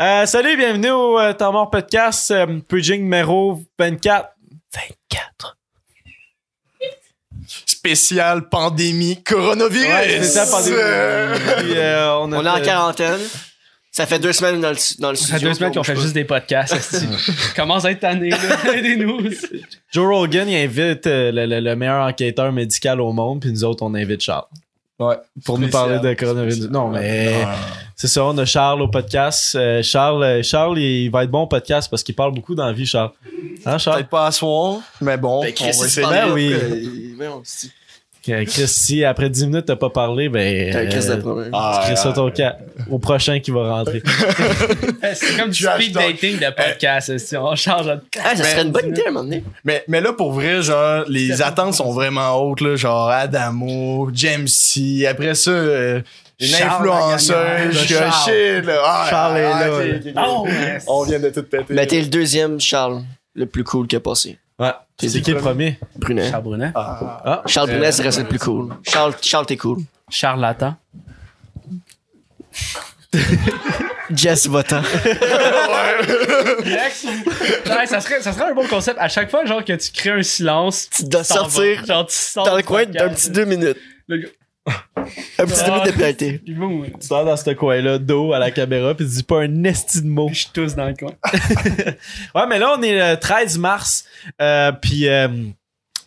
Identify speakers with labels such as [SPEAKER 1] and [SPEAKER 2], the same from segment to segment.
[SPEAKER 1] Euh, salut, bienvenue au euh, Temps mort podcast, euh, paging numéro 24. 24.
[SPEAKER 2] Spécial pandémie coronavirus.
[SPEAKER 1] Ouais, c'est ça, pandémie.
[SPEAKER 2] Euh,
[SPEAKER 1] Puis, euh, on, a
[SPEAKER 3] On est en
[SPEAKER 1] fait-
[SPEAKER 3] quarantaine. Ça fait deux semaines dans le, dans le
[SPEAKER 4] Ça
[SPEAKER 3] studio.
[SPEAKER 4] fait deux semaines qu'on fait juste des podcasts. esti. Commence à être tanné, là. Aidez-nous.
[SPEAKER 1] Joe Rogan, il invite euh, le, le- le meilleur enquêteur médical au monde, puis nous autres, on invite Charles.
[SPEAKER 2] Ouais.
[SPEAKER 1] Pour nous
[SPEAKER 2] Spécial.
[SPEAKER 1] parler de Eh. coronavirus. Non, mais
[SPEAKER 2] Ouais.
[SPEAKER 1] c'est ça, on a Charles au podcast. Euh, Charles, euh, Charles, il va être bon au podcast parce qu'il parle beaucoup dans la vie, Charles. Hein, Charles?
[SPEAKER 2] Peut-être pas à soir, mais bon,
[SPEAKER 3] Ben,
[SPEAKER 2] on
[SPEAKER 3] Chris,
[SPEAKER 2] va
[SPEAKER 3] il se
[SPEAKER 2] essayer.
[SPEAKER 3] parle
[SPEAKER 1] Ben
[SPEAKER 3] là,
[SPEAKER 1] oui.
[SPEAKER 3] euh, ben, on se dit,
[SPEAKER 1] Euh, Chris, si après 10 minutes, t'as pas parlé, ben.
[SPEAKER 3] t'as un Chris
[SPEAKER 1] euh,
[SPEAKER 3] de problème.
[SPEAKER 2] Ah,
[SPEAKER 1] Chris, ça
[SPEAKER 2] ouais.
[SPEAKER 1] ton cas au prochain qui va rentrer.
[SPEAKER 4] Eh, C'est comme du
[SPEAKER 2] Trash
[SPEAKER 4] speed
[SPEAKER 2] talk.
[SPEAKER 4] dating de podcast.
[SPEAKER 1] Eh.
[SPEAKER 4] esti. On change notre
[SPEAKER 3] Ah, ça serait une
[SPEAKER 4] euh,
[SPEAKER 3] bonne idée à un moment donné.
[SPEAKER 2] mais, mais là, pour vrai, genre, les attentes sont vraiment hautes, là, genre Adamo, James C. Après ça, euh, une
[SPEAKER 4] Charles Lagagnon,
[SPEAKER 2] influenceuse,
[SPEAKER 4] le
[SPEAKER 2] je suis
[SPEAKER 4] Charles.
[SPEAKER 2] shit, là. Ah,
[SPEAKER 1] Charles est
[SPEAKER 2] ah,
[SPEAKER 1] là,
[SPEAKER 2] ok,
[SPEAKER 1] là.
[SPEAKER 2] ok, ok.
[SPEAKER 4] Oh, yes.
[SPEAKER 2] On vient de tout péter.
[SPEAKER 3] Mais t'es le deuxième Charles, le plus cool qui a passé.
[SPEAKER 1] Ouais. C'est qui le premier?
[SPEAKER 3] Brunet.
[SPEAKER 4] Charles euh, Brunet.
[SPEAKER 2] Ah.
[SPEAKER 3] Charles Brunet, ça reste le plus cool. Charles, Charles t'es cool.
[SPEAKER 4] Charlatan.
[SPEAKER 3] Jess Votant.
[SPEAKER 4] Relax. Ouais, ça, serait, ça serait un bon concept. À chaque fois, genre, que tu crées un silence,
[SPEAKER 3] Tu dois
[SPEAKER 4] t'en vas.
[SPEAKER 3] sortir
[SPEAKER 4] Genre, tu sors
[SPEAKER 3] dans le
[SPEAKER 4] du
[SPEAKER 3] coin d'un
[SPEAKER 4] podcast.
[SPEAKER 3] petit deux minutes.
[SPEAKER 4] Le gars-
[SPEAKER 3] Un petit deux
[SPEAKER 4] Ah.
[SPEAKER 3] minutes de pénalité.
[SPEAKER 4] Puis boum,
[SPEAKER 1] Tu sors dans ce coin-là, dos à la caméra, puis tu dis pas un esti de mot.
[SPEAKER 4] Je tousse dans le coin.
[SPEAKER 1] Ouais, mais là, on est le 13 mars, euh, puis euh,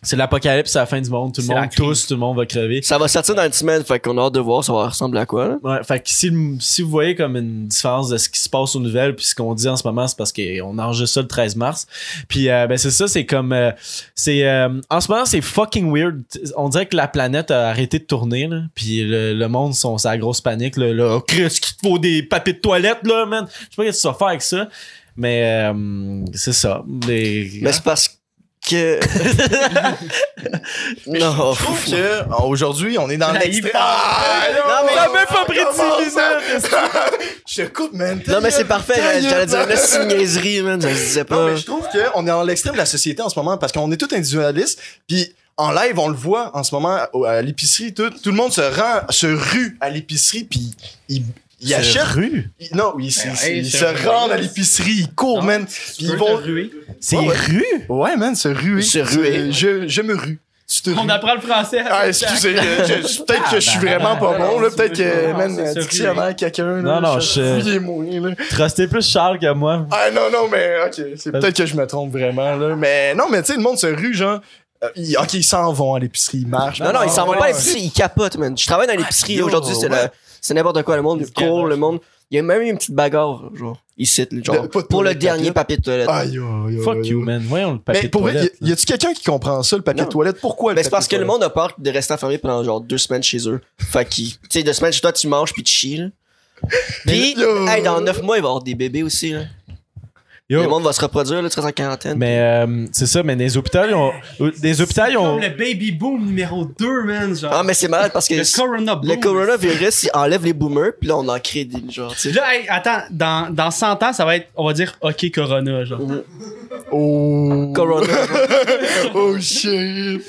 [SPEAKER 1] c'est l'apocalypse, c'est la fin du monde. Tout le
[SPEAKER 4] C'est la
[SPEAKER 1] monde
[SPEAKER 4] crise.
[SPEAKER 1] tous, tout le monde va crever.
[SPEAKER 3] Ça va sortir dans une semaine, fait qu'on a hâte de voir ça va ressembler à quoi. là.
[SPEAKER 1] Ouais, fait que si, le- si vous voyez comme une différence de ce qui se passe aux nouvelles puis ce qu'on dit en ce moment, c'est parce qu'on enregistre ça le 13 mars. Puis euh, ben c'est ça, c'est comme euh, c'est euh, en ce moment c'est fucking weird. On dirait que la planète a arrêté de tourner là, puis le, le monde sont c'est la grosse panique là, là oh, Chris, qu'il te faut des papiers de toilette là, man. Je sais pas ce que tu vas faire avec ça. Mais euh, c'est ça. Les-
[SPEAKER 3] Mais c'est parce que. non.
[SPEAKER 2] Je trouve que euh, aujourd'hui, on est dans
[SPEAKER 4] La
[SPEAKER 2] l'extrême. Ah,
[SPEAKER 4] hyper-
[SPEAKER 3] Non, mais-
[SPEAKER 1] T'as même pas pris de
[SPEAKER 2] Comment
[SPEAKER 1] six
[SPEAKER 2] ça?
[SPEAKER 1] minutes, est-ce
[SPEAKER 2] Je te coupe, man.
[SPEAKER 3] Non, mais c'est parfait.
[SPEAKER 2] Ta gueule,
[SPEAKER 3] J'allais dire,
[SPEAKER 2] man.
[SPEAKER 3] là, c'est une niaiserie, man. Je le disais
[SPEAKER 2] Non,
[SPEAKER 3] pas.
[SPEAKER 4] Euh,
[SPEAKER 2] mais je trouve qu'on est dans l'extrême de la société en ce moment parce qu'on est tout individualiste. Puis en live, on le voit en ce moment au- à l'épicerie. Tout, tout le monde se rend, se rue à l'épicerie, puis il, il achète.
[SPEAKER 1] euh, rue.
[SPEAKER 2] il- non, il, c'est-
[SPEAKER 4] Ben, hey,
[SPEAKER 2] c'est- ils
[SPEAKER 4] c'est
[SPEAKER 2] se
[SPEAKER 4] vrai.
[SPEAKER 2] rendent à l'épicerie, ils courent,
[SPEAKER 4] Non,
[SPEAKER 2] man.
[SPEAKER 4] Tu
[SPEAKER 2] Puis
[SPEAKER 4] peux
[SPEAKER 2] ils
[SPEAKER 4] te
[SPEAKER 2] vont.
[SPEAKER 4] ruer.
[SPEAKER 1] C'est
[SPEAKER 2] Ouais, ouais.
[SPEAKER 1] rue?
[SPEAKER 2] Ouais, man, se ruer.
[SPEAKER 3] Se ruer.
[SPEAKER 2] Je, je me rue. Tu te
[SPEAKER 4] hein. On
[SPEAKER 2] rues.
[SPEAKER 4] apprend le français.
[SPEAKER 2] Ah, excusez, euh, je- je- peut-être que je suis vraiment pas bon, là. Peut-être que,
[SPEAKER 4] Non,
[SPEAKER 2] man,
[SPEAKER 4] c'est sûr,
[SPEAKER 2] dictionnaire, quelqu'un, là.
[SPEAKER 1] Non, non, je-
[SPEAKER 2] Fouillez-moi, là.
[SPEAKER 1] Trustez plus Charles que moi.
[SPEAKER 2] Ah non, non, mais ok, c'est peut-être que je me trompe vraiment, là. Mais non, mais tu sais, le monde se rue, genre. euh, ils- ok, ils s'en vont à l'épicerie, ils marchent.
[SPEAKER 3] Non, non, ils s'en vont
[SPEAKER 2] ouais,
[SPEAKER 3] pas à
[SPEAKER 2] ouais.
[SPEAKER 3] l'épicerie, ils capotent, man. Je travaille dans l'épicerie
[SPEAKER 2] yo,
[SPEAKER 3] aujourd'hui, c'est
[SPEAKER 2] ouais.
[SPEAKER 3] la- c'est n'importe quoi. Le monde
[SPEAKER 4] Ils se
[SPEAKER 3] court,
[SPEAKER 4] garochent.
[SPEAKER 3] le monde. Il y a même eu une petite bagarre, genre, ici, là, genre,
[SPEAKER 2] Le- pas de
[SPEAKER 3] pour le
[SPEAKER 2] toilette,
[SPEAKER 3] dernier papier de toilette.
[SPEAKER 2] Ah, yo, yo, yo,
[SPEAKER 1] Fuck
[SPEAKER 2] yo.
[SPEAKER 1] you, man. Voyons le papier
[SPEAKER 2] Mais
[SPEAKER 1] de
[SPEAKER 2] pour vrai,
[SPEAKER 1] toilette,
[SPEAKER 2] y, y a-tu quelqu'un qui comprend ça, le papier
[SPEAKER 3] Non.
[SPEAKER 2] de toilette? Pourquoi
[SPEAKER 3] Ben, c'est parce que le monde a peur de rester enfermé pendant genre deux semaines chez eux. Fait qu'ils, tu sais, deux semaines chez toi, tu manges puis tu chies, là. Puis,
[SPEAKER 2] Mais yo.
[SPEAKER 3] hey, dans neuf mois, il va y avoir des bébés aussi, là.
[SPEAKER 1] Yo.
[SPEAKER 3] Le monde va se reproduire, là, tu restes en quarantaine.
[SPEAKER 1] Mais euh, c'est ça, mais dans les hôpitaux, ils ont. euh, Les hôpitaux, ils ont.
[SPEAKER 4] Comme le baby boom numéro 2, man. Genre.
[SPEAKER 3] Ah, mais c'est malade parce que
[SPEAKER 4] le
[SPEAKER 3] le,
[SPEAKER 4] corona boom.
[SPEAKER 3] coronavirus, il enlève les boomers, puis là, on en crée des, genre, tu sais.
[SPEAKER 4] Là, hey, attends, dans, dans 100 ans, ça va être, on va dire, OK Corona, genre.
[SPEAKER 2] Oh,
[SPEAKER 3] Corona.
[SPEAKER 2] oh shit!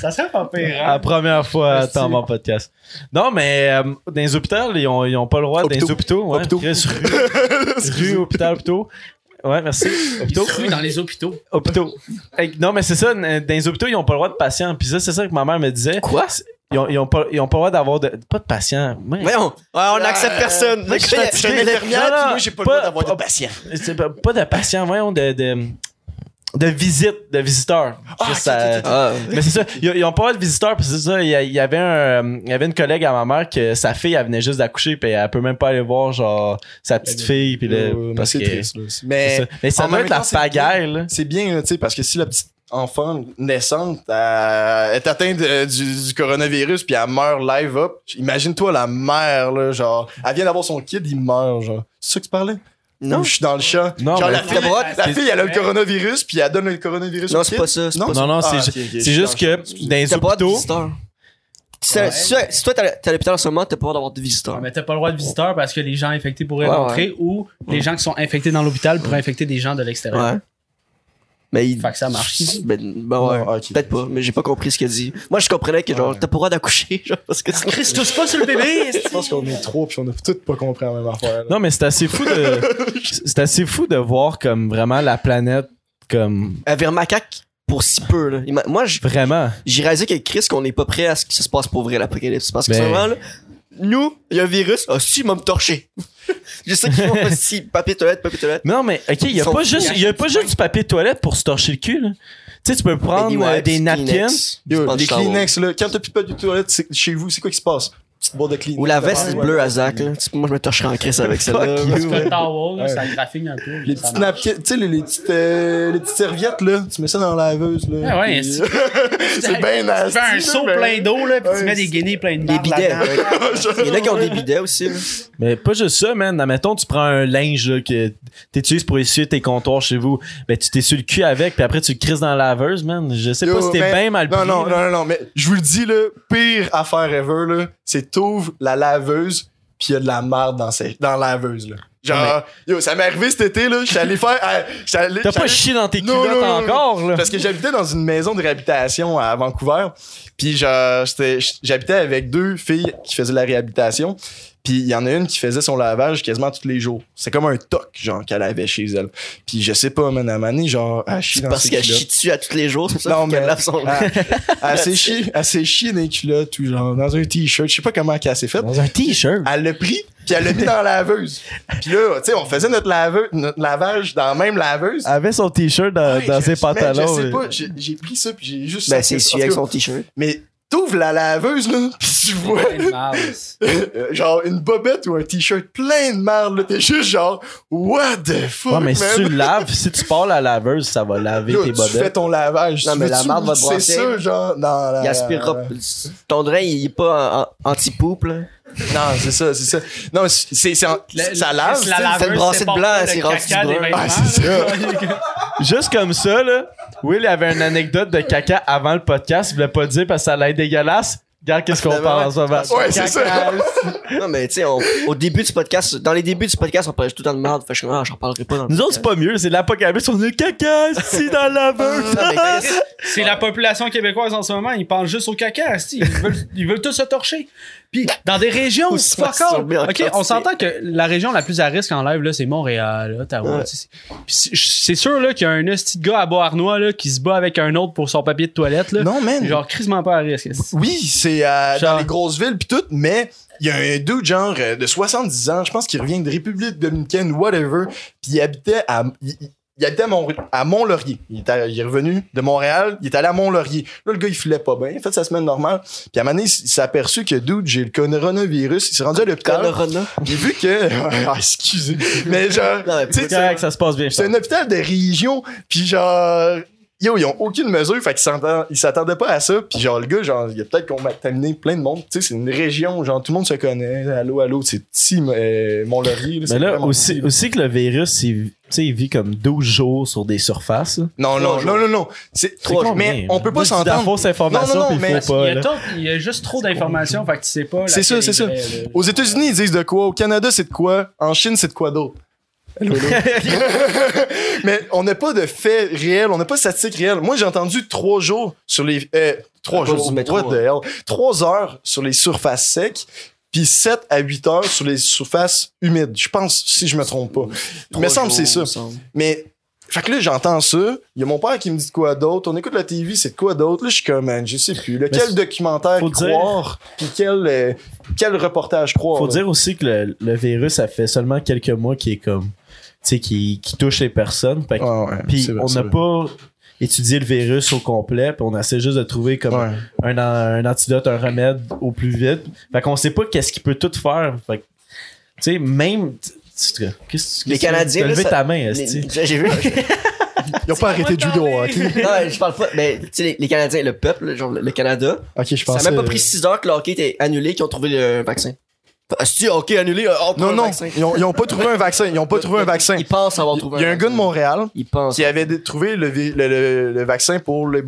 [SPEAKER 4] Ça serait pas pire, hein.
[SPEAKER 1] La première fois,
[SPEAKER 4] Merci.
[SPEAKER 1] attends mon podcast. Non, mais euh, dans les hôpitaux, ils ont, ils ont pas le droit. Dans les hôpitaux, ouais.
[SPEAKER 2] Hôpitaux.
[SPEAKER 1] Chris, rue, rue, hôpital, hôpitaux. Ouais, merci. Hôpitaux.
[SPEAKER 4] dans les hôpitaux.
[SPEAKER 1] Hôpitaux. Hey, Non, mais c'est ça, n- dans les hôpitaux, ils ont pas le droit de patients. Puis ça, c'est ça que ma mère me disait.
[SPEAKER 3] Quoi?
[SPEAKER 1] Ils ont, ils ont, pas, ils ont pas le droit d'avoir de. Pas de patients. Ouais.
[SPEAKER 3] Voyons. Ouais, on n'accepte personne.
[SPEAKER 1] moi, je suis
[SPEAKER 3] Le gars,
[SPEAKER 1] fatigué.
[SPEAKER 3] il a-
[SPEAKER 1] Non, non, pas- pas-
[SPEAKER 2] patient.
[SPEAKER 1] C'est pas, pas de patients, voyons, de. de de visite, de visiteurs.
[SPEAKER 2] Ah,
[SPEAKER 1] Chris,
[SPEAKER 2] ok,
[SPEAKER 1] ça-
[SPEAKER 2] ok, ok.
[SPEAKER 3] Ah.
[SPEAKER 1] Mais c'est ça, ils, ils ont pas de visiteurs, puis c'est ça, il y, a- il y avait un, euh, il y avait une collègue à ma mère que sa fille, elle venait juste d'accoucher, puis elle peut même pas aller voir, genre, sa petite fille, puis le...
[SPEAKER 2] Ouais, ouais, Oh, mais
[SPEAKER 1] parce
[SPEAKER 2] C'est
[SPEAKER 1] que...
[SPEAKER 2] triste, là.
[SPEAKER 1] c'est
[SPEAKER 2] Mais
[SPEAKER 1] ça. Mais ça
[SPEAKER 2] en
[SPEAKER 1] doit
[SPEAKER 2] même
[SPEAKER 1] être la
[SPEAKER 2] temps, c'est bien.
[SPEAKER 1] pagaille, là.
[SPEAKER 2] c'est bien, tu sais, parce que si la petite enfant naissante elle est atteinte euh, du, du coronavirus puis elle meurt live up, imagine-toi la mère, là, genre, elle vient d'avoir son kid, il meurt, genre. C'est ça que tu parlais?
[SPEAKER 3] Non.
[SPEAKER 2] Ou je suis dans le chat.
[SPEAKER 1] Non,
[SPEAKER 2] genre,
[SPEAKER 1] mais-
[SPEAKER 2] la
[SPEAKER 3] T'as
[SPEAKER 2] fille,
[SPEAKER 3] pas le droit de-
[SPEAKER 2] la fille, elle a le coronavirus puis elle donne le coronavirus
[SPEAKER 3] Non,
[SPEAKER 2] au
[SPEAKER 3] c'est
[SPEAKER 2] kid.
[SPEAKER 3] pas ça, c'est pas
[SPEAKER 1] Non, non,
[SPEAKER 2] Ah,
[SPEAKER 1] c'est
[SPEAKER 2] ok,
[SPEAKER 1] ju-
[SPEAKER 2] ok, je
[SPEAKER 1] c'est
[SPEAKER 2] suis
[SPEAKER 1] juste
[SPEAKER 2] dans le
[SPEAKER 1] que dans les
[SPEAKER 3] T'as pas de
[SPEAKER 1] hôpitaux,
[SPEAKER 3] visiteur. Si, t'as-
[SPEAKER 4] Ouais.
[SPEAKER 3] si, si toi, t'as t'as l'hôpital en ce moment, t'as pas le droit d'avoir de visiteurs.
[SPEAKER 4] Ouais, mais t'as pas le droit de visiteurs parce que les gens infectés pourraient
[SPEAKER 3] Ah. Ouais,
[SPEAKER 4] rentrer ou les
[SPEAKER 3] Ouais.
[SPEAKER 4] gens qui sont infectés dans l'hôpital pourraient infecter des gens de l'extérieur.
[SPEAKER 3] Ouais. Mais il.
[SPEAKER 4] Fait que ça marche.
[SPEAKER 3] Ben, ben ouais.
[SPEAKER 2] Non, ok.
[SPEAKER 3] Peut-être pas, mais j'ai pas compris ce qu'elle dit. Moi, je comprenais que genre,
[SPEAKER 2] Ouais.
[SPEAKER 3] t'as pas le droit d'accoucher, genre, parce que c'est
[SPEAKER 4] Christ, touche pas sur le bébé!
[SPEAKER 2] Je pense qu'on est trop, puis on a toutes pas compris la même affaire. là.
[SPEAKER 1] Non, mais c'est assez fou de. c'est assez fou de voir comme vraiment la planète comme.
[SPEAKER 3] un verre macaque pour si peu, là. Il m'a- Moi, j-
[SPEAKER 1] Vraiment.
[SPEAKER 3] j'ai réalisé que Chris, qu'on n'est pas prêt à ce que ça se passe pour vrai, l'apocalypse. Parce que
[SPEAKER 1] Ben.
[SPEAKER 3] vraiment, là, nous, il y a un virus, ah, si, il m'a me torcher. je sais qu'ils font aussi papier toilette, papier toilette.
[SPEAKER 1] Non, mais OK, il y a
[SPEAKER 3] Ils sont
[SPEAKER 1] pas
[SPEAKER 3] fous,
[SPEAKER 1] juste,
[SPEAKER 3] ils
[SPEAKER 1] il y a pas juste du papier de toilette pour se torcher le cul, là. Tu sais, tu peux prendre
[SPEAKER 3] Des
[SPEAKER 1] euh,
[SPEAKER 3] wipes,
[SPEAKER 1] des napkins.
[SPEAKER 3] Kleenex, du
[SPEAKER 2] Yo,
[SPEAKER 3] sponge
[SPEAKER 2] les
[SPEAKER 3] towel.
[SPEAKER 2] Kleenex, là, quand t'as plus pas du toilette c'est- chez vous, c'est quoi qui se passe? Petite boîte de Kleenex.
[SPEAKER 3] Ou la veste
[SPEAKER 2] Ouais.
[SPEAKER 3] bleue à Zach, là. Tu- Moi, je me torcherais en Chris avec
[SPEAKER 1] Fuck
[SPEAKER 3] celle-là. parce
[SPEAKER 4] Parce
[SPEAKER 3] que-
[SPEAKER 4] que le towel,
[SPEAKER 2] Ouais.
[SPEAKER 4] ça graphigne un peu.
[SPEAKER 2] Les
[SPEAKER 4] ça
[SPEAKER 2] petites
[SPEAKER 4] marche.
[SPEAKER 2] napkins, tu sais, les, les petites, euh, les petites serviettes, là, tu mets ça dans la laveuse, là.
[SPEAKER 4] Ah ouais,
[SPEAKER 2] puis-
[SPEAKER 4] c'est-
[SPEAKER 2] c'est bien
[SPEAKER 4] Tu fais un
[SPEAKER 2] nasty,
[SPEAKER 4] seau
[SPEAKER 2] là,
[SPEAKER 4] plein
[SPEAKER 2] mais-
[SPEAKER 4] d'eau, là, puis
[SPEAKER 2] Ouais,
[SPEAKER 4] tu mets des
[SPEAKER 2] c'est-
[SPEAKER 4] guinées plein de
[SPEAKER 3] Des
[SPEAKER 4] marde
[SPEAKER 3] bidets.
[SPEAKER 4] là-dedans.
[SPEAKER 3] Il y en a qui ont des bidets aussi, là.
[SPEAKER 1] Mais pas juste ça, man. Admettons, tu prends un linge là, que t'utilises pour essuyer tes comptoirs chez vous. Ben, tu t'essuies le cul avec, puis après, tu le crises dans la laveuse, man. Je sais
[SPEAKER 2] Yo,
[SPEAKER 1] pas si t'es
[SPEAKER 2] mais-
[SPEAKER 1] bien mal
[SPEAKER 2] Non,
[SPEAKER 1] pris,
[SPEAKER 2] non,
[SPEAKER 1] là.
[SPEAKER 2] non, non, non, mais je vous le dis, là, pire affaire ever, là, c'est t'ouvres la laveuse, pis y a de la merde dans, ces- dans la laveuse, là. Genre, yo, ça m'est arrivé cet été, là, j'étais allé faire. euh, j'étais allé-
[SPEAKER 1] T'as
[SPEAKER 2] j'étais
[SPEAKER 1] pas
[SPEAKER 2] allé-
[SPEAKER 1] chié dans tes
[SPEAKER 2] Non,
[SPEAKER 1] culottes
[SPEAKER 2] non, non, non.
[SPEAKER 1] encore, là.
[SPEAKER 2] Parce que j'habitais dans une maison de réhabilitation à Vancouver. Puis genre, j'étais- j'habitais avec deux filles qui faisaient de la réhabilitation. Puis il y en a une qui faisait son lavage quasiment tous les jours. C'est comme un toc, genre, qu'elle avait chez elle. Puis je sais pas, man, à Mané, genre, elle chie
[SPEAKER 3] C'est
[SPEAKER 2] dans
[SPEAKER 3] parce
[SPEAKER 2] ses
[SPEAKER 3] qu'elle
[SPEAKER 2] culottes.
[SPEAKER 3] chie dessus à tous les jours, c'est pour ça
[SPEAKER 2] Non,
[SPEAKER 3] faut qu'elle
[SPEAKER 2] mais-
[SPEAKER 3] lave son linge.
[SPEAKER 2] Elle, elle s'est chiée- elle s'est chiée dans les culottes ou genre dans un t-shirt. Je sais pas comment elle s'est faite.
[SPEAKER 1] Dans un t-shirt.
[SPEAKER 2] Elle l'a pris, puis elle l'a mis dans la laveuse. Puis là, tu sais, on faisait notre, laveu- notre lavage dans la même laveuse.
[SPEAKER 1] Elle avait son t-shirt dans,
[SPEAKER 2] Ouais,
[SPEAKER 1] dans
[SPEAKER 2] je-
[SPEAKER 1] ses
[SPEAKER 2] man,
[SPEAKER 1] pantalons.
[SPEAKER 2] Je sais
[SPEAKER 1] là.
[SPEAKER 2] pas, j'ai- j'ai pris ça puis j'ai juste.
[SPEAKER 3] Ben,
[SPEAKER 2] sorti
[SPEAKER 3] c'est
[SPEAKER 2] ça.
[SPEAKER 3] su avec son t-shirt.
[SPEAKER 2] Mais t'ouvres la laveuse, là, pis tu vois,
[SPEAKER 4] Plein de marde.
[SPEAKER 2] euh, genre, une bobette ou un t-shirt plein de merde, là. T'es juste genre, what the fuck,
[SPEAKER 1] Ouais, mais si
[SPEAKER 2] man?
[SPEAKER 1] tu le laves, si tu pars la laveuse, ça va laver
[SPEAKER 2] Yo,
[SPEAKER 1] tes
[SPEAKER 2] tu fais
[SPEAKER 1] bobettes.
[SPEAKER 2] ton lavage.
[SPEAKER 3] Non,
[SPEAKER 2] tu
[SPEAKER 3] mais
[SPEAKER 2] veux-tu
[SPEAKER 3] la marde va te
[SPEAKER 2] C'est
[SPEAKER 3] brasser.
[SPEAKER 2] ça, genre, dans la.
[SPEAKER 3] Il aspirera.
[SPEAKER 2] Euh,
[SPEAKER 3] Ton drain, il est pas en- en- anti-poupe, là.
[SPEAKER 2] Non, c'est ça, c'est ça. Non, mais c'est, c'est en-
[SPEAKER 4] Le-
[SPEAKER 2] ça
[SPEAKER 4] le-
[SPEAKER 2] lave.
[SPEAKER 4] la
[SPEAKER 2] tu sais.
[SPEAKER 4] laveuse
[SPEAKER 3] fait une brassée de
[SPEAKER 4] sépare
[SPEAKER 3] blanc,
[SPEAKER 4] pas le
[SPEAKER 3] c'est rendu
[SPEAKER 4] caca
[SPEAKER 3] du
[SPEAKER 4] des
[SPEAKER 3] brun.
[SPEAKER 4] vêtements,
[SPEAKER 2] Ah, c'est
[SPEAKER 4] là.
[SPEAKER 1] Juste comme ça, là. Will avait une anecdote de caca avant le podcast. Il voulait pas le dire parce que ça allait être dégueulasse. Regarde qu'est-ce qu'on parle en ce moment.
[SPEAKER 2] Ouais, c'est ça.
[SPEAKER 3] Non, mais tu sais, on- au début du podcast, dans les débuts du podcast, on parlait tout le temps de merde. Fait que je suis comme, ah, j'en parlerai pas dans le
[SPEAKER 1] Nous autres, c'est pas mieux. C'est l'apocalypse. On est caca ici dans la laveuse.
[SPEAKER 3] Non, mais Chris,
[SPEAKER 4] C'est la population québécoise en ce moment, ils pensent juste au caca, asti. ils veulent, ils veulent tous se torcher. Puis dans des régions,
[SPEAKER 3] se
[SPEAKER 4] fuck all.
[SPEAKER 3] masturber en
[SPEAKER 4] OK,
[SPEAKER 3] quantité.
[SPEAKER 4] on s'entend que la région la plus à risque en live là, c'est Montréal, Ottawa.
[SPEAKER 3] Ouais.
[SPEAKER 4] tu sais, c'est- Puis c'est- c'est sûr là qu'il y a un petit gars à Beauharnois là qui se bat avec un autre pour son papier de toilette là.
[SPEAKER 2] Non, man.
[SPEAKER 4] Genre crissement pas à risque. asti.
[SPEAKER 2] Oui, c'est euh, dans
[SPEAKER 4] Genre-
[SPEAKER 2] les grosses villes pis tout, mais il y a un dude genre euh, de 70 ans, je pense qu'il revient de République dominicaine, whatever, puis il habitait à il, il- il habitait à, Mont- à Mont-Laurier. Il, est allé- il est revenu de Montréal, il est allé à Mont-Laurier. Là, le gars, il filait pas bien. Il a fait sa semaine normale. Puis à un moment donné, il s- il s'est aperçu que, dude, j'ai le coronavirus. Il s'est rendu à l'hôpital.
[SPEAKER 3] Corona.
[SPEAKER 2] Puis il a vu que... Ah, excusez. Mais genre...
[SPEAKER 3] Non, mais
[SPEAKER 2] tu sais,
[SPEAKER 1] C'est correct, ça se passe bien. je
[SPEAKER 2] c'est un hôpital de région, puis genre. Yo, ils ont aucune mesure, fait qu'ils s'entendent- ils s'attendaient pas à ça. Puis genre, le gars, genre, il a peut-être contaminé plein de monde. Tu sais, c'est une région, genre, tout le monde se connaît. Allô, allô, c'est petit euh, Mont-Laurier.
[SPEAKER 1] Mais
[SPEAKER 2] c'est
[SPEAKER 1] là,
[SPEAKER 2] vraiment
[SPEAKER 1] aussi,
[SPEAKER 2] petit.
[SPEAKER 1] aussi que le virus, il, tu sais, il vit comme 12 jours sur des surfaces. là.
[SPEAKER 2] Non, non,
[SPEAKER 3] Trois
[SPEAKER 2] non, non, non. C'est
[SPEAKER 1] C'est combien,
[SPEAKER 2] Mais
[SPEAKER 1] man?
[SPEAKER 2] on peut
[SPEAKER 1] Moi,
[SPEAKER 2] pas
[SPEAKER 1] je dis de la
[SPEAKER 2] s'entendre.
[SPEAKER 1] fausse information,
[SPEAKER 2] Non, non,
[SPEAKER 1] puis
[SPEAKER 2] non, mais
[SPEAKER 1] il faut pas.
[SPEAKER 4] il, y a
[SPEAKER 1] là.
[SPEAKER 4] tant- il y a juste trop d'informations, fait que tu sais pas.
[SPEAKER 2] C'est ça,
[SPEAKER 4] laquelle
[SPEAKER 2] c'est ça.
[SPEAKER 4] est vraie, là.
[SPEAKER 2] Aux États-Unis, ils disent de quoi Au Canada, c'est de quoi En Chine, c'est de quoi d'autre Allô, allô? Mais on n'a pas de faits réels, on n'a pas de statistiques réelles. Moi, j'ai entendu trois jours sur les. euh, trois
[SPEAKER 3] À cause
[SPEAKER 2] jours.
[SPEAKER 3] du métro,
[SPEAKER 2] what the hell? Trois heures sur les surfaces secs, puis 7 à 8 heures sur les surfaces humides. Je pense, si je me trompe pas.
[SPEAKER 3] Trois
[SPEAKER 2] me semble
[SPEAKER 3] jours,
[SPEAKER 2] que c'est ça.
[SPEAKER 3] il me semble.
[SPEAKER 2] Mais. Fait que là, j'entends ça. Il y a mon père qui me dit de quoi d'autre. On écoute la TV, c'est de quoi d'autre. Là, je suis comme, man, je sais plus. là,
[SPEAKER 1] Mais
[SPEAKER 2] quel
[SPEAKER 1] c'est-
[SPEAKER 2] documentaire
[SPEAKER 1] faut dire-
[SPEAKER 2] croire, puis quel, euh, quel reportage croire.
[SPEAKER 1] Faut
[SPEAKER 2] là?
[SPEAKER 1] dire aussi que le, le virus, ça fait seulement quelques mois qu'il est comme. Tu sais, qui, qui touche les personnes. Fait que-
[SPEAKER 2] Ah Ouais, ouais,
[SPEAKER 1] puis
[SPEAKER 2] c'est vrai,
[SPEAKER 1] on
[SPEAKER 2] c'est
[SPEAKER 1] n'a
[SPEAKER 2] vrai.
[SPEAKER 1] pas étudié le virus au complet, puis on essaie juste de trouver comme
[SPEAKER 2] Ouais.
[SPEAKER 1] un, an- un antidote, un remède au plus vite. Fait qu'on sait pas qu'est-ce qu'il peut tout faire. Fait que, tu sais, même. tu- tu- Qu'est-ce que tu
[SPEAKER 3] Les Canadiens,
[SPEAKER 1] T'as
[SPEAKER 3] là,
[SPEAKER 1] levé
[SPEAKER 3] ça-
[SPEAKER 1] ta main,
[SPEAKER 3] Les-
[SPEAKER 1] esti.
[SPEAKER 3] J'ai j'ai vu.
[SPEAKER 2] Ils ont pas arrêté de jouer au hockey.
[SPEAKER 3] Non, mais je parle pas. Mais tu sais, les, les Canadiens, le peuple, genre le, le Canada,
[SPEAKER 2] Ok, je
[SPEAKER 3] ça
[SPEAKER 2] pensais. euh,
[SPEAKER 3] a même pas pris 6 heures que le hockey était annulé qu'ils ont trouvé le vaccin. Si, ok, annulé. euh, on prend
[SPEAKER 2] Non,
[SPEAKER 3] un
[SPEAKER 2] non,
[SPEAKER 3] vaccin.
[SPEAKER 2] ils ont, ils ont pas trouvé un vaccin. Ils ont pas trouvé un vaccin.
[SPEAKER 3] Ils pensent avoir trouvé
[SPEAKER 2] Il y a un gars de
[SPEAKER 3] vaccin.
[SPEAKER 2] Montréal
[SPEAKER 3] Ils pensent.
[SPEAKER 2] qui avait dé- trouvé le, vi- le, le- le vaccin pour les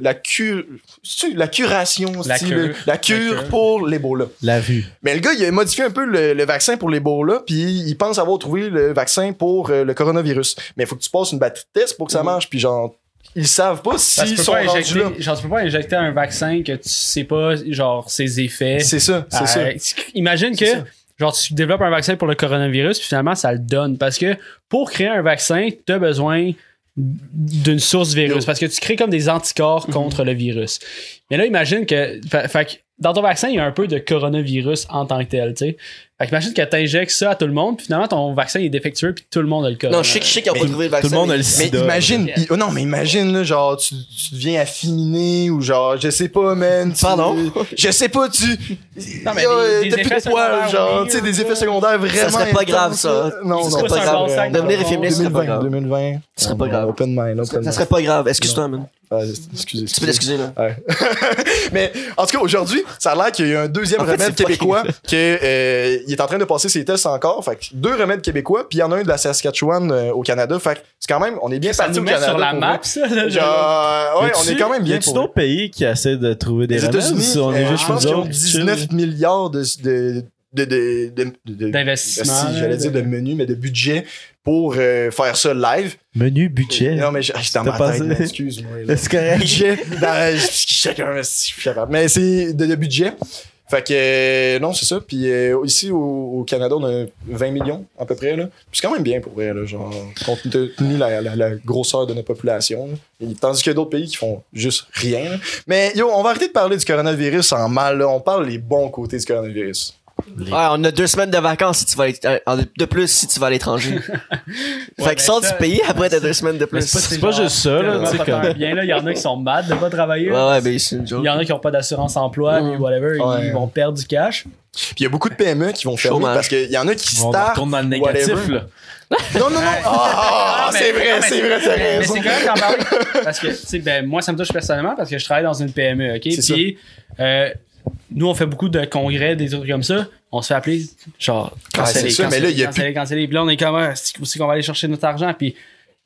[SPEAKER 2] la, cure, c'est-tu la curation,
[SPEAKER 4] La
[SPEAKER 2] c'est-tu
[SPEAKER 4] cure.
[SPEAKER 2] le- la cure
[SPEAKER 4] La cure.
[SPEAKER 2] pour l'Ebola.
[SPEAKER 1] La vue.
[SPEAKER 2] Mais le gars, il a modifié un peu le, le vaccin pour l'Ebola, puis il pense avoir trouvé le vaccin pour euh, le coronavirus. Mais il faut que tu passes une batterie de test pour que ça
[SPEAKER 3] Mhm.
[SPEAKER 2] marche, puis genre, ils savent pas
[SPEAKER 4] Parce que
[SPEAKER 2] s'ils
[SPEAKER 4] tu peux
[SPEAKER 2] sont
[SPEAKER 4] pas
[SPEAKER 2] rendus là.
[SPEAKER 4] injecter- genre, tu peux pas injecter un vaccin que tu sais pas, genre, ses effets.
[SPEAKER 2] C'est ça, c'est
[SPEAKER 4] Euh,
[SPEAKER 2] ça.
[SPEAKER 4] tu- Imagine que,
[SPEAKER 2] C'est ça.
[SPEAKER 4] genre, tu développes un vaccin pour le coronavirus, puis finalement, ça le donne. Parce que pour créer un vaccin, tu as besoin d'une source virus.
[SPEAKER 2] Yo.
[SPEAKER 4] Parce que tu crées comme des anticorps contre le virus. Mais là, imagine que. fa- fait que dans ton vaccin, il y a un peu de coronavirus en tant que tel, tu sais. Fait que imagine que tu injectes ça à tout le monde, puis finalement, ton vaccin est défectueux, puis tout le monde a le
[SPEAKER 3] Non,
[SPEAKER 4] coronavirus.
[SPEAKER 3] je sais, que- je sais qu'ils ont
[SPEAKER 1] Mais
[SPEAKER 3] pas trouvé le vaccin.
[SPEAKER 1] tout le monde a
[SPEAKER 3] mais-
[SPEAKER 1] le
[SPEAKER 2] Mais
[SPEAKER 1] sida,
[SPEAKER 2] imagine, il- oh non, mais imagine, là, genre, tu, tu deviens affeminé ou genre, je sais pas, man. tu-
[SPEAKER 3] Pardon?
[SPEAKER 2] Je sais pas, tu.
[SPEAKER 4] Non, mais
[SPEAKER 2] Yo,
[SPEAKER 4] des-
[SPEAKER 2] euh,
[SPEAKER 4] des
[SPEAKER 2] t'as plus de
[SPEAKER 4] effets
[SPEAKER 2] poils,
[SPEAKER 4] secondaires,
[SPEAKER 2] genre,
[SPEAKER 4] oui,
[SPEAKER 2] tu sais, des
[SPEAKER 4] un
[SPEAKER 2] effets
[SPEAKER 4] peu.
[SPEAKER 2] secondaires vraiment.
[SPEAKER 3] serait pas grave,
[SPEAKER 2] intenses,
[SPEAKER 3] ça.
[SPEAKER 2] là. Non,
[SPEAKER 3] Ce
[SPEAKER 2] non,
[SPEAKER 3] serait pas
[SPEAKER 2] c'est
[SPEAKER 3] grave. Devenir
[SPEAKER 4] efféminé
[SPEAKER 3] éphémiste, ce serait pas
[SPEAKER 2] 2020,
[SPEAKER 3] grave.
[SPEAKER 2] 2020.
[SPEAKER 3] Ce serait pas grave.
[SPEAKER 2] Open mind, open
[SPEAKER 3] Ça
[SPEAKER 2] mind.
[SPEAKER 3] serait pas grave. Excuse-toi, man.
[SPEAKER 2] Ah, excusez,
[SPEAKER 3] Tu
[SPEAKER 2] excusez.
[SPEAKER 3] peux t'excuser, là.
[SPEAKER 2] Ouais. Mais en tout cas, aujourd'hui, ça a l'air qu'il y a eu un deuxième
[SPEAKER 3] En fait,
[SPEAKER 2] remède
[SPEAKER 3] c'est pas
[SPEAKER 2] québécois qui est en train de passer ses tests encore. Fait que deux remèdes québécois, puis il y en a un de la Saskatchewan euh, au Canada. Fait que c'est quand même, on est bien
[SPEAKER 4] ça
[SPEAKER 2] parti
[SPEAKER 4] nous
[SPEAKER 2] au
[SPEAKER 4] met
[SPEAKER 2] Canada.
[SPEAKER 4] sur la
[SPEAKER 2] pour
[SPEAKER 4] map,
[SPEAKER 2] vrai.
[SPEAKER 4] ça. là, genre.
[SPEAKER 2] Genre, ouais, on est quand même bien.
[SPEAKER 1] Y a
[SPEAKER 2] pour vrai.
[SPEAKER 1] d'autres pays qui essaient de trouver des
[SPEAKER 2] Les
[SPEAKER 1] remèdes?
[SPEAKER 2] États-Unis,
[SPEAKER 1] On est
[SPEAKER 2] euh,
[SPEAKER 1] juste
[SPEAKER 2] je pense
[SPEAKER 1] nous
[SPEAKER 2] qu'ils ont
[SPEAKER 1] autres,
[SPEAKER 2] 19 milliards de. de, de, de, de- de-
[SPEAKER 4] D'investissement.
[SPEAKER 2] si, j'allais
[SPEAKER 4] là,
[SPEAKER 2] dire de menu, mais de budget pour euh, faire ça live.
[SPEAKER 1] chill. Menu budget.
[SPEAKER 2] Non, mais j'ai- ah, j'étais dans
[SPEAKER 1] T'as
[SPEAKER 2] ma
[SPEAKER 1] pas
[SPEAKER 2] tête,
[SPEAKER 1] dit-
[SPEAKER 2] mais excuse-moi. là.
[SPEAKER 1] C'est correct.
[SPEAKER 2] budget. dans- je- chacun, je suis capable. Mais c'est de, de budget. Fait que, euh, non, c'est ça. Puis euh, ici, au, au Canada, on a 20 millions à peu près. là. Puis c'est quand même bien pour vrai, là, genre, compte tenu la, la- la grosseur de notre population. là. Et tandis qu'il y a d'autres pays qui font juste rien. là. Mais yo, on va arrêter de parler du coronavirus en mal. là. On parle les bons côtés du coronavirus.
[SPEAKER 3] Ouais, on a deux semaines de vacances si tu vas à l'é- euh, de plus si tu vas à l'étranger.
[SPEAKER 4] Ouais,
[SPEAKER 3] fait
[SPEAKER 4] ben
[SPEAKER 3] que sors
[SPEAKER 4] ça-
[SPEAKER 3] du pays après t'as deux semaines de
[SPEAKER 4] Mais
[SPEAKER 3] plus.
[SPEAKER 1] c'est pas
[SPEAKER 4] genre
[SPEAKER 1] juste ça, là,
[SPEAKER 4] tellement
[SPEAKER 1] tu sais,
[SPEAKER 4] pas
[SPEAKER 1] comme-
[SPEAKER 4] tant bien, là. Il y en a qui sont mad de pas travailler.
[SPEAKER 3] Ouais,
[SPEAKER 4] là.
[SPEAKER 3] ouais, ben c'est une
[SPEAKER 4] Il
[SPEAKER 3] joke.
[SPEAKER 4] y en a qui n'ont pas d'assurance emploi,
[SPEAKER 3] Mhm.
[SPEAKER 4] puis whatever,
[SPEAKER 2] Ouais.
[SPEAKER 4] ils vont perdre du cash.
[SPEAKER 2] Puis il y a beaucoup de PME qui vont fermer
[SPEAKER 3] Chômage.
[SPEAKER 2] parce qu'il y en a qui
[SPEAKER 1] On
[SPEAKER 2] startent.
[SPEAKER 1] retourne dans le négatif,
[SPEAKER 2] whatever.
[SPEAKER 1] là.
[SPEAKER 2] Non, non, non. Ah,
[SPEAKER 4] Ah, mais-
[SPEAKER 2] c'est vrai,
[SPEAKER 4] ah, mais-
[SPEAKER 2] c'est vrai, t'as
[SPEAKER 4] Mais
[SPEAKER 2] raison.
[SPEAKER 4] c'est correct d'en parler. Parce que, tu sais, ben, moi, ça me touche personnellement parce que je travaille dans une PME, OK?
[SPEAKER 2] C'est
[SPEAKER 4] Puis, euh, nous, on fait beaucoup de congrès, des trucs comme ça. On se fait appeler, genre,
[SPEAKER 2] Ah, c'est
[SPEAKER 4] canceller,
[SPEAKER 2] ça, mais
[SPEAKER 4] canceller,
[SPEAKER 2] là, il y a
[SPEAKER 4] canceller, canceller. Puis là, on est comme, ah, c'est où c'est qu'on va aller chercher notre argent? Puis,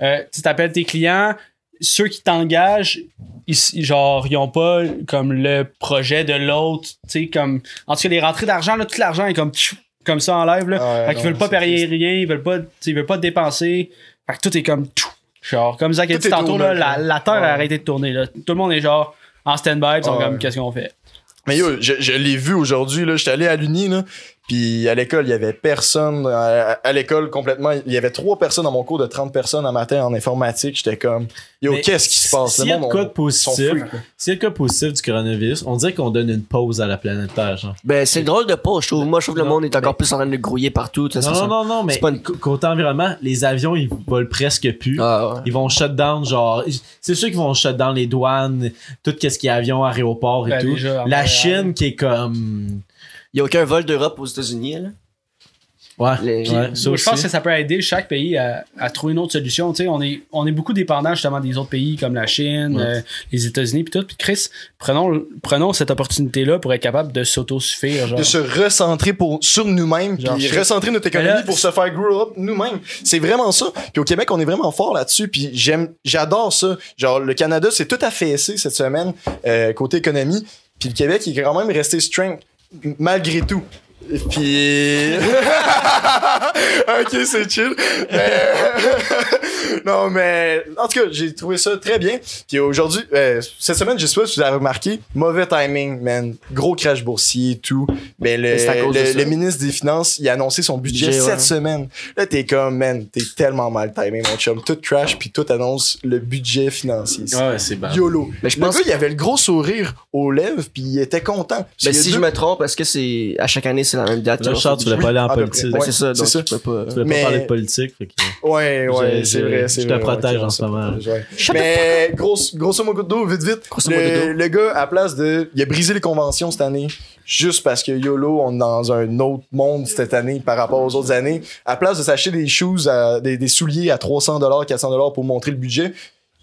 [SPEAKER 4] euh, tu t'appelles tes clients, ceux qui t'engagent, ils, ils- genre, ils ont pas comme le projet de l'autre, tu sais, comme. En tout cas, les rentrées d'argent, là, tout l'argent est comme, tchou, comme ça en live, là.
[SPEAKER 2] Ouais,
[SPEAKER 4] fait
[SPEAKER 2] Euh,
[SPEAKER 4] qu'ils
[SPEAKER 2] non,
[SPEAKER 4] veulent pas
[SPEAKER 2] c'est
[SPEAKER 4] payer rien, ils veulent pas, tu sais, ils veulent pas dépenser. Fait que tout est comme, tchou. Genre, comme Zach a
[SPEAKER 2] Tout
[SPEAKER 4] dit
[SPEAKER 2] est
[SPEAKER 4] tantôt,
[SPEAKER 2] au
[SPEAKER 4] là,
[SPEAKER 2] meuble,
[SPEAKER 4] la,
[SPEAKER 2] hein.
[SPEAKER 4] la terre
[SPEAKER 2] Ouais.
[SPEAKER 4] a arrêté de tourner, là. Tout le monde est genre en stand-by, ils sont
[SPEAKER 2] Ouais.
[SPEAKER 4] comme, qu'est-ce qu'on fait?
[SPEAKER 2] Mais yo, je, je l'ai vu aujourd'hui, là. J'étais allé à l'Uni, là. Puis à l'école, il y avait personne. À, à l'école, complètement, il y avait trois personnes dans mon cours de 30 personnes en matin en informatique. J'étais comme, yo,
[SPEAKER 1] Mais
[SPEAKER 2] qu'est-ce qui se passe?
[SPEAKER 1] S'il y a de
[SPEAKER 2] on-
[SPEAKER 1] quoi de
[SPEAKER 2] sont
[SPEAKER 1] positif,
[SPEAKER 2] freaks, là.
[SPEAKER 1] s'il y a de quoi de positif du coronavirus, on dirait qu'on donne une pause à la planète Terre, genre.
[SPEAKER 3] Ben c'est drôle de pas, je trouve. Moi je trouve que le
[SPEAKER 1] Non,
[SPEAKER 3] monde est encore
[SPEAKER 1] mais-
[SPEAKER 3] plus en train de grouiller partout. de toute
[SPEAKER 1] Non,
[SPEAKER 3] façon.
[SPEAKER 1] non, non, non, mais
[SPEAKER 3] c'est pas une-
[SPEAKER 1] c- côté environnement, les avions, ils volent presque plus.
[SPEAKER 3] Ah, ouais.
[SPEAKER 1] Ils vont shut down, genre. C'est sûr qu'ils vont shut down les douanes, tout ce qui est avion, aéroport et
[SPEAKER 4] Ben,
[SPEAKER 1] tout.
[SPEAKER 4] déjà, à
[SPEAKER 1] la
[SPEAKER 4] Montréal.
[SPEAKER 1] Chine qui est comme.
[SPEAKER 3] Il y a aucun vol d'Europe aux États-Unis là.
[SPEAKER 1] Ouais,
[SPEAKER 3] Les-
[SPEAKER 1] ouais, ça
[SPEAKER 4] Moi, je pense
[SPEAKER 1] aussi.
[SPEAKER 4] que ça peut aider chaque pays à, à trouver une autre solution. Tu sais, on est, on est beaucoup dépendant justement des autres pays comme la Chine,
[SPEAKER 1] Ouais.
[SPEAKER 4] euh, les États-Unis, puis tout. Puis Chris, prenons, prenons cette opportunité-là pour être capable de s'auto-suffire. genre.
[SPEAKER 2] de se recentrer pour, sur nous-mêmes,
[SPEAKER 4] Genre,
[SPEAKER 2] puis
[SPEAKER 4] je-
[SPEAKER 2] recentrer notre économie
[SPEAKER 4] Mais là,
[SPEAKER 2] pour se faire grow up nous-mêmes. C'est vraiment ça. Puis au Québec, on est vraiment fort là-dessus, puis j'aime, j'adore ça. Genre, le Canada, c'est tout affaissé cette semaine, euh, côté économie, puis le Québec, il est quand même resté strength, malgré tout. Puis... ok, c'est chill. Mais- non, mais... En tout cas, j'ai trouvé ça très bien. Puis aujourd'hui, euh, cette semaine, je sais pas si vous avez remarqué, mauvais timing, man. Gros crash boursier et tout. Mais le,
[SPEAKER 3] Mais c'est à cause de
[SPEAKER 2] le-
[SPEAKER 3] ça.
[SPEAKER 2] le ministre des Finances, il a annoncé son budget
[SPEAKER 3] Budget, ouais.
[SPEAKER 2] cette semaine. Là, t'es comme, man, t'es tellement mal timé, mon chum. Tout crash, puis tout annonce le budget financier.
[SPEAKER 1] Ouais, ouais, c'est bon.
[SPEAKER 2] YOLO.
[SPEAKER 3] Mais je
[SPEAKER 2] le
[SPEAKER 3] pense-
[SPEAKER 2] gars, il avait le gros sourire aux lèvres, puis il était content.
[SPEAKER 3] Ben
[SPEAKER 2] Il y a
[SPEAKER 3] si
[SPEAKER 2] deux-
[SPEAKER 3] je me trompe, est-ce que c'est à chaque année c'est la même date
[SPEAKER 1] Là, Charles, tu voulais pas aller en
[SPEAKER 2] à peu près.
[SPEAKER 1] politique.
[SPEAKER 3] Ben,
[SPEAKER 2] Ouais,
[SPEAKER 3] c'est ça,
[SPEAKER 2] c'est
[SPEAKER 3] donc
[SPEAKER 2] ça.
[SPEAKER 3] tu peux pas. euh,
[SPEAKER 1] Tu voulais
[SPEAKER 2] Mais-
[SPEAKER 1] pas parler de politique. fait que-
[SPEAKER 2] Ouais, ouais,
[SPEAKER 1] Je-
[SPEAKER 2] c'est
[SPEAKER 1] je-
[SPEAKER 2] vrai, c'est
[SPEAKER 1] je te
[SPEAKER 2] vrai,
[SPEAKER 1] protège
[SPEAKER 2] ouais,
[SPEAKER 1] en ce
[SPEAKER 2] je te
[SPEAKER 1] moment.
[SPEAKER 2] protège, ouais.
[SPEAKER 3] Shut the
[SPEAKER 2] Mais grosso, grosso modo, vite, vite,
[SPEAKER 3] Grosso
[SPEAKER 2] le,
[SPEAKER 3] modo.
[SPEAKER 2] le gars, à place de... Il a brisé les conventions cette année, juste parce que YOLO, on est dans un autre monde cette année par rapport aux autres années. À place de s'acheter des shoes, à- des, des souliers à 300$, 400$ pour montrer le budget,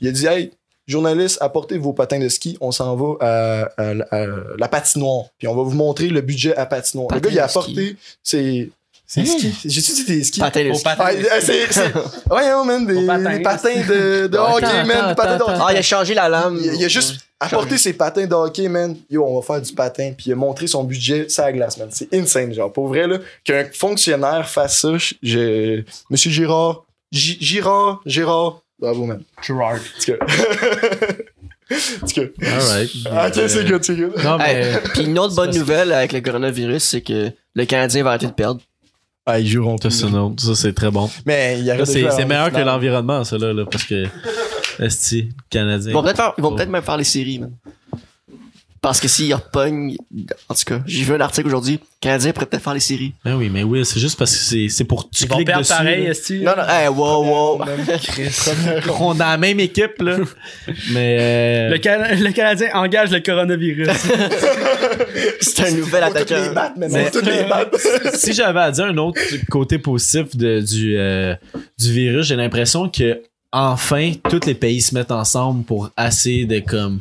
[SPEAKER 2] il a dit « Hey, journalistes, apportez vos patins de ski, on s'en va à, à- à la patinoire, puis on va vous montrer le budget à patinoire. le gars,
[SPEAKER 3] Patins
[SPEAKER 2] il a
[SPEAKER 3] de ski.
[SPEAKER 2] apporté ses,
[SPEAKER 1] Hein?
[SPEAKER 2] ses skis. J'ai-tu dit des skis?
[SPEAKER 3] Patin de
[SPEAKER 4] Au
[SPEAKER 3] ski.
[SPEAKER 4] patin.
[SPEAKER 2] Ah, euh, c'est- c'est- ouais, non, man, des
[SPEAKER 4] Au
[SPEAKER 2] des
[SPEAKER 4] patin.
[SPEAKER 2] patins, de, de
[SPEAKER 3] Attends,
[SPEAKER 2] hockey, man, des patins de hockey.
[SPEAKER 3] Ah, il a changé la lame.
[SPEAKER 2] Il, il a juste apporté ses patins de hockey, man. Yo, on va faire du patin. Puis il a montré son budget, ça à glace, man. C'est insane, genre. Pour vrai, là, qu'un fonctionnaire fasse ça, je- je. Monsieur Girard, Gi- Girard, Girard, bravo, man.
[SPEAKER 4] Gerard.
[SPEAKER 2] En tout cas. En tout cas.
[SPEAKER 4] Ah,
[SPEAKER 2] Ok, c'est good, c'est good.
[SPEAKER 1] euh, Non,
[SPEAKER 3] Hey,
[SPEAKER 1] mais.
[SPEAKER 3] Puis une autre bonne
[SPEAKER 1] parce que-
[SPEAKER 3] nouvelle avec le coronavirus, c'est que le Canadien va arrêter de perdre.
[SPEAKER 2] Ah, ils joueront
[SPEAKER 1] Ça, c'est non. Ça, c'est très bon.
[SPEAKER 2] Mais il y
[SPEAKER 1] Ça,
[SPEAKER 2] a
[SPEAKER 1] C'est c'est meilleur que l'environnement, ça, là, là, parce que. Esti, Canadien.
[SPEAKER 3] Ils vont peut-être faire- ils vont peut-être même faire les séries, man. Parce que s'ils repognent. En tout cas, j'ai vu un article aujourd'hui. Le Canadien pourrait peut-être faire les séries.
[SPEAKER 1] Ben oui, mais oui, c'est juste parce que c'est- c'est pour. Tu
[SPEAKER 4] Ils vont
[SPEAKER 1] cliques
[SPEAKER 4] perdre
[SPEAKER 1] dessus,
[SPEAKER 4] pareil,
[SPEAKER 1] là.
[SPEAKER 4] est-ce
[SPEAKER 3] Non, non, hey, wow, wow.
[SPEAKER 1] On est dans la même équipe, là. mais. euh,
[SPEAKER 4] Le, Cana- le Canadien engage le coronavirus.
[SPEAKER 3] C'est un nouvel
[SPEAKER 2] Toutes les
[SPEAKER 3] attaquant.
[SPEAKER 2] battes, man.
[SPEAKER 1] Mais-
[SPEAKER 2] Toutes les battes.
[SPEAKER 1] si j'avais à dire un autre côté positif de- du, euh, du virus, j'ai l'impression que enfin tous les pays se mettent ensemble pour assez de comme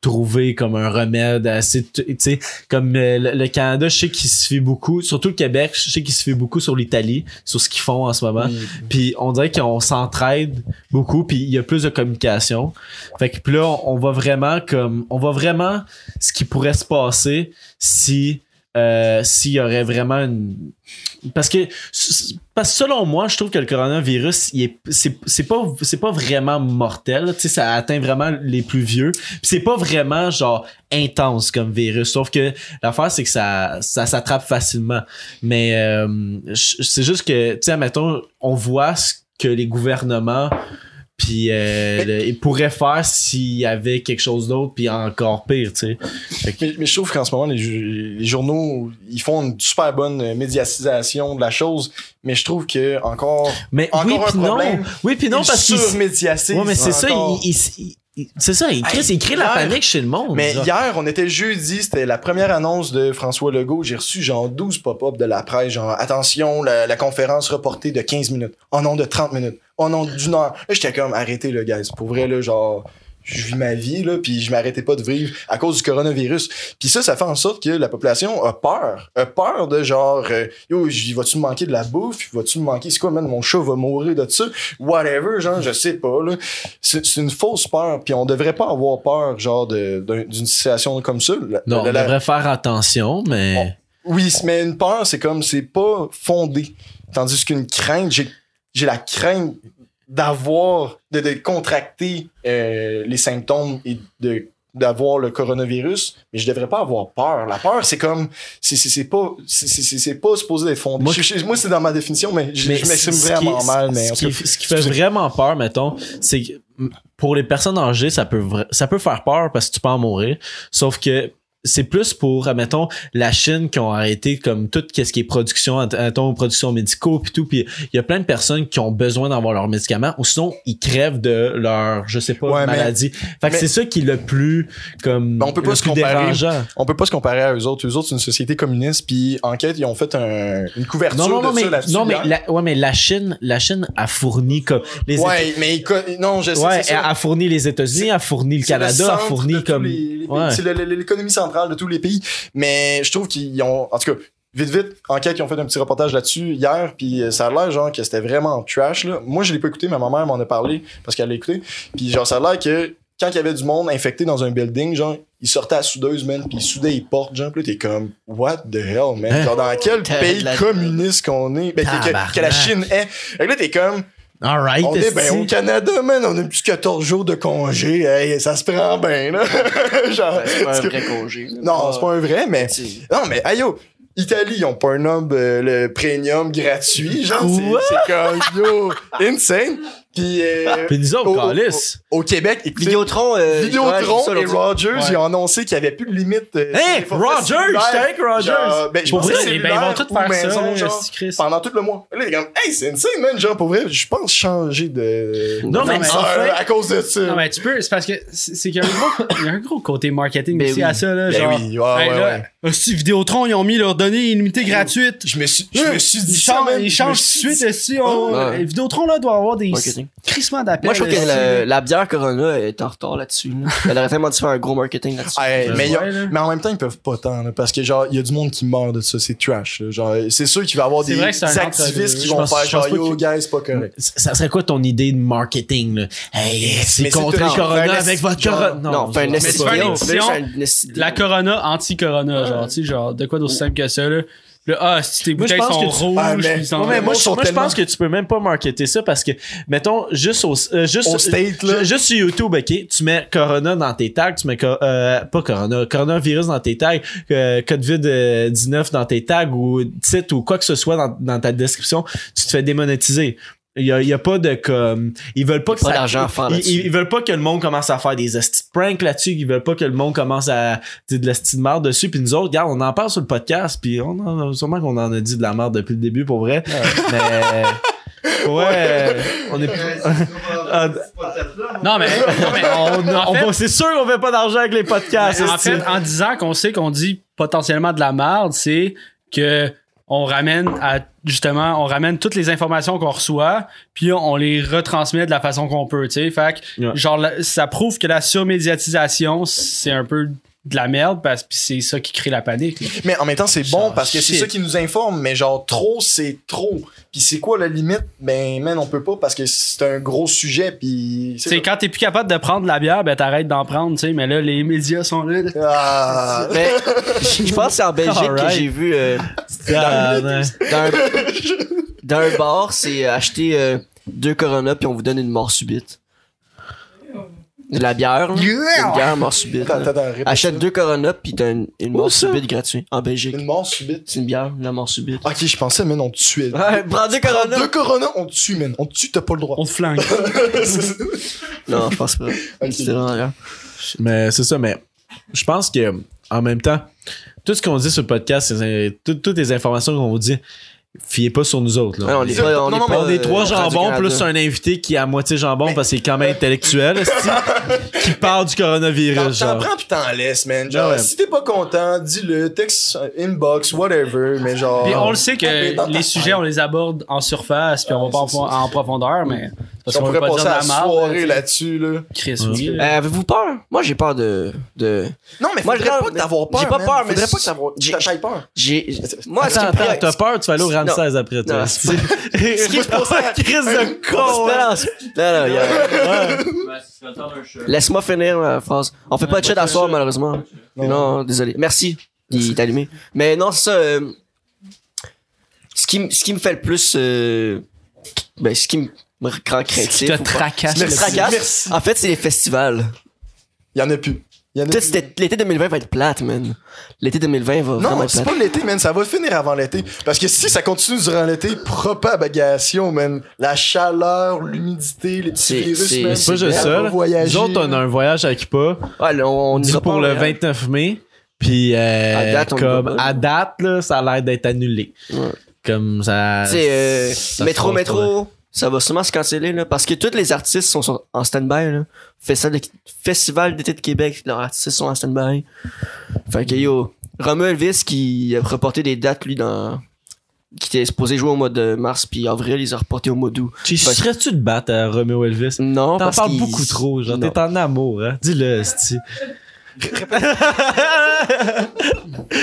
[SPEAKER 1] trouver comme un remède assez tu tu sais comme euh, le, le Canada je sais qu'il se fait beaucoup surtout le Québec je sais qu'il se fait beaucoup sur l'Italie sur ce qu'ils font en ce moment puis on dirait qu'on s'entraide beaucoup puis il y a plus de communication fait que puis là on, on va vraiment comme on va vraiment ce qui pourrait se passer si euh, s'il y aurait vraiment une parce que parce que selon moi je trouve que le coronavirus il est c'est c'est pas c'est pas vraiment mortel tu sais ça atteint vraiment les plus vieux puis c'est pas vraiment genre intense comme virus sauf que l'affaire c'est que ça ça s'attrape facilement mais euh, je- c'est juste que tu sais mettons on voit ce que les gouvernements puis euh, le- ils pourraient faire s'il y avait quelque chose d'autre puis encore pire tu sais
[SPEAKER 2] Mais, mais je trouve qu'en ce moment, les, ju- les journaux, ils font une super bonne euh, médiatisation de la chose, mais je trouve que encore,
[SPEAKER 1] mais
[SPEAKER 2] encore
[SPEAKER 1] oui
[SPEAKER 2] un
[SPEAKER 1] puis non
[SPEAKER 2] problème.
[SPEAKER 1] oui puis non
[SPEAKER 2] ils
[SPEAKER 1] parce qu'ils
[SPEAKER 2] surmédiatisent
[SPEAKER 1] Ouais, mais c'est ça,
[SPEAKER 2] encore.
[SPEAKER 1] il, il- il- c'est ça, il crée,
[SPEAKER 2] Hey,
[SPEAKER 1] il crée la
[SPEAKER 2] hier-
[SPEAKER 1] panique chez le monde.
[SPEAKER 2] Mais
[SPEAKER 1] genre.
[SPEAKER 2] hier, on était jeudi, c'était la première annonce de François Legault. J'ai reçu genre 12 pop-up de la presse, genre attention, la, la conférence reportée de 15 minutes. Oh non, de 30 minutes. Oh non, d'une heure. Là, j'étais comme arrêtez le guys. Pour vrai, là, genre, je vis ma vie, là, puis je m'arrêtais pas de vivre à cause du coronavirus. Puis ça, ça fait en sorte que la population a peur. A peur de genre, euh, yo, j- va-tu me manquer de la bouffe? Va-tu me manquer? C'est quoi, man? Mon chat va mourir de ça? Whatever, genre, je sais pas, là c'est c'est une fausse peur, puis on devrait pas avoir peur, genre, de- d'un- d'une situation comme ça. La-
[SPEAKER 1] non,
[SPEAKER 2] la-
[SPEAKER 1] on
[SPEAKER 2] la-
[SPEAKER 1] devrait faire attention, mais.
[SPEAKER 2] Oui, mais une peur, c'est comme, c'est pas fondé. Tandis qu'une crainte, j'ai j'ai la crainte d'avoir, de, de contracter euh, les symptômes et de d'avoir le coronavirus, mais je devrais pas avoir peur. La peur, c'est comme, c'est- c'est c'est pas, c'est- c'est c'est pas supposé être fondé.
[SPEAKER 1] Moi,
[SPEAKER 2] Moi, moi c'est dans ma définition, mais je,
[SPEAKER 1] mais
[SPEAKER 2] je m'exprime
[SPEAKER 1] ce qui est-
[SPEAKER 2] vraiment mal. Mais en
[SPEAKER 1] ce,
[SPEAKER 2] tout
[SPEAKER 1] qui,
[SPEAKER 2] cas,
[SPEAKER 1] ce qui fait vraiment peur, mettons, c'est que mm, pour les personnes âgées, ça peut, vra- ça peut faire peur parce que tu peux en mourir. Sauf que c'est plus pour, mettons, la Chine qui ont arrêté comme tout ce qui est production, mettons, production médicaux puis tout. Puis il y a plein de personnes qui ont besoin d'avoir leurs médicaments ou sinon ils crèvent de leur, je sais pas,
[SPEAKER 2] Ouais, mais-
[SPEAKER 1] maladie. fait que
[SPEAKER 2] mais-
[SPEAKER 1] c'est ça qui est le plus, comme,
[SPEAKER 2] Ben, on peut pas
[SPEAKER 1] le
[SPEAKER 2] se
[SPEAKER 1] plus
[SPEAKER 2] comparer.
[SPEAKER 1] dérangeant.
[SPEAKER 2] on peut pas se comparer à eux autres. Eux autres, c'est une société communiste, puis enquête, ils ont fait un- une
[SPEAKER 1] Non,
[SPEAKER 2] couverture
[SPEAKER 1] non, non,
[SPEAKER 2] de
[SPEAKER 1] mais,
[SPEAKER 2] ça là-dessus.
[SPEAKER 1] non, mais,
[SPEAKER 2] hier.
[SPEAKER 1] la, ouais, mais la Chine, la Chine a fourni comme les États-
[SPEAKER 2] Ouais, mais ils co- non, je sais,
[SPEAKER 1] ouais,
[SPEAKER 2] c'est
[SPEAKER 1] elle
[SPEAKER 2] ça.
[SPEAKER 1] a fourni les États-Unis, a fourni le
[SPEAKER 2] C'est le
[SPEAKER 1] Canada, a
[SPEAKER 2] centre de
[SPEAKER 1] fourni
[SPEAKER 2] tous
[SPEAKER 1] comme.
[SPEAKER 2] les- les pays.
[SPEAKER 1] ouais.
[SPEAKER 2] C'est le- le- l'économie centrale de tous les pays. Mais je trouve qu'ils ont, en tout cas, vite, vite, enquête, ils ont fait un petit reportage là-dessus hier, puis euh, ça a l'air genre que c'était vraiment trash, là. Moi, je l'ai pas écouté, mais ma mère m'en a parlé parce qu'elle l'a écouté. Puis genre, ça a l'air que quand il y avait du monde infecté dans un building, genre, ils sortaient à soudeuse, man, puis ils soudaient les portes, genre, puis là, t'es comme, what the hell, man?
[SPEAKER 1] Hein?
[SPEAKER 2] Genre, dans quel
[SPEAKER 3] T'as de
[SPEAKER 2] pays
[SPEAKER 3] la-
[SPEAKER 2] communiste qu'on est? Ben, que- que, que la
[SPEAKER 1] Tabarnak.
[SPEAKER 2] Chine est. Fait que là, t'es comme,
[SPEAKER 1] Alright,
[SPEAKER 2] on est bien
[SPEAKER 1] esti.
[SPEAKER 2] au Canada, man. On a plus 14 jours de congé. Hey, ça se prend bien, là. Genre,
[SPEAKER 3] Ouais, Ben, C'est pas un
[SPEAKER 2] c'est-
[SPEAKER 3] vrai congé. là.
[SPEAKER 2] Non, c'est pas un vrai, mais.
[SPEAKER 3] Ah. C'est-
[SPEAKER 2] Non, mais, aïe, yo, Italie, ils ont Pornhub, euh, le premium gratuit. Genre,
[SPEAKER 1] Quoi?
[SPEAKER 2] c'est- c'est comme, yo, insane. Puis, euh,
[SPEAKER 1] Puis nous autres,
[SPEAKER 2] Oh, oh,
[SPEAKER 1] calice.
[SPEAKER 2] au Québec, écoutez,
[SPEAKER 3] Vidéotron. euh, ouais, j'ai vu
[SPEAKER 2] Vidéotron
[SPEAKER 3] ça
[SPEAKER 2] et
[SPEAKER 3] l'autre jour.
[SPEAKER 2] Rogers,
[SPEAKER 4] Ouais.
[SPEAKER 2] ils ont annoncé qu'il n'y avait plus de limite. euh, sur
[SPEAKER 1] Hey,
[SPEAKER 2] les forfaits
[SPEAKER 1] Rogers,
[SPEAKER 2] cellulaires.
[SPEAKER 1] j'étais avec Rogers.
[SPEAKER 2] Genre, ben, je
[SPEAKER 1] Pour
[SPEAKER 2] pense
[SPEAKER 1] vrai,
[SPEAKER 2] que c'est
[SPEAKER 4] Eh ben, ils vont
[SPEAKER 2] cellulaire
[SPEAKER 4] tous
[SPEAKER 2] ou
[SPEAKER 4] faire ça,
[SPEAKER 2] maison, genre,
[SPEAKER 4] esti, Chris.
[SPEAKER 2] pendant tout le mois. Là, les gars, hey, c'est insane, man. Genre, pour vrai, je pense changer de.
[SPEAKER 1] Non, mais
[SPEAKER 2] de-
[SPEAKER 1] enfin-
[SPEAKER 2] euh, à cause de ça.
[SPEAKER 4] Non, mais tu peux, c'est parce que c'est c'est qu'il y a un gros, il y a un gros côté marketing
[SPEAKER 3] Ben
[SPEAKER 4] aussi
[SPEAKER 3] oui.
[SPEAKER 4] à ça, là.
[SPEAKER 2] Ben
[SPEAKER 4] genre,
[SPEAKER 2] oui, ouais,
[SPEAKER 4] hey,
[SPEAKER 2] ouais,
[SPEAKER 4] là,
[SPEAKER 2] ouais.
[SPEAKER 4] hostie, Vidéotron, ils ont mis leurs données illimitées gratuites.
[SPEAKER 2] Ben Je me suis, je me suis dit
[SPEAKER 4] Ils
[SPEAKER 2] ça,
[SPEAKER 4] changent,
[SPEAKER 2] man.
[SPEAKER 4] ils
[SPEAKER 2] Je me
[SPEAKER 4] changent
[SPEAKER 2] suis
[SPEAKER 4] tout de
[SPEAKER 2] dit-
[SPEAKER 4] suite aussi. on-
[SPEAKER 3] Ouais.
[SPEAKER 4] Vidéotron, là, doit avoir des.
[SPEAKER 3] Marketing.
[SPEAKER 4] Chris, crissement d'appel.
[SPEAKER 3] Moi, je trouve que le- la bière Corona est en retard là-dessus. là. Elle aurait tellement dû faire un gros marketing là-dessus.
[SPEAKER 2] Hey,
[SPEAKER 1] Ouais,
[SPEAKER 2] mais,
[SPEAKER 1] ouais,
[SPEAKER 2] y a-
[SPEAKER 4] là.
[SPEAKER 2] mais en même temps, ils peuvent pas tant, là, parce que genre, il y a du monde qui meurt de ça, c'est trash. là. Genre, c'est sûr qu'il va y avoir
[SPEAKER 4] C'est
[SPEAKER 2] des
[SPEAKER 4] vrai que c'est un
[SPEAKER 2] activistes
[SPEAKER 4] entre-
[SPEAKER 2] qui
[SPEAKER 1] je
[SPEAKER 2] vont
[SPEAKER 1] pense-
[SPEAKER 2] faire
[SPEAKER 1] je pense
[SPEAKER 2] genre,
[SPEAKER 1] pas
[SPEAKER 2] yo,
[SPEAKER 1] que-
[SPEAKER 2] guys, c'est pas correct.
[SPEAKER 1] Ça ça serait quoi ton idée de marketing, là? Hey, c'est
[SPEAKER 2] mais c'est
[SPEAKER 1] contrer
[SPEAKER 2] tout-
[SPEAKER 1] le corona
[SPEAKER 2] non,
[SPEAKER 1] avec votre
[SPEAKER 2] genre-
[SPEAKER 1] corona.
[SPEAKER 3] Non, fais un
[SPEAKER 1] je sais
[SPEAKER 4] esti-
[SPEAKER 1] pas.
[SPEAKER 4] une
[SPEAKER 3] SDO.
[SPEAKER 4] édition. La corona anti-corona, genre, tu sais, genre, de quoi d'aussi simple que ça, là. Le, ah, si tes
[SPEAKER 1] Moi, je
[SPEAKER 4] bouteilles
[SPEAKER 1] pense
[SPEAKER 4] sont
[SPEAKER 1] que tu-
[SPEAKER 4] rouges,
[SPEAKER 2] Ah, mais-
[SPEAKER 4] puis ils sont-
[SPEAKER 2] ouais, mais
[SPEAKER 1] moi,
[SPEAKER 2] moi,
[SPEAKER 1] je,
[SPEAKER 2] ils sont
[SPEAKER 1] moi, je
[SPEAKER 2] tellement-
[SPEAKER 1] pense que tu peux même pas marketer ça parce que, mettons, juste au, euh, juste,
[SPEAKER 2] Au state, là.
[SPEAKER 1] ju- juste sur YouTube, ok, tu mets Corona dans tes tags, tu mets, co- euh, pas Corona, Coronavirus dans tes tags, euh, COVID-19 dans tes tags ou titre ou quoi que ce soit dans, dans ta description, tu te fais démonétiser. Il y a, il y a pas de comme ils veulent pas que
[SPEAKER 3] pas
[SPEAKER 1] ça-
[SPEAKER 3] d'argent à faire
[SPEAKER 1] ils,
[SPEAKER 3] là-dessus.
[SPEAKER 1] ils- ils veulent pas que le monde commence à faire des esti de pranks là-dessus ils veulent pas que le monde commence à dire de l'esti de merde dessus puis nous autres regarde on en parle sur le podcast puis on en, sûrement qu'on en a dit de la merde depuis le début pour vrai mais ouais, on est Ah,
[SPEAKER 4] Non, mais, non, mais
[SPEAKER 1] on,
[SPEAKER 4] en
[SPEAKER 1] on-
[SPEAKER 4] fait-
[SPEAKER 1] on- c'est sûr qu'on fait pas d'argent avec les podcasts
[SPEAKER 4] en
[SPEAKER 1] esti.
[SPEAKER 4] fait, en disant qu'on sait qu'on dit potentiellement de la merde, c'est que on ramène à justement, on ramène toutes les informations qu'on reçoit, puis on les retransmet de la façon qu'on peut, tu sais. Fait que,
[SPEAKER 1] Ouais.
[SPEAKER 4] genre, la- ça prouve que la surmédiatisation, c'est un peu de la merde, parce que c'est ça qui crée la panique. là.
[SPEAKER 2] Mais en même temps, c'est bon
[SPEAKER 1] Genre,
[SPEAKER 2] parce que c'est
[SPEAKER 1] shit.
[SPEAKER 2] ça qui nous informe, mais genre trop, c'est trop. Puis c'est quoi la limite? Ben, man, on peut pas parce que c'est un gros sujet. Puis
[SPEAKER 4] Tu sais, quand t'es plus capable de prendre la bière, ben t'arrêtes d'en prendre, tu sais. Mais là, les médias sont là. là.
[SPEAKER 2] Ah.
[SPEAKER 3] Mais je je pense que c'est en Belgique que
[SPEAKER 1] Alright.
[SPEAKER 3] j'ai vu euh,
[SPEAKER 1] Ah, ouais.
[SPEAKER 3] dans, un, dans un bar, c'est acheter euh, deux Corona puis on vous donne une mort subite. De la bière, là. une bière mort subite.
[SPEAKER 2] Attends,
[SPEAKER 3] là.
[SPEAKER 2] attends, répète.
[SPEAKER 3] Achète deux Corona puis t'as une, une
[SPEAKER 1] Où
[SPEAKER 3] mort
[SPEAKER 1] ça?
[SPEAKER 3] subite gratuite en Belgique.
[SPEAKER 2] Une mort subite.
[SPEAKER 3] C'est une bière, la mort subite.
[SPEAKER 2] Ok, je pensais, man, on te tuait.
[SPEAKER 3] Ouais, prends deux Corona.
[SPEAKER 2] Deux Corona, on te tue, man. On te tue, t'as pas le droit.
[SPEAKER 4] On te flingue.
[SPEAKER 3] Non, je pense pas.
[SPEAKER 2] Ok.
[SPEAKER 3] C'était dans l'air.
[SPEAKER 1] Mais c'est ça, mais je pense que en même temps, tout ce qu'on dit sur le podcast, c'est- tout- toutes les informations qu'on vous dit, fiez pas sur nous autres. là.
[SPEAKER 3] Ouais, on est pas- on
[SPEAKER 2] Non,
[SPEAKER 3] est
[SPEAKER 2] non,
[SPEAKER 3] pas,
[SPEAKER 2] mais
[SPEAKER 1] On est
[SPEAKER 3] euh,
[SPEAKER 1] trois jambons,
[SPEAKER 3] Radio-Canada.
[SPEAKER 1] plus un invité qui est à moitié jambon parce qu'il est quand même intellectuel, esti, qui parle du
[SPEAKER 2] T'en
[SPEAKER 1] coronavirus.
[SPEAKER 2] t'en
[SPEAKER 1] genre.
[SPEAKER 2] prends pis t'en laisses, man. Genre,
[SPEAKER 1] Ouais.
[SPEAKER 2] si t'es pas content, dis-le, texte, euh, inbox, whatever, mais genre.
[SPEAKER 4] Puis on le sait
[SPEAKER 2] Tapez Ah, dans ta
[SPEAKER 4] que les
[SPEAKER 2] tête.
[SPEAKER 4] sujets, on les aborde en surface, puis on va
[SPEAKER 2] Ouais,
[SPEAKER 4] pas en,
[SPEAKER 2] c'est
[SPEAKER 4] en profondeur, mais. Parce
[SPEAKER 2] on
[SPEAKER 4] qu'on veut
[SPEAKER 2] pourrait
[SPEAKER 4] pas dire
[SPEAKER 2] passer
[SPEAKER 4] de
[SPEAKER 2] la
[SPEAKER 4] la merde.
[SPEAKER 2] soirée là-dessus, là.
[SPEAKER 4] Chris,
[SPEAKER 1] Ouais.
[SPEAKER 4] oui.
[SPEAKER 3] Euh, Avez-vous peur? Moi, j'ai peur de. de...
[SPEAKER 2] Non, mais
[SPEAKER 3] Moi,
[SPEAKER 2] faudrait
[SPEAKER 3] j'ai
[SPEAKER 2] pas
[SPEAKER 3] peur,
[SPEAKER 2] que t'avoir peur.
[SPEAKER 3] j'ai pas
[SPEAKER 2] man.
[SPEAKER 3] peur, mais-
[SPEAKER 2] Faudrait pas que t'avoir-
[SPEAKER 3] J'ai-
[SPEAKER 2] t'as- t'ailles peur.
[SPEAKER 3] J'ai... Moi, ce qui
[SPEAKER 1] Attends,
[SPEAKER 3] me
[SPEAKER 1] attends,
[SPEAKER 3] préoccupe-
[SPEAKER 1] t'as peur, tu vas aller au Ramsès après, toi.
[SPEAKER 3] Non.
[SPEAKER 1] esti. Crise de
[SPEAKER 3] Non,
[SPEAKER 1] con! hein.
[SPEAKER 3] non, y a-
[SPEAKER 5] Ouais, c'est le temps d'un chat.
[SPEAKER 3] Laisse-moi finir la phrase. On fait pas de chat à soir, malheureusement. Non, désolé. Merci. Il est allumé. Mais non, c'est ça. euh, ce, qui, m- ce qui me fait le plus. euh, ben, ce qui me rend
[SPEAKER 4] Tu
[SPEAKER 3] créatif.
[SPEAKER 4] te
[SPEAKER 3] ou pas-
[SPEAKER 4] tracasses.
[SPEAKER 3] me
[SPEAKER 2] Merci,
[SPEAKER 3] tracasse.
[SPEAKER 2] merci.
[SPEAKER 3] En fait, c'est les festivals.
[SPEAKER 2] Il y en a plus. Il y en a
[SPEAKER 3] Peut-être
[SPEAKER 2] plus.
[SPEAKER 3] c'était- l'été 2020 va être plate, man. L'été 2020 va vraiment
[SPEAKER 2] Non,
[SPEAKER 3] être
[SPEAKER 2] c'est
[SPEAKER 3] plate.
[SPEAKER 2] pas l'été, man. Ça va finir avant l'été. Parce que si ça continue durant l'été, propagation, man. La chaleur, l'humidité, les
[SPEAKER 3] C'est-
[SPEAKER 2] petits virus,
[SPEAKER 3] c'est-
[SPEAKER 2] man.
[SPEAKER 1] C'est pas
[SPEAKER 2] On
[SPEAKER 1] juste
[SPEAKER 2] va
[SPEAKER 1] ça. là.
[SPEAKER 2] voyager.
[SPEAKER 1] Nous autres, on a un voyage à Kipa.
[SPEAKER 3] Ouais, là, on, on
[SPEAKER 1] On dit
[SPEAKER 3] ira pas
[SPEAKER 1] pour
[SPEAKER 3] en
[SPEAKER 1] le
[SPEAKER 3] voyage.
[SPEAKER 1] 29 mai. Puis, euh,
[SPEAKER 3] À date, on y va
[SPEAKER 1] comme,
[SPEAKER 3] pas.
[SPEAKER 1] à date, là, ça a l'air d'être annulé.
[SPEAKER 3] Ouais.
[SPEAKER 1] Comme ça.
[SPEAKER 3] Tu sais, euh,
[SPEAKER 1] Ah, ça
[SPEAKER 3] métro,
[SPEAKER 1] frotte, ouais.
[SPEAKER 3] métro, ça va sûrement se canceller, là, parce que tous les artistes sont, sur- en stand-by, là. Festival, de- Festival d'été de Québec, leurs artistes sont en stand-by. Fait que, yo, Romain Elvis qui a reporté des dates, lui, dans, qui était supposé jouer au mois de mars puis avril, ils ont reporté au mois d'août.
[SPEAKER 1] Tu
[SPEAKER 3] Fait que-
[SPEAKER 1] serais-tu de battre à Romeo Elvis?
[SPEAKER 3] Non,
[SPEAKER 1] T'en
[SPEAKER 3] parce
[SPEAKER 1] parles
[SPEAKER 3] qu'ils-
[SPEAKER 1] beaucoup trop, genre,
[SPEAKER 3] Non.
[SPEAKER 1] t'es en amour, hein. Dis-le, Sti.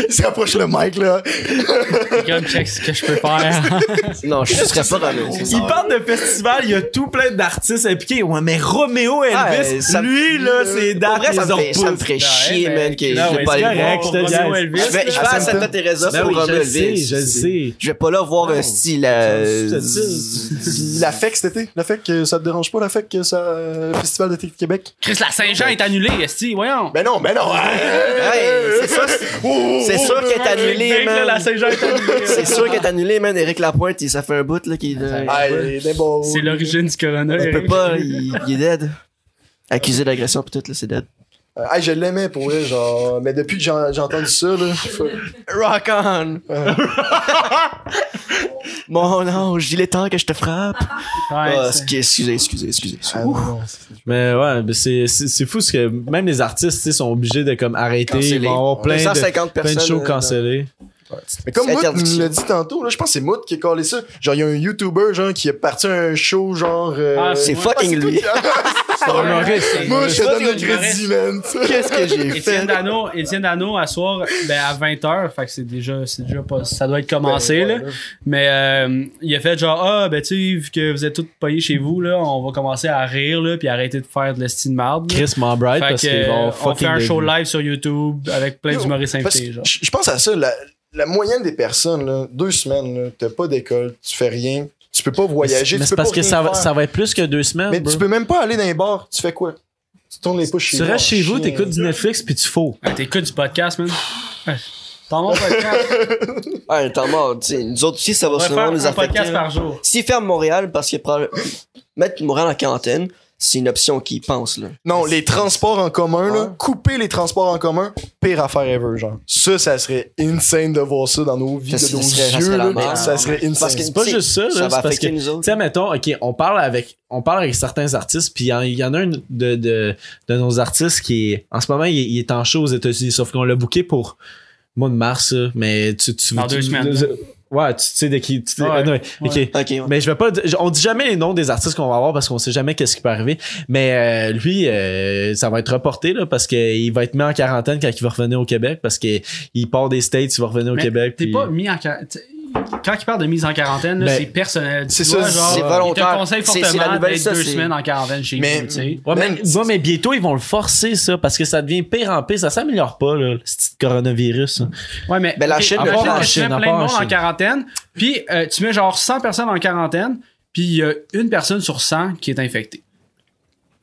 [SPEAKER 2] Il se rapproche le mic, là.
[SPEAKER 4] C'est comme check ce que je peux faire.
[SPEAKER 3] Non, je serais pas Roméo. c'est ça.
[SPEAKER 1] Il parle de festival, il y a tout plein d'artistes impliqués. Ouais, mais Roméo Elvis,
[SPEAKER 3] Ah, Ouais, ça-
[SPEAKER 1] lui, là, c'est
[SPEAKER 3] Pour
[SPEAKER 1] dates,
[SPEAKER 3] vrai, ça
[SPEAKER 1] ils
[SPEAKER 3] me
[SPEAKER 1] ont
[SPEAKER 3] fait, ça me
[SPEAKER 1] poussé.
[SPEAKER 3] ferait chier,
[SPEAKER 4] Ouais,
[SPEAKER 3] man,
[SPEAKER 4] mais-
[SPEAKER 3] que je
[SPEAKER 1] Non,
[SPEAKER 3] vais
[SPEAKER 1] mais
[SPEAKER 3] pas
[SPEAKER 1] c'est
[SPEAKER 3] aller le voir.
[SPEAKER 1] correct, je te
[SPEAKER 4] Romeo
[SPEAKER 1] dis.
[SPEAKER 4] Elvis,
[SPEAKER 3] Je vais, je vais
[SPEAKER 4] là.
[SPEAKER 1] ça
[SPEAKER 3] à
[SPEAKER 1] me-
[SPEAKER 3] Santa Teresa
[SPEAKER 1] Ben
[SPEAKER 3] pour
[SPEAKER 1] oui, je
[SPEAKER 3] Roméo
[SPEAKER 1] le sais,
[SPEAKER 3] Elvis.
[SPEAKER 1] je le sais.
[SPEAKER 3] Je vais pas là voir un style. euh,
[SPEAKER 1] Ça me
[SPEAKER 3] z-
[SPEAKER 2] La FEC cet été. La FEC, que ça te dérange pas, la FEC, que ça. euh, Festival d'été de Québec?
[SPEAKER 4] Chris, la Saint-Jean est annulée, Esti, voyons.
[SPEAKER 2] Ben non, ben non! Oh,
[SPEAKER 3] Hey, c'est ça, c'est- c'est sûr qu'elle est annulée,
[SPEAKER 4] Dès que, là, La
[SPEAKER 3] man.
[SPEAKER 4] Saint-Jean est annulée.
[SPEAKER 3] C'est sûr qu'elle est annulée, man. Eric Lapointe, il- ça fait un bout, là, qu'il. euh,
[SPEAKER 2] oh, Hey, des beaux-
[SPEAKER 4] C'est l'origine du corona.
[SPEAKER 3] Il peut
[SPEAKER 4] Eric.
[SPEAKER 3] pas, il, il est dead. Accusé d'agression, pis tout, là, c'est dead.
[SPEAKER 2] Euh, hey, je l'aimais pour vrai, genre. Mais depuis que j'en- j'ai entendu ça, là. fuck.
[SPEAKER 3] Rock on! Mon ange, il est temps que je te frappe.
[SPEAKER 4] Ouais,
[SPEAKER 3] Ah,
[SPEAKER 4] c'est-
[SPEAKER 3] excusez, excusez, excusez, excusez.
[SPEAKER 2] Ah, non, non, c'est-
[SPEAKER 1] Mais ouais, mais c'est, c'est, c'est fou, parce que même les artistes, tu sais, sont obligés de comme arrêter.
[SPEAKER 3] Canceller.
[SPEAKER 1] Ils vont avoir plein de,
[SPEAKER 3] 250
[SPEAKER 1] plein de
[SPEAKER 3] personnes,
[SPEAKER 1] shows
[SPEAKER 3] euh,
[SPEAKER 1] cancellés.
[SPEAKER 2] Mais comme Mout
[SPEAKER 3] C'est
[SPEAKER 2] nous
[SPEAKER 3] interdiction.
[SPEAKER 2] l'a dit tantôt, là, je pense que c'est Mout qui a collé ça. Genre, il y a un YouTuber genre, qui est parti à un show, genre. euh,
[SPEAKER 4] Ah,
[SPEAKER 3] C'est fucking
[SPEAKER 2] toi
[SPEAKER 3] lui.
[SPEAKER 2] qui-
[SPEAKER 4] C'est un humoriste, c'est un
[SPEAKER 2] Moi, je
[SPEAKER 4] humoriste.
[SPEAKER 2] te donne
[SPEAKER 4] Ça,
[SPEAKER 2] le
[SPEAKER 4] c'est un humoriste.
[SPEAKER 2] crédit, man.
[SPEAKER 3] Qu'est-ce que j'ai
[SPEAKER 4] Étienne
[SPEAKER 3] fait?
[SPEAKER 4] Dano, Étienne Dano à soir ben, à 20h, fait que c'est déjà, c'est déjà pas, ça doit être commencé
[SPEAKER 2] Ben, ouais,
[SPEAKER 4] là. Mais euh, il a fait genre ah ben tu sais vu que vous êtes tous payés chez vous là, on va commencer à rire là puis arrêter de faire de l'estime de marde. là.
[SPEAKER 1] Chris Mambright
[SPEAKER 4] Fait
[SPEAKER 1] parce
[SPEAKER 4] que,
[SPEAKER 1] qu'ils
[SPEAKER 4] euh,
[SPEAKER 1] vont
[SPEAKER 4] on
[SPEAKER 1] fucking.
[SPEAKER 4] fait un show
[SPEAKER 1] dégueu.
[SPEAKER 4] live sur YouTube avec plein
[SPEAKER 2] Yo,
[SPEAKER 4] d'humoristes
[SPEAKER 2] Parce
[SPEAKER 4] invités
[SPEAKER 2] que
[SPEAKER 4] genre.
[SPEAKER 2] Je je pense à ça, la, la moyenne des personnes, là, deux semaines, là, t'as pas d'école, tu fais rien, tu peux pas
[SPEAKER 1] Mais
[SPEAKER 2] voyager,
[SPEAKER 1] c'est- mais
[SPEAKER 2] tu peux
[SPEAKER 1] c'est
[SPEAKER 2] pas
[SPEAKER 1] parce que
[SPEAKER 2] rien
[SPEAKER 1] ça va,
[SPEAKER 2] faire.
[SPEAKER 1] ça va être plus que deux semaines.
[SPEAKER 2] Mais
[SPEAKER 1] bro.
[SPEAKER 2] tu peux même pas aller dans les bars, tu fais quoi? Tu tournes les pouces chez
[SPEAKER 1] Tu restes chez vous,
[SPEAKER 2] chien.
[SPEAKER 1] t'écoutes du Netflix puis tu faux.
[SPEAKER 4] Ah, T'écoutes du podcast man. Ouais. T'en mon podcast.
[SPEAKER 3] Ouais, t'es mort. Ah, tu sais, Nous autres aussi, ça va
[SPEAKER 4] On va
[SPEAKER 3] sûrement
[SPEAKER 4] faire
[SPEAKER 3] nous
[SPEAKER 4] un
[SPEAKER 3] affecter.
[SPEAKER 4] podcast
[SPEAKER 3] là.
[SPEAKER 4] par jour.
[SPEAKER 3] S'ils ferment Montréal, parce que probable- mettre Montréal en quarantaine, c'est une option qu'ils pensent. Là.
[SPEAKER 2] Non, les transports en commun, là,
[SPEAKER 3] Ouais.
[SPEAKER 2] couper les transports en commun, pire affaire ever, genre. Ça, ça serait insane de voir ça dans nos vies,
[SPEAKER 3] Ça
[SPEAKER 2] de
[SPEAKER 3] serait-
[SPEAKER 2] nos
[SPEAKER 3] ça serait
[SPEAKER 2] yeux,
[SPEAKER 3] la
[SPEAKER 2] là.
[SPEAKER 3] merde.
[SPEAKER 2] ça serait insane.
[SPEAKER 3] Parce que
[SPEAKER 1] C'est pas
[SPEAKER 3] tu sais,
[SPEAKER 1] juste ça, là,
[SPEAKER 3] ça
[SPEAKER 1] c'est
[SPEAKER 3] va
[SPEAKER 1] parce
[SPEAKER 3] affecter
[SPEAKER 1] que,
[SPEAKER 3] nous
[SPEAKER 1] Tu
[SPEAKER 3] autres.
[SPEAKER 1] sais, mettons, OK, on parle avec, on parle avec certains artistes, puis il y en- il y, en a un de, de, de nos artistes qui est, en ce moment, il, est- il est en show aux États-Unis, sauf qu'on l'a booké pour le mois de mars, là, mais tu, tu
[SPEAKER 4] Dans
[SPEAKER 1] tu-
[SPEAKER 4] deux
[SPEAKER 1] tu-
[SPEAKER 4] semaines.
[SPEAKER 1] tu- Ouais, tu sais de qui. tu-
[SPEAKER 4] Ouais,
[SPEAKER 1] ah, non, ok.
[SPEAKER 3] Ok, ouais.
[SPEAKER 1] Mais je vais pas. je- On dit jamais les noms des artistes qu'on va avoir parce qu'on sait jamais qu'est-ce qui peut arriver. Mais euh, lui, euh, ça va être reporté là, parce qu'il va être mis en quarantaine quand il va revenir au Québec parce qu'il part des States, il va revenir au
[SPEAKER 4] Mais
[SPEAKER 1] Québec.
[SPEAKER 4] T'es
[SPEAKER 1] puis-
[SPEAKER 4] pas mis en quar- t'sais, Quand il parle de mise en quarantaine, là,
[SPEAKER 1] Ben,
[SPEAKER 4] c'est personnel. Tu
[SPEAKER 2] c'est
[SPEAKER 4] dois,
[SPEAKER 2] ça,
[SPEAKER 4] genre,
[SPEAKER 2] c'est
[SPEAKER 3] volontaire.
[SPEAKER 4] Il te conseille
[SPEAKER 3] C'est- c'est la
[SPEAKER 4] fortement
[SPEAKER 3] nouvelle,
[SPEAKER 4] d'être
[SPEAKER 3] ça,
[SPEAKER 4] deux
[SPEAKER 3] c'est-
[SPEAKER 4] semaines en quarantaine chez
[SPEAKER 2] Mais-
[SPEAKER 4] nous, tu sais.
[SPEAKER 1] Ouais, mais,
[SPEAKER 2] Mais-
[SPEAKER 1] ouais, mais bientôt, ils vont le forcer, ça, parce que ça devient pire en pire. Ça s'améliore pas, là, ce petit coronavirus. hein.
[SPEAKER 4] Ouais, mais.
[SPEAKER 3] Ben, la
[SPEAKER 4] ok,
[SPEAKER 3] Chine,
[SPEAKER 4] imagine
[SPEAKER 3] à part
[SPEAKER 4] que
[SPEAKER 1] en
[SPEAKER 4] tu
[SPEAKER 1] Chine,
[SPEAKER 4] mets
[SPEAKER 1] à
[SPEAKER 4] plein
[SPEAKER 1] part
[SPEAKER 4] de
[SPEAKER 1] en
[SPEAKER 4] monde en
[SPEAKER 1] Chine.
[SPEAKER 4] quarantaine, puis euh, tu mets genre 100 personnes en quarantaine, puis il y a une personne sur 100 qui est infectée.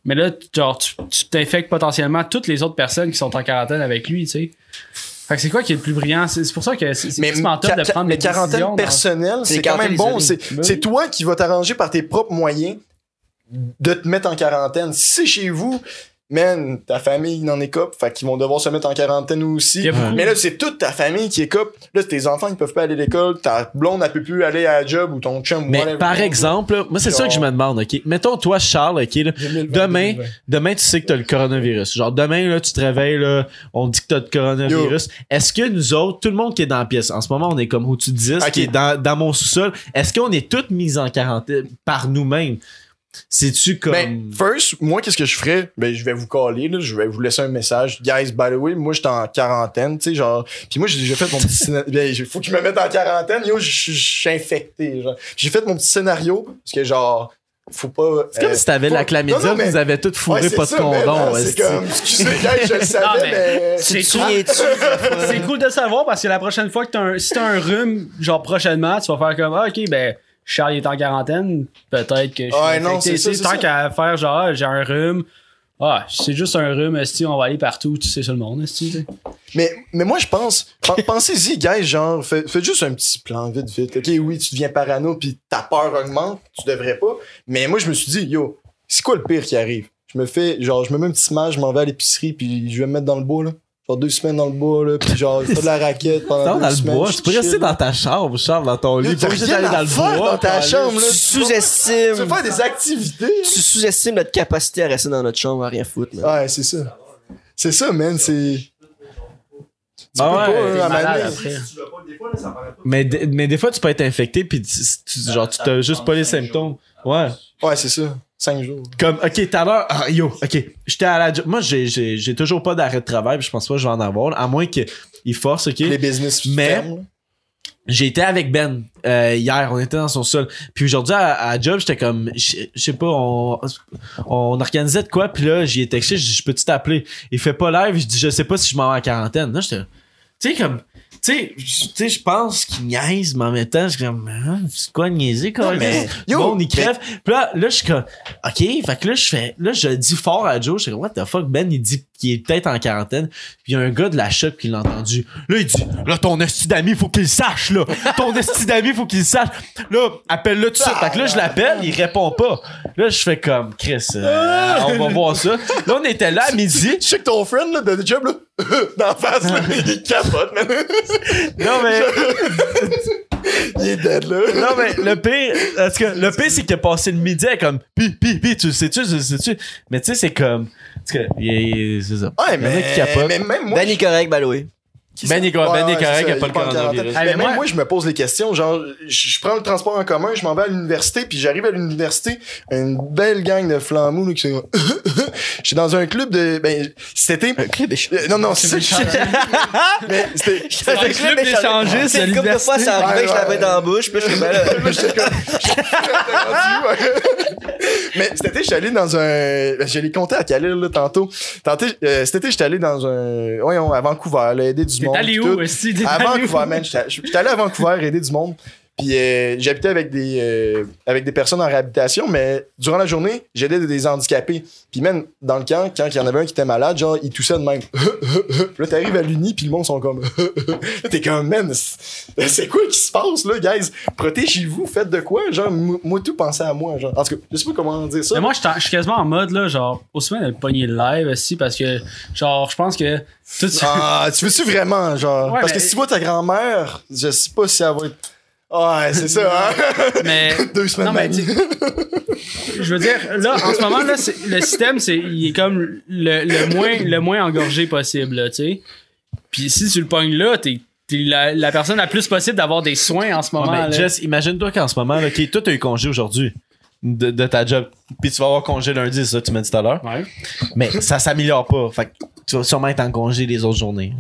[SPEAKER 4] Mais là, t- genre, tu tu t'infectes potentiellement toutes les autres personnes qui sont en quarantaine avec lui, tu sais. Fait que c'est quoi qui est le plus brillant? C'est c'est pour ça que c'est c'est
[SPEAKER 2] mais
[SPEAKER 4] quasiment top de prendre
[SPEAKER 2] mais
[SPEAKER 4] des décisions
[SPEAKER 2] quarantaine
[SPEAKER 4] dans-
[SPEAKER 2] personnelle,
[SPEAKER 3] C'est
[SPEAKER 2] c'est quand
[SPEAKER 3] quarantaine
[SPEAKER 2] même bon.
[SPEAKER 3] isolée.
[SPEAKER 2] C'est c'est toi qui vas t'arranger par tes propres moyens de te mettre en quarantaine. Si c'est chez vous, man, ta famille n'en est cop, fait qu'ils vont devoir se mettre en quarantaine
[SPEAKER 4] Il y
[SPEAKER 2] aussi.
[SPEAKER 4] a beaucoup-
[SPEAKER 2] Mais là, c'est toute ta famille qui est cop. Là, tes enfants, ils peuvent pas aller à l'école. Ta blonde, elle peut plus aller à la job ou ton chum.
[SPEAKER 1] Mais
[SPEAKER 2] whatever.
[SPEAKER 1] par exemple, là, moi, c'est ça que je me demande, OK? Mettons, toi, Charles, OK, là, demain, demain, tu sais que t'as le coronavirus. Genre, demain, là, tu te réveilles, là, on dit que t'as le coronavirus. Est-ce que nous autres, tout le monde qui est dans la pièce, en ce moment, on est comme où tu dis,
[SPEAKER 2] Ok.
[SPEAKER 1] qui est dans, dans mon sous-sol, est-ce qu'on est toutes mises en quarantaine par nous-mêmes? C'est-tu comme.
[SPEAKER 2] Ben, first, moi, qu'est-ce que je ferais? Ben, je vais vous caller, là, je vais vous laisser un message. Guys, by the way, moi, j'étais en quarantaine, tu sais, genre. Puis moi, j'ai déjà fait mon petit scénario. Ben, il faut que je me mette en quarantaine, yo, je suis- je suis infecté, genre. Puis J'ai fait mon petit scénario, parce que, genre, faut pas.
[SPEAKER 1] c'est comme si t'avais la chlamydia,
[SPEAKER 2] euh, non, non, mais-
[SPEAKER 1] vous avez toutes fourré pas de condom.
[SPEAKER 2] condom, C'est
[SPEAKER 1] est-ce que-
[SPEAKER 2] comme, excusez, guys, je le savais,
[SPEAKER 4] Non, mais-
[SPEAKER 2] mais.
[SPEAKER 3] Tu te
[SPEAKER 4] C'est
[SPEAKER 3] souviens-tu?
[SPEAKER 4] C'est cool de savoir parce que la prochaine fois que t'as un, si t'as un rhume, genre prochainement, tu vas faire comme ah, ok, ben Charles est en quarantaine, peut-être que je suis
[SPEAKER 2] Ouais, non,
[SPEAKER 4] infecté.
[SPEAKER 2] c'est ça,
[SPEAKER 4] Tu sais,
[SPEAKER 2] c'est
[SPEAKER 4] tant
[SPEAKER 2] ça.
[SPEAKER 4] qu'à faire genre ah, j'ai un rhume. Ah, c'est juste un rhume, esti, on va aller partout, tu sais, sur le monde, esti. tu sais.
[SPEAKER 2] Mais, mais moi, je pense, pen- pensez-y, guys, genre, fais- faites juste un petit plan vite, vite. OK, oui, tu deviens parano, puis ta peur augmente, tu devrais pas. Mais moi, je me suis dit, yo, c'est quoi le pire qui arrive? Je me fais, genre, je me mets un petit match, je m'en vais à l'épicerie, puis je vais me mettre dans le bois, là. Genre deux semaines dans le bois, là, puis genre, je fais de la raquette pendant
[SPEAKER 1] Sors
[SPEAKER 2] deux
[SPEAKER 1] dans le
[SPEAKER 2] semaines,
[SPEAKER 1] bois,
[SPEAKER 2] je
[SPEAKER 1] tu peux rester
[SPEAKER 2] chill.
[SPEAKER 1] dans ta chambre, Charles, dans ton
[SPEAKER 2] Yo,
[SPEAKER 1] lit.
[SPEAKER 2] t'as
[SPEAKER 1] Pas obligé
[SPEAKER 2] rien
[SPEAKER 1] d'aller
[SPEAKER 2] à
[SPEAKER 1] dans
[SPEAKER 2] faire
[SPEAKER 1] le bois.
[SPEAKER 2] dans ta
[SPEAKER 1] pour
[SPEAKER 2] chambre,
[SPEAKER 1] aller-
[SPEAKER 2] Ah, là.
[SPEAKER 3] Tu
[SPEAKER 2] Tu veux
[SPEAKER 3] sous-estimes.
[SPEAKER 2] faire des activités?
[SPEAKER 3] Tu sous-estimes notre capacité à rester dans notre chambre à rien foutre. man.
[SPEAKER 2] Ouais, c'est ça. C'est ça, man, c'est... Tu
[SPEAKER 1] Ah
[SPEAKER 2] peux
[SPEAKER 1] ouais,
[SPEAKER 2] pas,
[SPEAKER 1] t'es
[SPEAKER 2] hein, à
[SPEAKER 4] malade
[SPEAKER 2] manier.
[SPEAKER 4] après.
[SPEAKER 5] Si tu l'as pas, des fois, là, ça paraît pas.
[SPEAKER 1] Mais, des- mais des fois, tu peux être infecté, puis tu- tu- genre, tu t'as juste pas les symptômes. Ouais.
[SPEAKER 2] Ouais, c'est ça. Cinq jours.
[SPEAKER 1] Comme, ok, tout à l'heure, ah, yo, ok, j'étais à la job. Moi, j'ai- j'ai j'ai toujours pas d'arrêt de travail, puis je pense pas que je vais en avoir, à moins qu'ils forcent, ok.
[SPEAKER 2] Les business
[SPEAKER 1] Mais-
[SPEAKER 2] ferment, là.
[SPEAKER 1] J'étais avec Ben euh, hier, on était dans son sol. Puis aujourd'hui, à, à la job, j'étais comme, je je sais pas, on, on organisait de quoi, puis là, j'y ai texté, je dis, je peux-tu t'appeler? Il fait pas live, je dis, je sais pas si je m'en vais en quarantaine. Là, j'étais, tu sais, comme, tu sais, je- tu sais, je pense qu'il niaise, mais en même temps, je suis comme, Hein, c'est quoi niaiser, quand même?
[SPEAKER 2] yo,
[SPEAKER 1] Bon, on y
[SPEAKER 2] mais-
[SPEAKER 1] crève. Puis là, là, je suis comme, ok, fait que là, je fais, là, je le dis fort à Joe, je suis comme, what the fuck, Ben, il dit qu'il est peut-être en quarantaine. Puis il y a un gars de la shop qui l'a entendu. Là, il dit, là, ton esti d'ami, faut qu'il le sache, là. Ton esti d'ami, faut qu'il le sache. Là, appelle-le tout de suite. Fait que là, je l'appelle, il répond pas. Là, je fais comme, Chris, euh, on va voir ça. Là, on était là à midi.
[SPEAKER 2] Je sais que ton friend là, de job, là, dans la face, là, il capote, man.
[SPEAKER 1] Non, mais.
[SPEAKER 2] Il est dead, là.
[SPEAKER 1] Non, mais le pire, parce que le pire, c'est qu'il a passé le midi à comme pi, pi, pi, tu le sais-tu, tu le sais-tu. Mais tu sais, c'est comme. parce que- il- il- C'est ça.
[SPEAKER 2] Ouais,
[SPEAKER 1] Il y en a
[SPEAKER 2] mais.
[SPEAKER 1] qui capotent.
[SPEAKER 2] Mais même moi.
[SPEAKER 3] Ben, il est correct, by the way.
[SPEAKER 2] Qui
[SPEAKER 1] Ben
[SPEAKER 2] c'est?
[SPEAKER 1] est co- Ben est correct,
[SPEAKER 2] c'est ça,
[SPEAKER 1] il a pas le
[SPEAKER 2] est en
[SPEAKER 1] coronavirus.
[SPEAKER 2] quarantaine.
[SPEAKER 4] Ah,
[SPEAKER 2] Mais
[SPEAKER 4] mais
[SPEAKER 2] même
[SPEAKER 4] moi-
[SPEAKER 2] moi, je me pose les questions. Genre, je, je prends le transport en commun, je m'en vais à l'université, puis j'arrive à l'université, une belle gang de flamous là, qui sont. je suis dans un club de. Ben, cet été.
[SPEAKER 3] Club échange.
[SPEAKER 2] Euh, non, non, c'est ça que je- Mais c'était.
[SPEAKER 4] un club d'échangistes,
[SPEAKER 3] C'est une couple de fois, ça arrivait, je l'avais dans la bouche, puis je suis ben là.
[SPEAKER 2] Là, j'étais comme- Mais cet été, j'étais allé dans un. ben, Je l'ai compté à Khalil, là, tantôt. Tantôt, euh, cet été, j'étais allé dans un. Voyons, à Vancouver, là, aider du
[SPEAKER 4] T'es
[SPEAKER 2] monde.
[SPEAKER 4] allé
[SPEAKER 2] pis
[SPEAKER 4] où,
[SPEAKER 2] tout.
[SPEAKER 4] aussi? T'es
[SPEAKER 2] À
[SPEAKER 4] allé où?
[SPEAKER 2] Vancouver, man. J'étais j'étais allé à Vancouver aider du monde. Puis euh, j'habitais avec des euh, avec des personnes en réhabilitation, mais durant la journée, j'aidais des handicapés. Puis même dans le camp, quand il y en avait un qui était malade, genre il toussait de même. Puis là t'arrives à l'uni, puis le monde sont comme. Là, t'es comme man, c'est c'est quoi qui se passe là, guys Protégez-vous, faites de quoi Genre m- moi tout pensait à moi, genre. En tout cas, je sais pas comment dire ça.
[SPEAKER 4] Mais moi, je t'en- je suis quasiment en mode, là, genre, au semaine de le pogner live aussi, parce que, genre, je pense que tout ça.
[SPEAKER 2] Ah, tu veux-tu vraiment, genre
[SPEAKER 4] Ouais,
[SPEAKER 2] Parce que
[SPEAKER 4] mais-
[SPEAKER 2] si tu vois ta grand-mère, je sais pas si elle va être. Ouais, c'est ça. hein?
[SPEAKER 4] Mais.
[SPEAKER 2] Deux semaines.
[SPEAKER 4] Non, mais
[SPEAKER 2] de
[SPEAKER 4] tu- je veux dire, là, en ce moment, là, c'est- le système, c'est, il est comme le, le moins, le moins engorgé possible, là, tu sais. Puis si tu le pognes là, t'es t'es la, la personne la plus possible d'avoir des soins en ce moment.
[SPEAKER 1] Ouais, mais
[SPEAKER 4] là.
[SPEAKER 1] Jess, imagine-toi qu'en ce moment, là, ok, toi, t'as eu congé aujourd'hui de, de ta job, puis tu vas avoir congé lundi, c'est ça, que tu m'as dit tout à l'heure.
[SPEAKER 4] Ouais.
[SPEAKER 1] Mais ça s'améliore pas. Fait que tu vas sûrement être en congé les autres journées.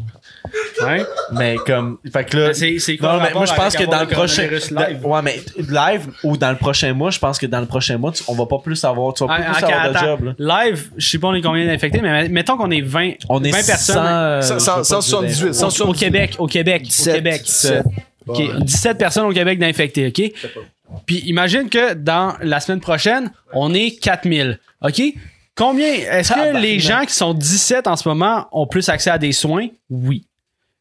[SPEAKER 4] Ouais.
[SPEAKER 1] Mais comme. Fait que là.
[SPEAKER 4] C'est c'est quoi
[SPEAKER 1] Non,
[SPEAKER 4] le
[SPEAKER 1] mais moi, je
[SPEAKER 4] rapport
[SPEAKER 1] pense que
[SPEAKER 4] avec
[SPEAKER 1] dans le
[SPEAKER 4] avoir
[SPEAKER 1] prochain.
[SPEAKER 4] coronavirus live?
[SPEAKER 1] dans- ouais, mais live ou dans le prochain mois, je pense que dans le prochain mois, tu- on va pas plus avoir. Tu vas plus,
[SPEAKER 4] Ah,
[SPEAKER 1] plus
[SPEAKER 4] ok,
[SPEAKER 1] avoir de
[SPEAKER 4] attends.
[SPEAKER 1] job, là.
[SPEAKER 4] Live, je sais pas on est combien d'infectés, mais mettons qu'on est 20,
[SPEAKER 1] On est
[SPEAKER 4] 20 personnes.
[SPEAKER 1] 100, euh,
[SPEAKER 2] Cent-
[SPEAKER 1] je veux pas
[SPEAKER 2] cent-
[SPEAKER 1] te dire.
[SPEAKER 2] 178.
[SPEAKER 4] Au- au Québec, au Québec, au
[SPEAKER 3] 17,
[SPEAKER 4] Québec.
[SPEAKER 3] 17.
[SPEAKER 4] Ok, 17 personnes au Québec d'infectés, OK? Puis imagine que dans la semaine prochaine, on est 4000, OK? Combien, est-ce que les gens qui sont 17 en ce moment ont plus accès à des soins? Oui.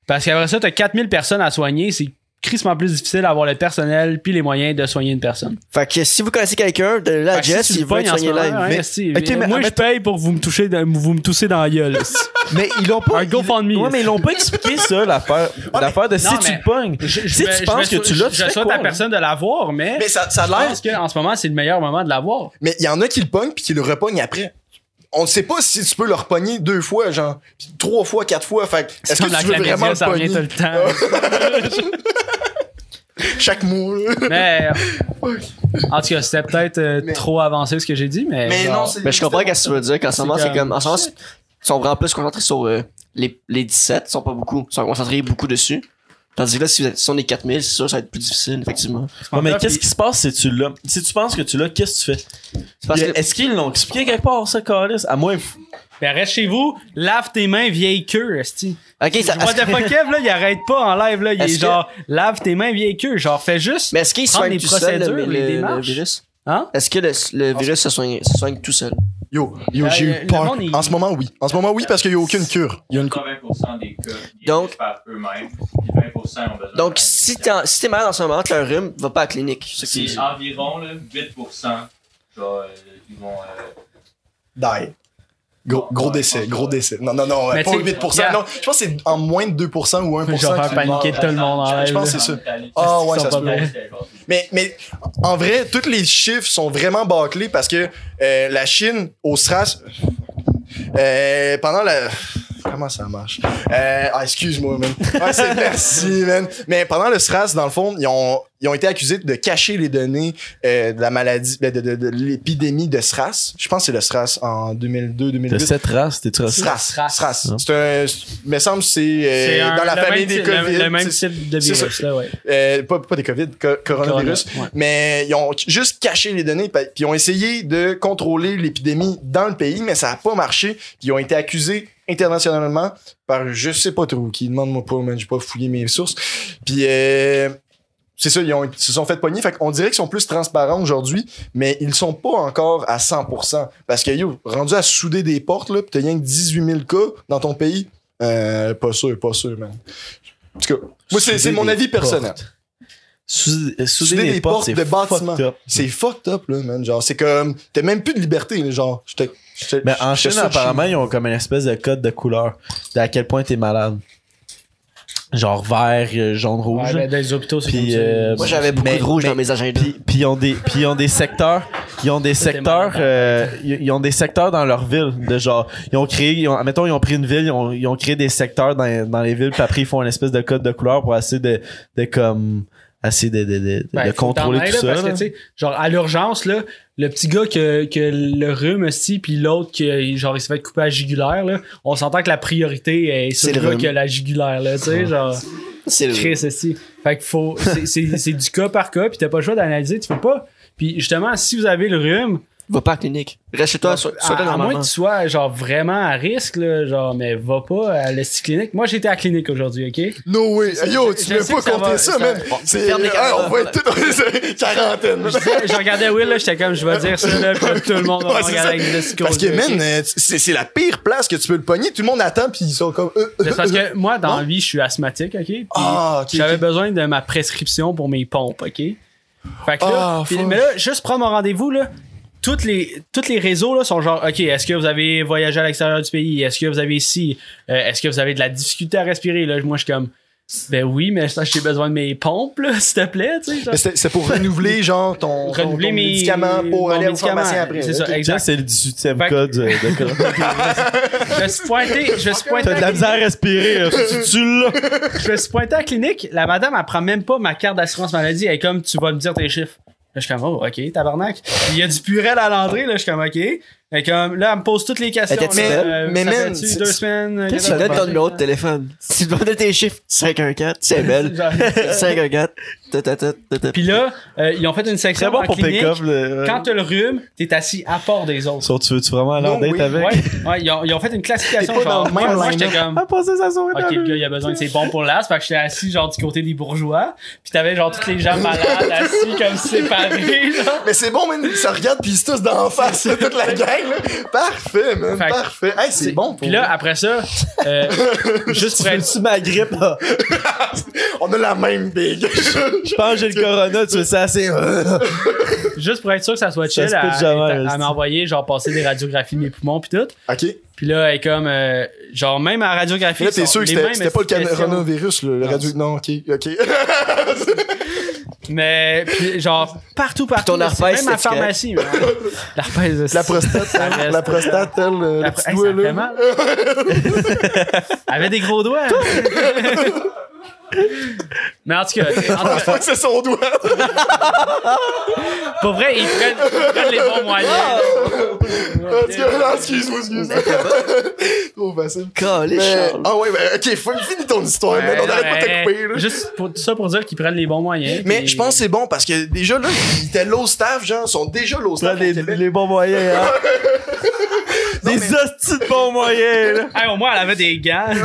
[SPEAKER 4] Parce qu'après ça, tu as 4000 personnes à soigner, c'est crissement plus difficile d'avoir le personnel puis les moyens de soigner une personne.
[SPEAKER 3] Fait que si vous connaissez quelqu'un, de
[SPEAKER 1] Euh,
[SPEAKER 3] la
[SPEAKER 4] Fait que si
[SPEAKER 3] Jess,
[SPEAKER 4] tu
[SPEAKER 3] il
[SPEAKER 4] le
[SPEAKER 3] veut
[SPEAKER 4] pognes
[SPEAKER 3] être
[SPEAKER 4] en ce
[SPEAKER 3] soigné
[SPEAKER 4] moment,
[SPEAKER 3] live.
[SPEAKER 4] hein,
[SPEAKER 1] Mais-
[SPEAKER 4] esti,
[SPEAKER 1] ok, mais
[SPEAKER 4] moi, je
[SPEAKER 1] admettons-
[SPEAKER 4] paye pour vous me toucher, dans- vous me toussez dans la gueule. esti.
[SPEAKER 1] Mais ils l'ont pas.
[SPEAKER 4] Un GoFundMe.
[SPEAKER 1] Ouais, mais ils l'ont pas expliqué ça, l'affaire. L'affaire de si
[SPEAKER 4] non,
[SPEAKER 1] tu
[SPEAKER 4] mais-
[SPEAKER 1] le pognes.
[SPEAKER 4] Je- je
[SPEAKER 1] Si
[SPEAKER 4] me-
[SPEAKER 1] tu
[SPEAKER 4] je
[SPEAKER 1] penses
[SPEAKER 4] me
[SPEAKER 1] que tu
[SPEAKER 4] sou-
[SPEAKER 1] l'as, tu
[SPEAKER 4] je
[SPEAKER 1] fais
[SPEAKER 4] souhaite
[SPEAKER 1] quoi,
[SPEAKER 4] à
[SPEAKER 1] là?
[SPEAKER 4] personne de l'avoir, mais,
[SPEAKER 2] Mais ça, ça a
[SPEAKER 4] je
[SPEAKER 2] l'air.
[SPEAKER 4] pense qu'en ce moment, c'est le meilleur moment de l'avoir.
[SPEAKER 2] Mais il y en a qui le pognent puis qui le repognent après. On ne sait pas si tu peux le repogner deux fois, genre puis trois fois, quatre fois. Fait que,
[SPEAKER 4] C'est
[SPEAKER 2] est-ce que
[SPEAKER 4] comme la
[SPEAKER 2] tu veux
[SPEAKER 4] chlamydia,
[SPEAKER 2] vraiment le
[SPEAKER 4] ça revient
[SPEAKER 2] pogner
[SPEAKER 4] tout le temps.
[SPEAKER 2] chaque Euh, mot? là?
[SPEAKER 4] mais euh, en tout cas, c'était peut-être euh, trop avancé ce que j'ai dit, mais,
[SPEAKER 2] Mais
[SPEAKER 4] genre,
[SPEAKER 2] non, c'est.
[SPEAKER 3] Mais je comprends ce que tu veux dire, qu'en ce
[SPEAKER 4] C'est
[SPEAKER 3] moment, c'est
[SPEAKER 4] comme-
[SPEAKER 3] comme. En ce moment, c'est- ils sont vraiment plus concentrés sur euh, les, les 17, ils sont pas beaucoup. Ils sont concentrés beaucoup dessus. Tandis que là, si, vous êtes- si on est 4000, c'est sûr, ça va être plus difficile, effectivement.
[SPEAKER 4] c'est
[SPEAKER 1] Ouais, mais
[SPEAKER 4] pas
[SPEAKER 1] qu'est-ce
[SPEAKER 4] top,
[SPEAKER 1] qui se passe si tu l'as? Si tu penses que tu l'as, qu'est-ce que tu fais?
[SPEAKER 3] C'est parce que.
[SPEAKER 1] Est-ce qu'ils l'ont expliqué quelque part, ça, Carlis? À moi,
[SPEAKER 4] puis- Ben, reste chez vous, lave tes mains, vieille queue, esti.
[SPEAKER 3] Ok, ça.
[SPEAKER 4] What the fuck, Kev, là, il arrête pas en live, là. Il est,
[SPEAKER 3] Est-ce que-
[SPEAKER 4] genre, lave tes mains, vieille queue. Genre, fais juste.
[SPEAKER 3] Mais est-ce qu'il
[SPEAKER 4] Prendre
[SPEAKER 3] soigne
[SPEAKER 4] les
[SPEAKER 3] tout seul le,
[SPEAKER 4] procédures,
[SPEAKER 3] le-
[SPEAKER 4] les
[SPEAKER 3] le
[SPEAKER 4] démarches.
[SPEAKER 3] virus
[SPEAKER 4] Hein?
[SPEAKER 3] Est-ce que le, le virus se soigne, se soigne tout seul
[SPEAKER 2] Yo, yo,
[SPEAKER 4] Euh,
[SPEAKER 2] j'ai
[SPEAKER 4] le
[SPEAKER 2] eu peur.
[SPEAKER 4] monde, il-
[SPEAKER 2] En ce moment, oui. En ce moment, oui, parce qu'il n'y a aucune cure. Il y a une cou-
[SPEAKER 5] 80% des cas guérissent
[SPEAKER 3] Donc-
[SPEAKER 5] par eux-mêmes, puis 20% ont besoin
[SPEAKER 3] Donc,
[SPEAKER 5] d'un
[SPEAKER 3] si t'es
[SPEAKER 5] médicament.
[SPEAKER 3] en- si t'es malade en ce moment, t'as un rhume, va pas à la clinique. C'est ce qu'il dit.
[SPEAKER 5] C'est environ là, 8% genre, euh, ils vont. euh,
[SPEAKER 2] Die. Gros, gros décès, gros décès. Non, non, non,
[SPEAKER 4] Mais
[SPEAKER 2] pas
[SPEAKER 4] tu sais,
[SPEAKER 2] 8%.
[SPEAKER 4] yeah.
[SPEAKER 2] Non, je pense que c'est en moins de 2% ou 1%.
[SPEAKER 4] Genre,
[SPEAKER 2] qui
[SPEAKER 4] faire paniquer
[SPEAKER 2] meurent.
[SPEAKER 4] tout le monde en live.
[SPEAKER 2] je pense
[SPEAKER 4] là.
[SPEAKER 2] que c'est ça.
[SPEAKER 5] mentalistes,
[SPEAKER 2] Ah,
[SPEAKER 5] ils
[SPEAKER 2] ouais,
[SPEAKER 5] sont
[SPEAKER 2] ça
[SPEAKER 5] pas
[SPEAKER 2] se peut.
[SPEAKER 5] bons, genre,
[SPEAKER 2] Mais, mais en vrai, tous les chiffres sont vraiment bâclés parce que euh, la Chine, au SRAS, euh, pendant la. Comment ça marche? Euh, ah, excuse-moi, man. Ouais, c'est- merci, man. Mais pendant le SRAS, dans le fond, ils ont, ils ont été accusés de cacher les données euh, de la maladie, de, de- de- de l'épidémie de SRAS. Je pense que c'est le SRAS en 2002-2008.
[SPEAKER 1] de cette race, t'es-tu raciste?
[SPEAKER 2] SRAS.
[SPEAKER 4] SRAS.
[SPEAKER 2] SRAS. C'est un. Me semble que c'est euh,
[SPEAKER 4] C'est un-
[SPEAKER 2] dans la
[SPEAKER 4] le
[SPEAKER 2] famille
[SPEAKER 4] même
[SPEAKER 2] des
[SPEAKER 4] type- le-
[SPEAKER 2] COVID.
[SPEAKER 4] Le même
[SPEAKER 2] C'est-
[SPEAKER 4] type de
[SPEAKER 2] c'est
[SPEAKER 4] virus,
[SPEAKER 2] ça.
[SPEAKER 4] là, ouais.
[SPEAKER 2] euh, pas, pas des COVID, co- coronavirus.
[SPEAKER 4] Corona, ouais.
[SPEAKER 2] Mais ils ont juste caché les données, pa- puis ils ont essayé de contrôler l'épidémie dans le pays, mais ça n'a pas marché. Puis ils ont été accusés internationalement par je sais pas trop qui. Demande-moi pas, man, j'ai pas fouillé mes sources. Puis euh, c'est ça, ils, ont, ils se sont fait pogner. Fait qu'on dirait qu'ils sont plus transparents aujourd'hui, mais ils sont pas encore à 100%. Parce que, yo, rendu à souder des portes, là, pis t'as rien que 18 000 cas dans ton pays, euh, pas sûr, pas sûr, man. En tout cas, moi, c'est c'est mon avis personnel.
[SPEAKER 1] Souder,
[SPEAKER 2] Souder des portes
[SPEAKER 1] c'est
[SPEAKER 2] de bâtiments.
[SPEAKER 1] fucked up.
[SPEAKER 2] C'est fucked up, là, man. Genre, c'est comme. T'as même plus de liberté, là, genre. J'étais- j'étais-
[SPEAKER 1] Mais Ben, en Chine,
[SPEAKER 2] j'étais sûr que je suis-
[SPEAKER 1] apparemment, ils ont comme une espèce de code de couleur de à quel point t'es malade. genre vert, euh, jaune, rouge.
[SPEAKER 4] Ouais, ben, dans les hôpitaux, c'est comme
[SPEAKER 1] Puis,
[SPEAKER 4] ça.
[SPEAKER 1] euh,
[SPEAKER 3] Moi, j'avais beaucoup
[SPEAKER 1] Mais-
[SPEAKER 3] de rouge
[SPEAKER 1] mais-
[SPEAKER 3] dans mes agendas.
[SPEAKER 1] Puis, puis ils ont des puis ils ont des secteurs ils ont des
[SPEAKER 4] C'était
[SPEAKER 1] secteurs
[SPEAKER 4] malade. hein.
[SPEAKER 1] euh, ils ils ont des secteurs dans leur ville de genre ils ont créé ils ont mettons ils ont pris une ville ils ont, ils ont créé des secteurs dans, dans les villes puis après ils font une espèce de code de couleur pour essayer de de comme essayer de de, de, de
[SPEAKER 4] Ben, faut
[SPEAKER 1] contrôler
[SPEAKER 4] t'en aller,
[SPEAKER 1] tout
[SPEAKER 4] là,
[SPEAKER 1] ça
[SPEAKER 4] Parce que,
[SPEAKER 1] là.
[SPEAKER 4] tu sais, genre, à l'urgence, là, le petit gars que, que le rhume aussi, puis l'autre, que, genre, il se fait couper à la jugulaire, là, on s'entend que la priorité est
[SPEAKER 3] C'est
[SPEAKER 4] sur le
[SPEAKER 3] le
[SPEAKER 4] gars
[SPEAKER 3] rhume.
[SPEAKER 4] qui a la jugulaire, là, tu sais, genre,
[SPEAKER 3] C'est le-
[SPEAKER 4] Chris, aussi. Fait que faut, c'est- c'est c'est du cas par cas, puis t'as pas le choix d'analyser, tu peux pas. Puis justement, si vous avez le rhume,
[SPEAKER 3] Va pas à la clinique. Reste chez toi, sois Ah, sois
[SPEAKER 4] Bah,
[SPEAKER 3] toi
[SPEAKER 4] à, à moins
[SPEAKER 3] normalement.
[SPEAKER 4] que tu sois genre vraiment à risque, là, genre, mais va pas à l'esti clinique. Moi, j'étais à la clinique aujourd'hui, ok?
[SPEAKER 2] No way. Hey, yo, tu
[SPEAKER 4] je
[SPEAKER 2] peux
[SPEAKER 4] sais
[SPEAKER 2] pas
[SPEAKER 4] que ça
[SPEAKER 2] compter
[SPEAKER 4] va-
[SPEAKER 2] ça,
[SPEAKER 4] ça-
[SPEAKER 2] man.
[SPEAKER 3] Bon,
[SPEAKER 2] C'est,
[SPEAKER 3] ferme les
[SPEAKER 2] hey,
[SPEAKER 3] caméras,
[SPEAKER 2] on va être tous dans les quarantaines.
[SPEAKER 4] Je disais- je regardais Will, là, j'étais comme, je vais dire ça, là, puis tout le monde va
[SPEAKER 2] Ouais,
[SPEAKER 4] me
[SPEAKER 2] c'est
[SPEAKER 4] regarder
[SPEAKER 2] ça.
[SPEAKER 4] avec des
[SPEAKER 2] Parce que,
[SPEAKER 4] psychoses,
[SPEAKER 2] man,
[SPEAKER 4] ok?
[SPEAKER 2] euh, c'est, c'est la pire place que tu peux le pogner. Tout le monde attend, puis ils sont comme. euh, euh,
[SPEAKER 4] C'est parce
[SPEAKER 2] euh.
[SPEAKER 4] que moi, dans
[SPEAKER 2] Non?
[SPEAKER 4] la vie, je suis asthmatique, OK? Puis
[SPEAKER 2] Ah, ok,
[SPEAKER 4] J'avais
[SPEAKER 2] ok.
[SPEAKER 4] besoin de ma prescription pour mes pompes, OK? Fait que là,
[SPEAKER 2] Ah,
[SPEAKER 4] puis-
[SPEAKER 2] fuck.
[SPEAKER 4] mais là, juste prendre mon rendez-vous, là, toutes les, tous les réseaux là, sont genre, OK, est-ce que vous avez voyagé à l'extérieur du pays? Est-ce que vous avez ici? Euh, est-ce que vous avez de la difficulté à respirer? Là, moi, je suis comme, ben oui, mais ça, j'ai besoin de mes pompes, là, s'il te plaît, tu sais. genre.
[SPEAKER 2] Mais euh. c'est, c'est pour renouveler, genre, ton, ton-
[SPEAKER 4] Renouveler
[SPEAKER 2] ton
[SPEAKER 4] mes-
[SPEAKER 2] médicament
[SPEAKER 4] mon
[SPEAKER 2] pour aller au
[SPEAKER 4] médicament.
[SPEAKER 2] pharmacien après.
[SPEAKER 4] C'est ça,
[SPEAKER 2] Ok.
[SPEAKER 1] ça
[SPEAKER 4] exact.
[SPEAKER 1] c'est le 18e
[SPEAKER 4] Fait que-
[SPEAKER 1] code euh, de code.
[SPEAKER 4] Je me suis pointé, je me suis pointé
[SPEAKER 1] T'as de
[SPEAKER 4] à
[SPEAKER 1] la misère à respirer. euh, tu- tu l'as.
[SPEAKER 4] je me suis pointé à la clinique, la madame, elle prend même pas ma carte d'assurance maladie, elle est comme, tu vas me dire tes chiffres. Là, je suis comme, oh, ok, tabarnak. Il y a du purel à l'entrée, là, je suis comme, ok. Et comme, là, elle me pose toutes les questions.
[SPEAKER 3] Elle était belle?
[SPEAKER 4] là, euh,
[SPEAKER 2] Mais
[SPEAKER 4] ça
[SPEAKER 2] man,
[SPEAKER 4] fait-tu
[SPEAKER 2] c'est-
[SPEAKER 4] deux
[SPEAKER 2] c'est-
[SPEAKER 4] semaines. euh,
[SPEAKER 3] Tu donnes ton numéro de téléphone. Si tu demandes tes chiffres, 514, c'est belle.
[SPEAKER 4] Genre-
[SPEAKER 3] 514, ta, ta, ta, ta, ta.
[SPEAKER 4] Puis là, euh, ils ont fait une section
[SPEAKER 1] Très bon
[SPEAKER 4] en
[SPEAKER 1] pour
[SPEAKER 4] clinique.
[SPEAKER 1] pick-up. le-
[SPEAKER 4] Quand t'as le rhume, t'es assis à part des autres.
[SPEAKER 1] Sauf, tu veux-tu vraiment aller en
[SPEAKER 2] Non,
[SPEAKER 1] date
[SPEAKER 2] oui.
[SPEAKER 1] avec?
[SPEAKER 4] Ouais, ouais, ils ont, ils ont fait une classification.
[SPEAKER 2] T'es pas
[SPEAKER 4] Genre,
[SPEAKER 2] dans le même
[SPEAKER 4] moi, j'étais comme,
[SPEAKER 1] Ah, passer sa soirée
[SPEAKER 4] Ok,
[SPEAKER 1] dans
[SPEAKER 4] le
[SPEAKER 1] le-
[SPEAKER 4] gars, il a besoin de ses bons pour l'as. Fait que j'étais assis, genre, du côté des bourgeois. Puis t'avais, genre, toutes les gens malades, assis, comme séparés, genre.
[SPEAKER 2] Mais c'est bon, man. Ça regarde, puis ils se tous d'en face, là, toute la gang. là. Parfait, man.
[SPEAKER 4] Fait que-
[SPEAKER 2] Parfait. Hey, c'est bon. Pour
[SPEAKER 4] Puis là, après ça, euh, juste pour être.
[SPEAKER 1] Tu ma grippe, là.
[SPEAKER 2] on a la même big.
[SPEAKER 1] Je pense que j'ai le corona, tu veux ça assez. euh,
[SPEAKER 4] Juste pour être sûr que ça soit
[SPEAKER 1] Ça
[SPEAKER 4] chill,
[SPEAKER 1] se
[SPEAKER 4] elle,
[SPEAKER 1] pitche jamais,
[SPEAKER 4] elle- elle
[SPEAKER 1] là,
[SPEAKER 4] m'a envoyé genre passer des radiographies de mes poumons puis tout.
[SPEAKER 2] OK.
[SPEAKER 4] Puis là, elle est comme euh, genre même à la radiographie.
[SPEAKER 2] Puis là, t'es
[SPEAKER 4] ils sont
[SPEAKER 2] sûr que
[SPEAKER 4] les
[SPEAKER 2] c'était
[SPEAKER 4] mêmes
[SPEAKER 2] c'était pas le
[SPEAKER 4] questions.
[SPEAKER 2] coronavirus, le, le
[SPEAKER 4] Non.
[SPEAKER 2] radio. Non, ok, ok.
[SPEAKER 4] Mais puis, genre partout partout.
[SPEAKER 3] ton
[SPEAKER 4] là,
[SPEAKER 3] herpès,
[SPEAKER 4] c'est même à la
[SPEAKER 3] c'était
[SPEAKER 4] pharmacie. mais ouais. L'herpès,
[SPEAKER 2] la
[SPEAKER 4] c'est-
[SPEAKER 2] prostate,
[SPEAKER 4] ça reste-
[SPEAKER 2] la prostate, elle, euh, le
[SPEAKER 4] Après,
[SPEAKER 2] petit
[SPEAKER 4] hey, ça
[SPEAKER 2] doigt,
[SPEAKER 4] fait
[SPEAKER 2] là.
[SPEAKER 4] mal. Elle avait des gros doigts. Mais en tout cas, en tout
[SPEAKER 2] Je
[SPEAKER 4] cas,
[SPEAKER 2] pense que Ah, c'est son doigt.
[SPEAKER 4] pour vrai, ils prennent, ils prennent les bons moyens.
[SPEAKER 2] En tout cas, non, excuse-moi, excuse-moi. Trop facile.
[SPEAKER 3] Calé,
[SPEAKER 2] Mais,
[SPEAKER 3] Charles.
[SPEAKER 2] ah ouais, ben, ok, faut- finis ton histoire,
[SPEAKER 4] Ouais,
[SPEAKER 2] man. On
[SPEAKER 4] non,
[SPEAKER 2] arrête pas de te
[SPEAKER 4] mais
[SPEAKER 2] couper, là.
[SPEAKER 4] Juste pour, tout ça pour dire qu'ils prennent les bons moyens.
[SPEAKER 2] Mais
[SPEAKER 4] puis-
[SPEAKER 2] je pense que c'est bon parce que déjà là, ils étaient low staff, genre, ils sont déjà low
[SPEAKER 1] Prends
[SPEAKER 2] staff. au
[SPEAKER 1] les,
[SPEAKER 2] Québec.
[SPEAKER 1] les bons moyens, hein. des hosties de bons moyens, là.
[SPEAKER 4] Hey, au moins, elle avait des gants.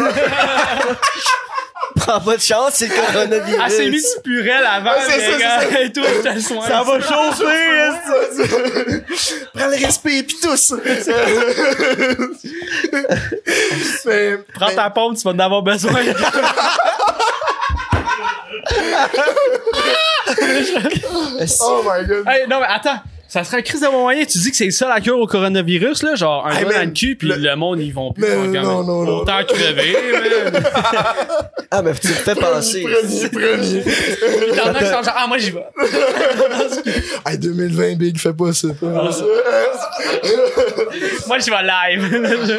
[SPEAKER 3] Prends pas de chance, c'est le coronavirus.
[SPEAKER 4] elle s'est mise du purel Ah, avant,
[SPEAKER 2] Ah, c'est
[SPEAKER 4] les
[SPEAKER 2] ça, c'est
[SPEAKER 4] gants
[SPEAKER 2] ça.
[SPEAKER 4] et tout. je te le soigne.
[SPEAKER 1] Ça va chauffer, hostie.
[SPEAKER 2] Prends le respect, pis tous. mais,
[SPEAKER 4] Prends ta pompe, tu vas en avoir besoin.
[SPEAKER 2] oh my god.
[SPEAKER 4] hey, non, mais attends. Ça serait une crise de bons moyens. Tu dis que c'est ça la cure au coronavirus, là? Genre, un
[SPEAKER 2] Hey,
[SPEAKER 4] gars dans
[SPEAKER 2] man,
[SPEAKER 4] le cul, puis le,
[SPEAKER 2] le-
[SPEAKER 4] monde, ils vont plus.
[SPEAKER 2] Mais
[SPEAKER 4] ils
[SPEAKER 2] non,
[SPEAKER 4] vont
[SPEAKER 2] non, non.
[SPEAKER 4] Autant crever, man.
[SPEAKER 3] Ah, mais tu me fais penser.
[SPEAKER 2] Premier, premier.
[SPEAKER 4] Puis t'en as qui sont genre, ah, moi, j'y vais.
[SPEAKER 2] Hey, 2020, Big, fais pas ça. fais
[SPEAKER 4] Ah,
[SPEAKER 2] pas ça.
[SPEAKER 4] Moi, j'y vais live.
[SPEAKER 5] la semaine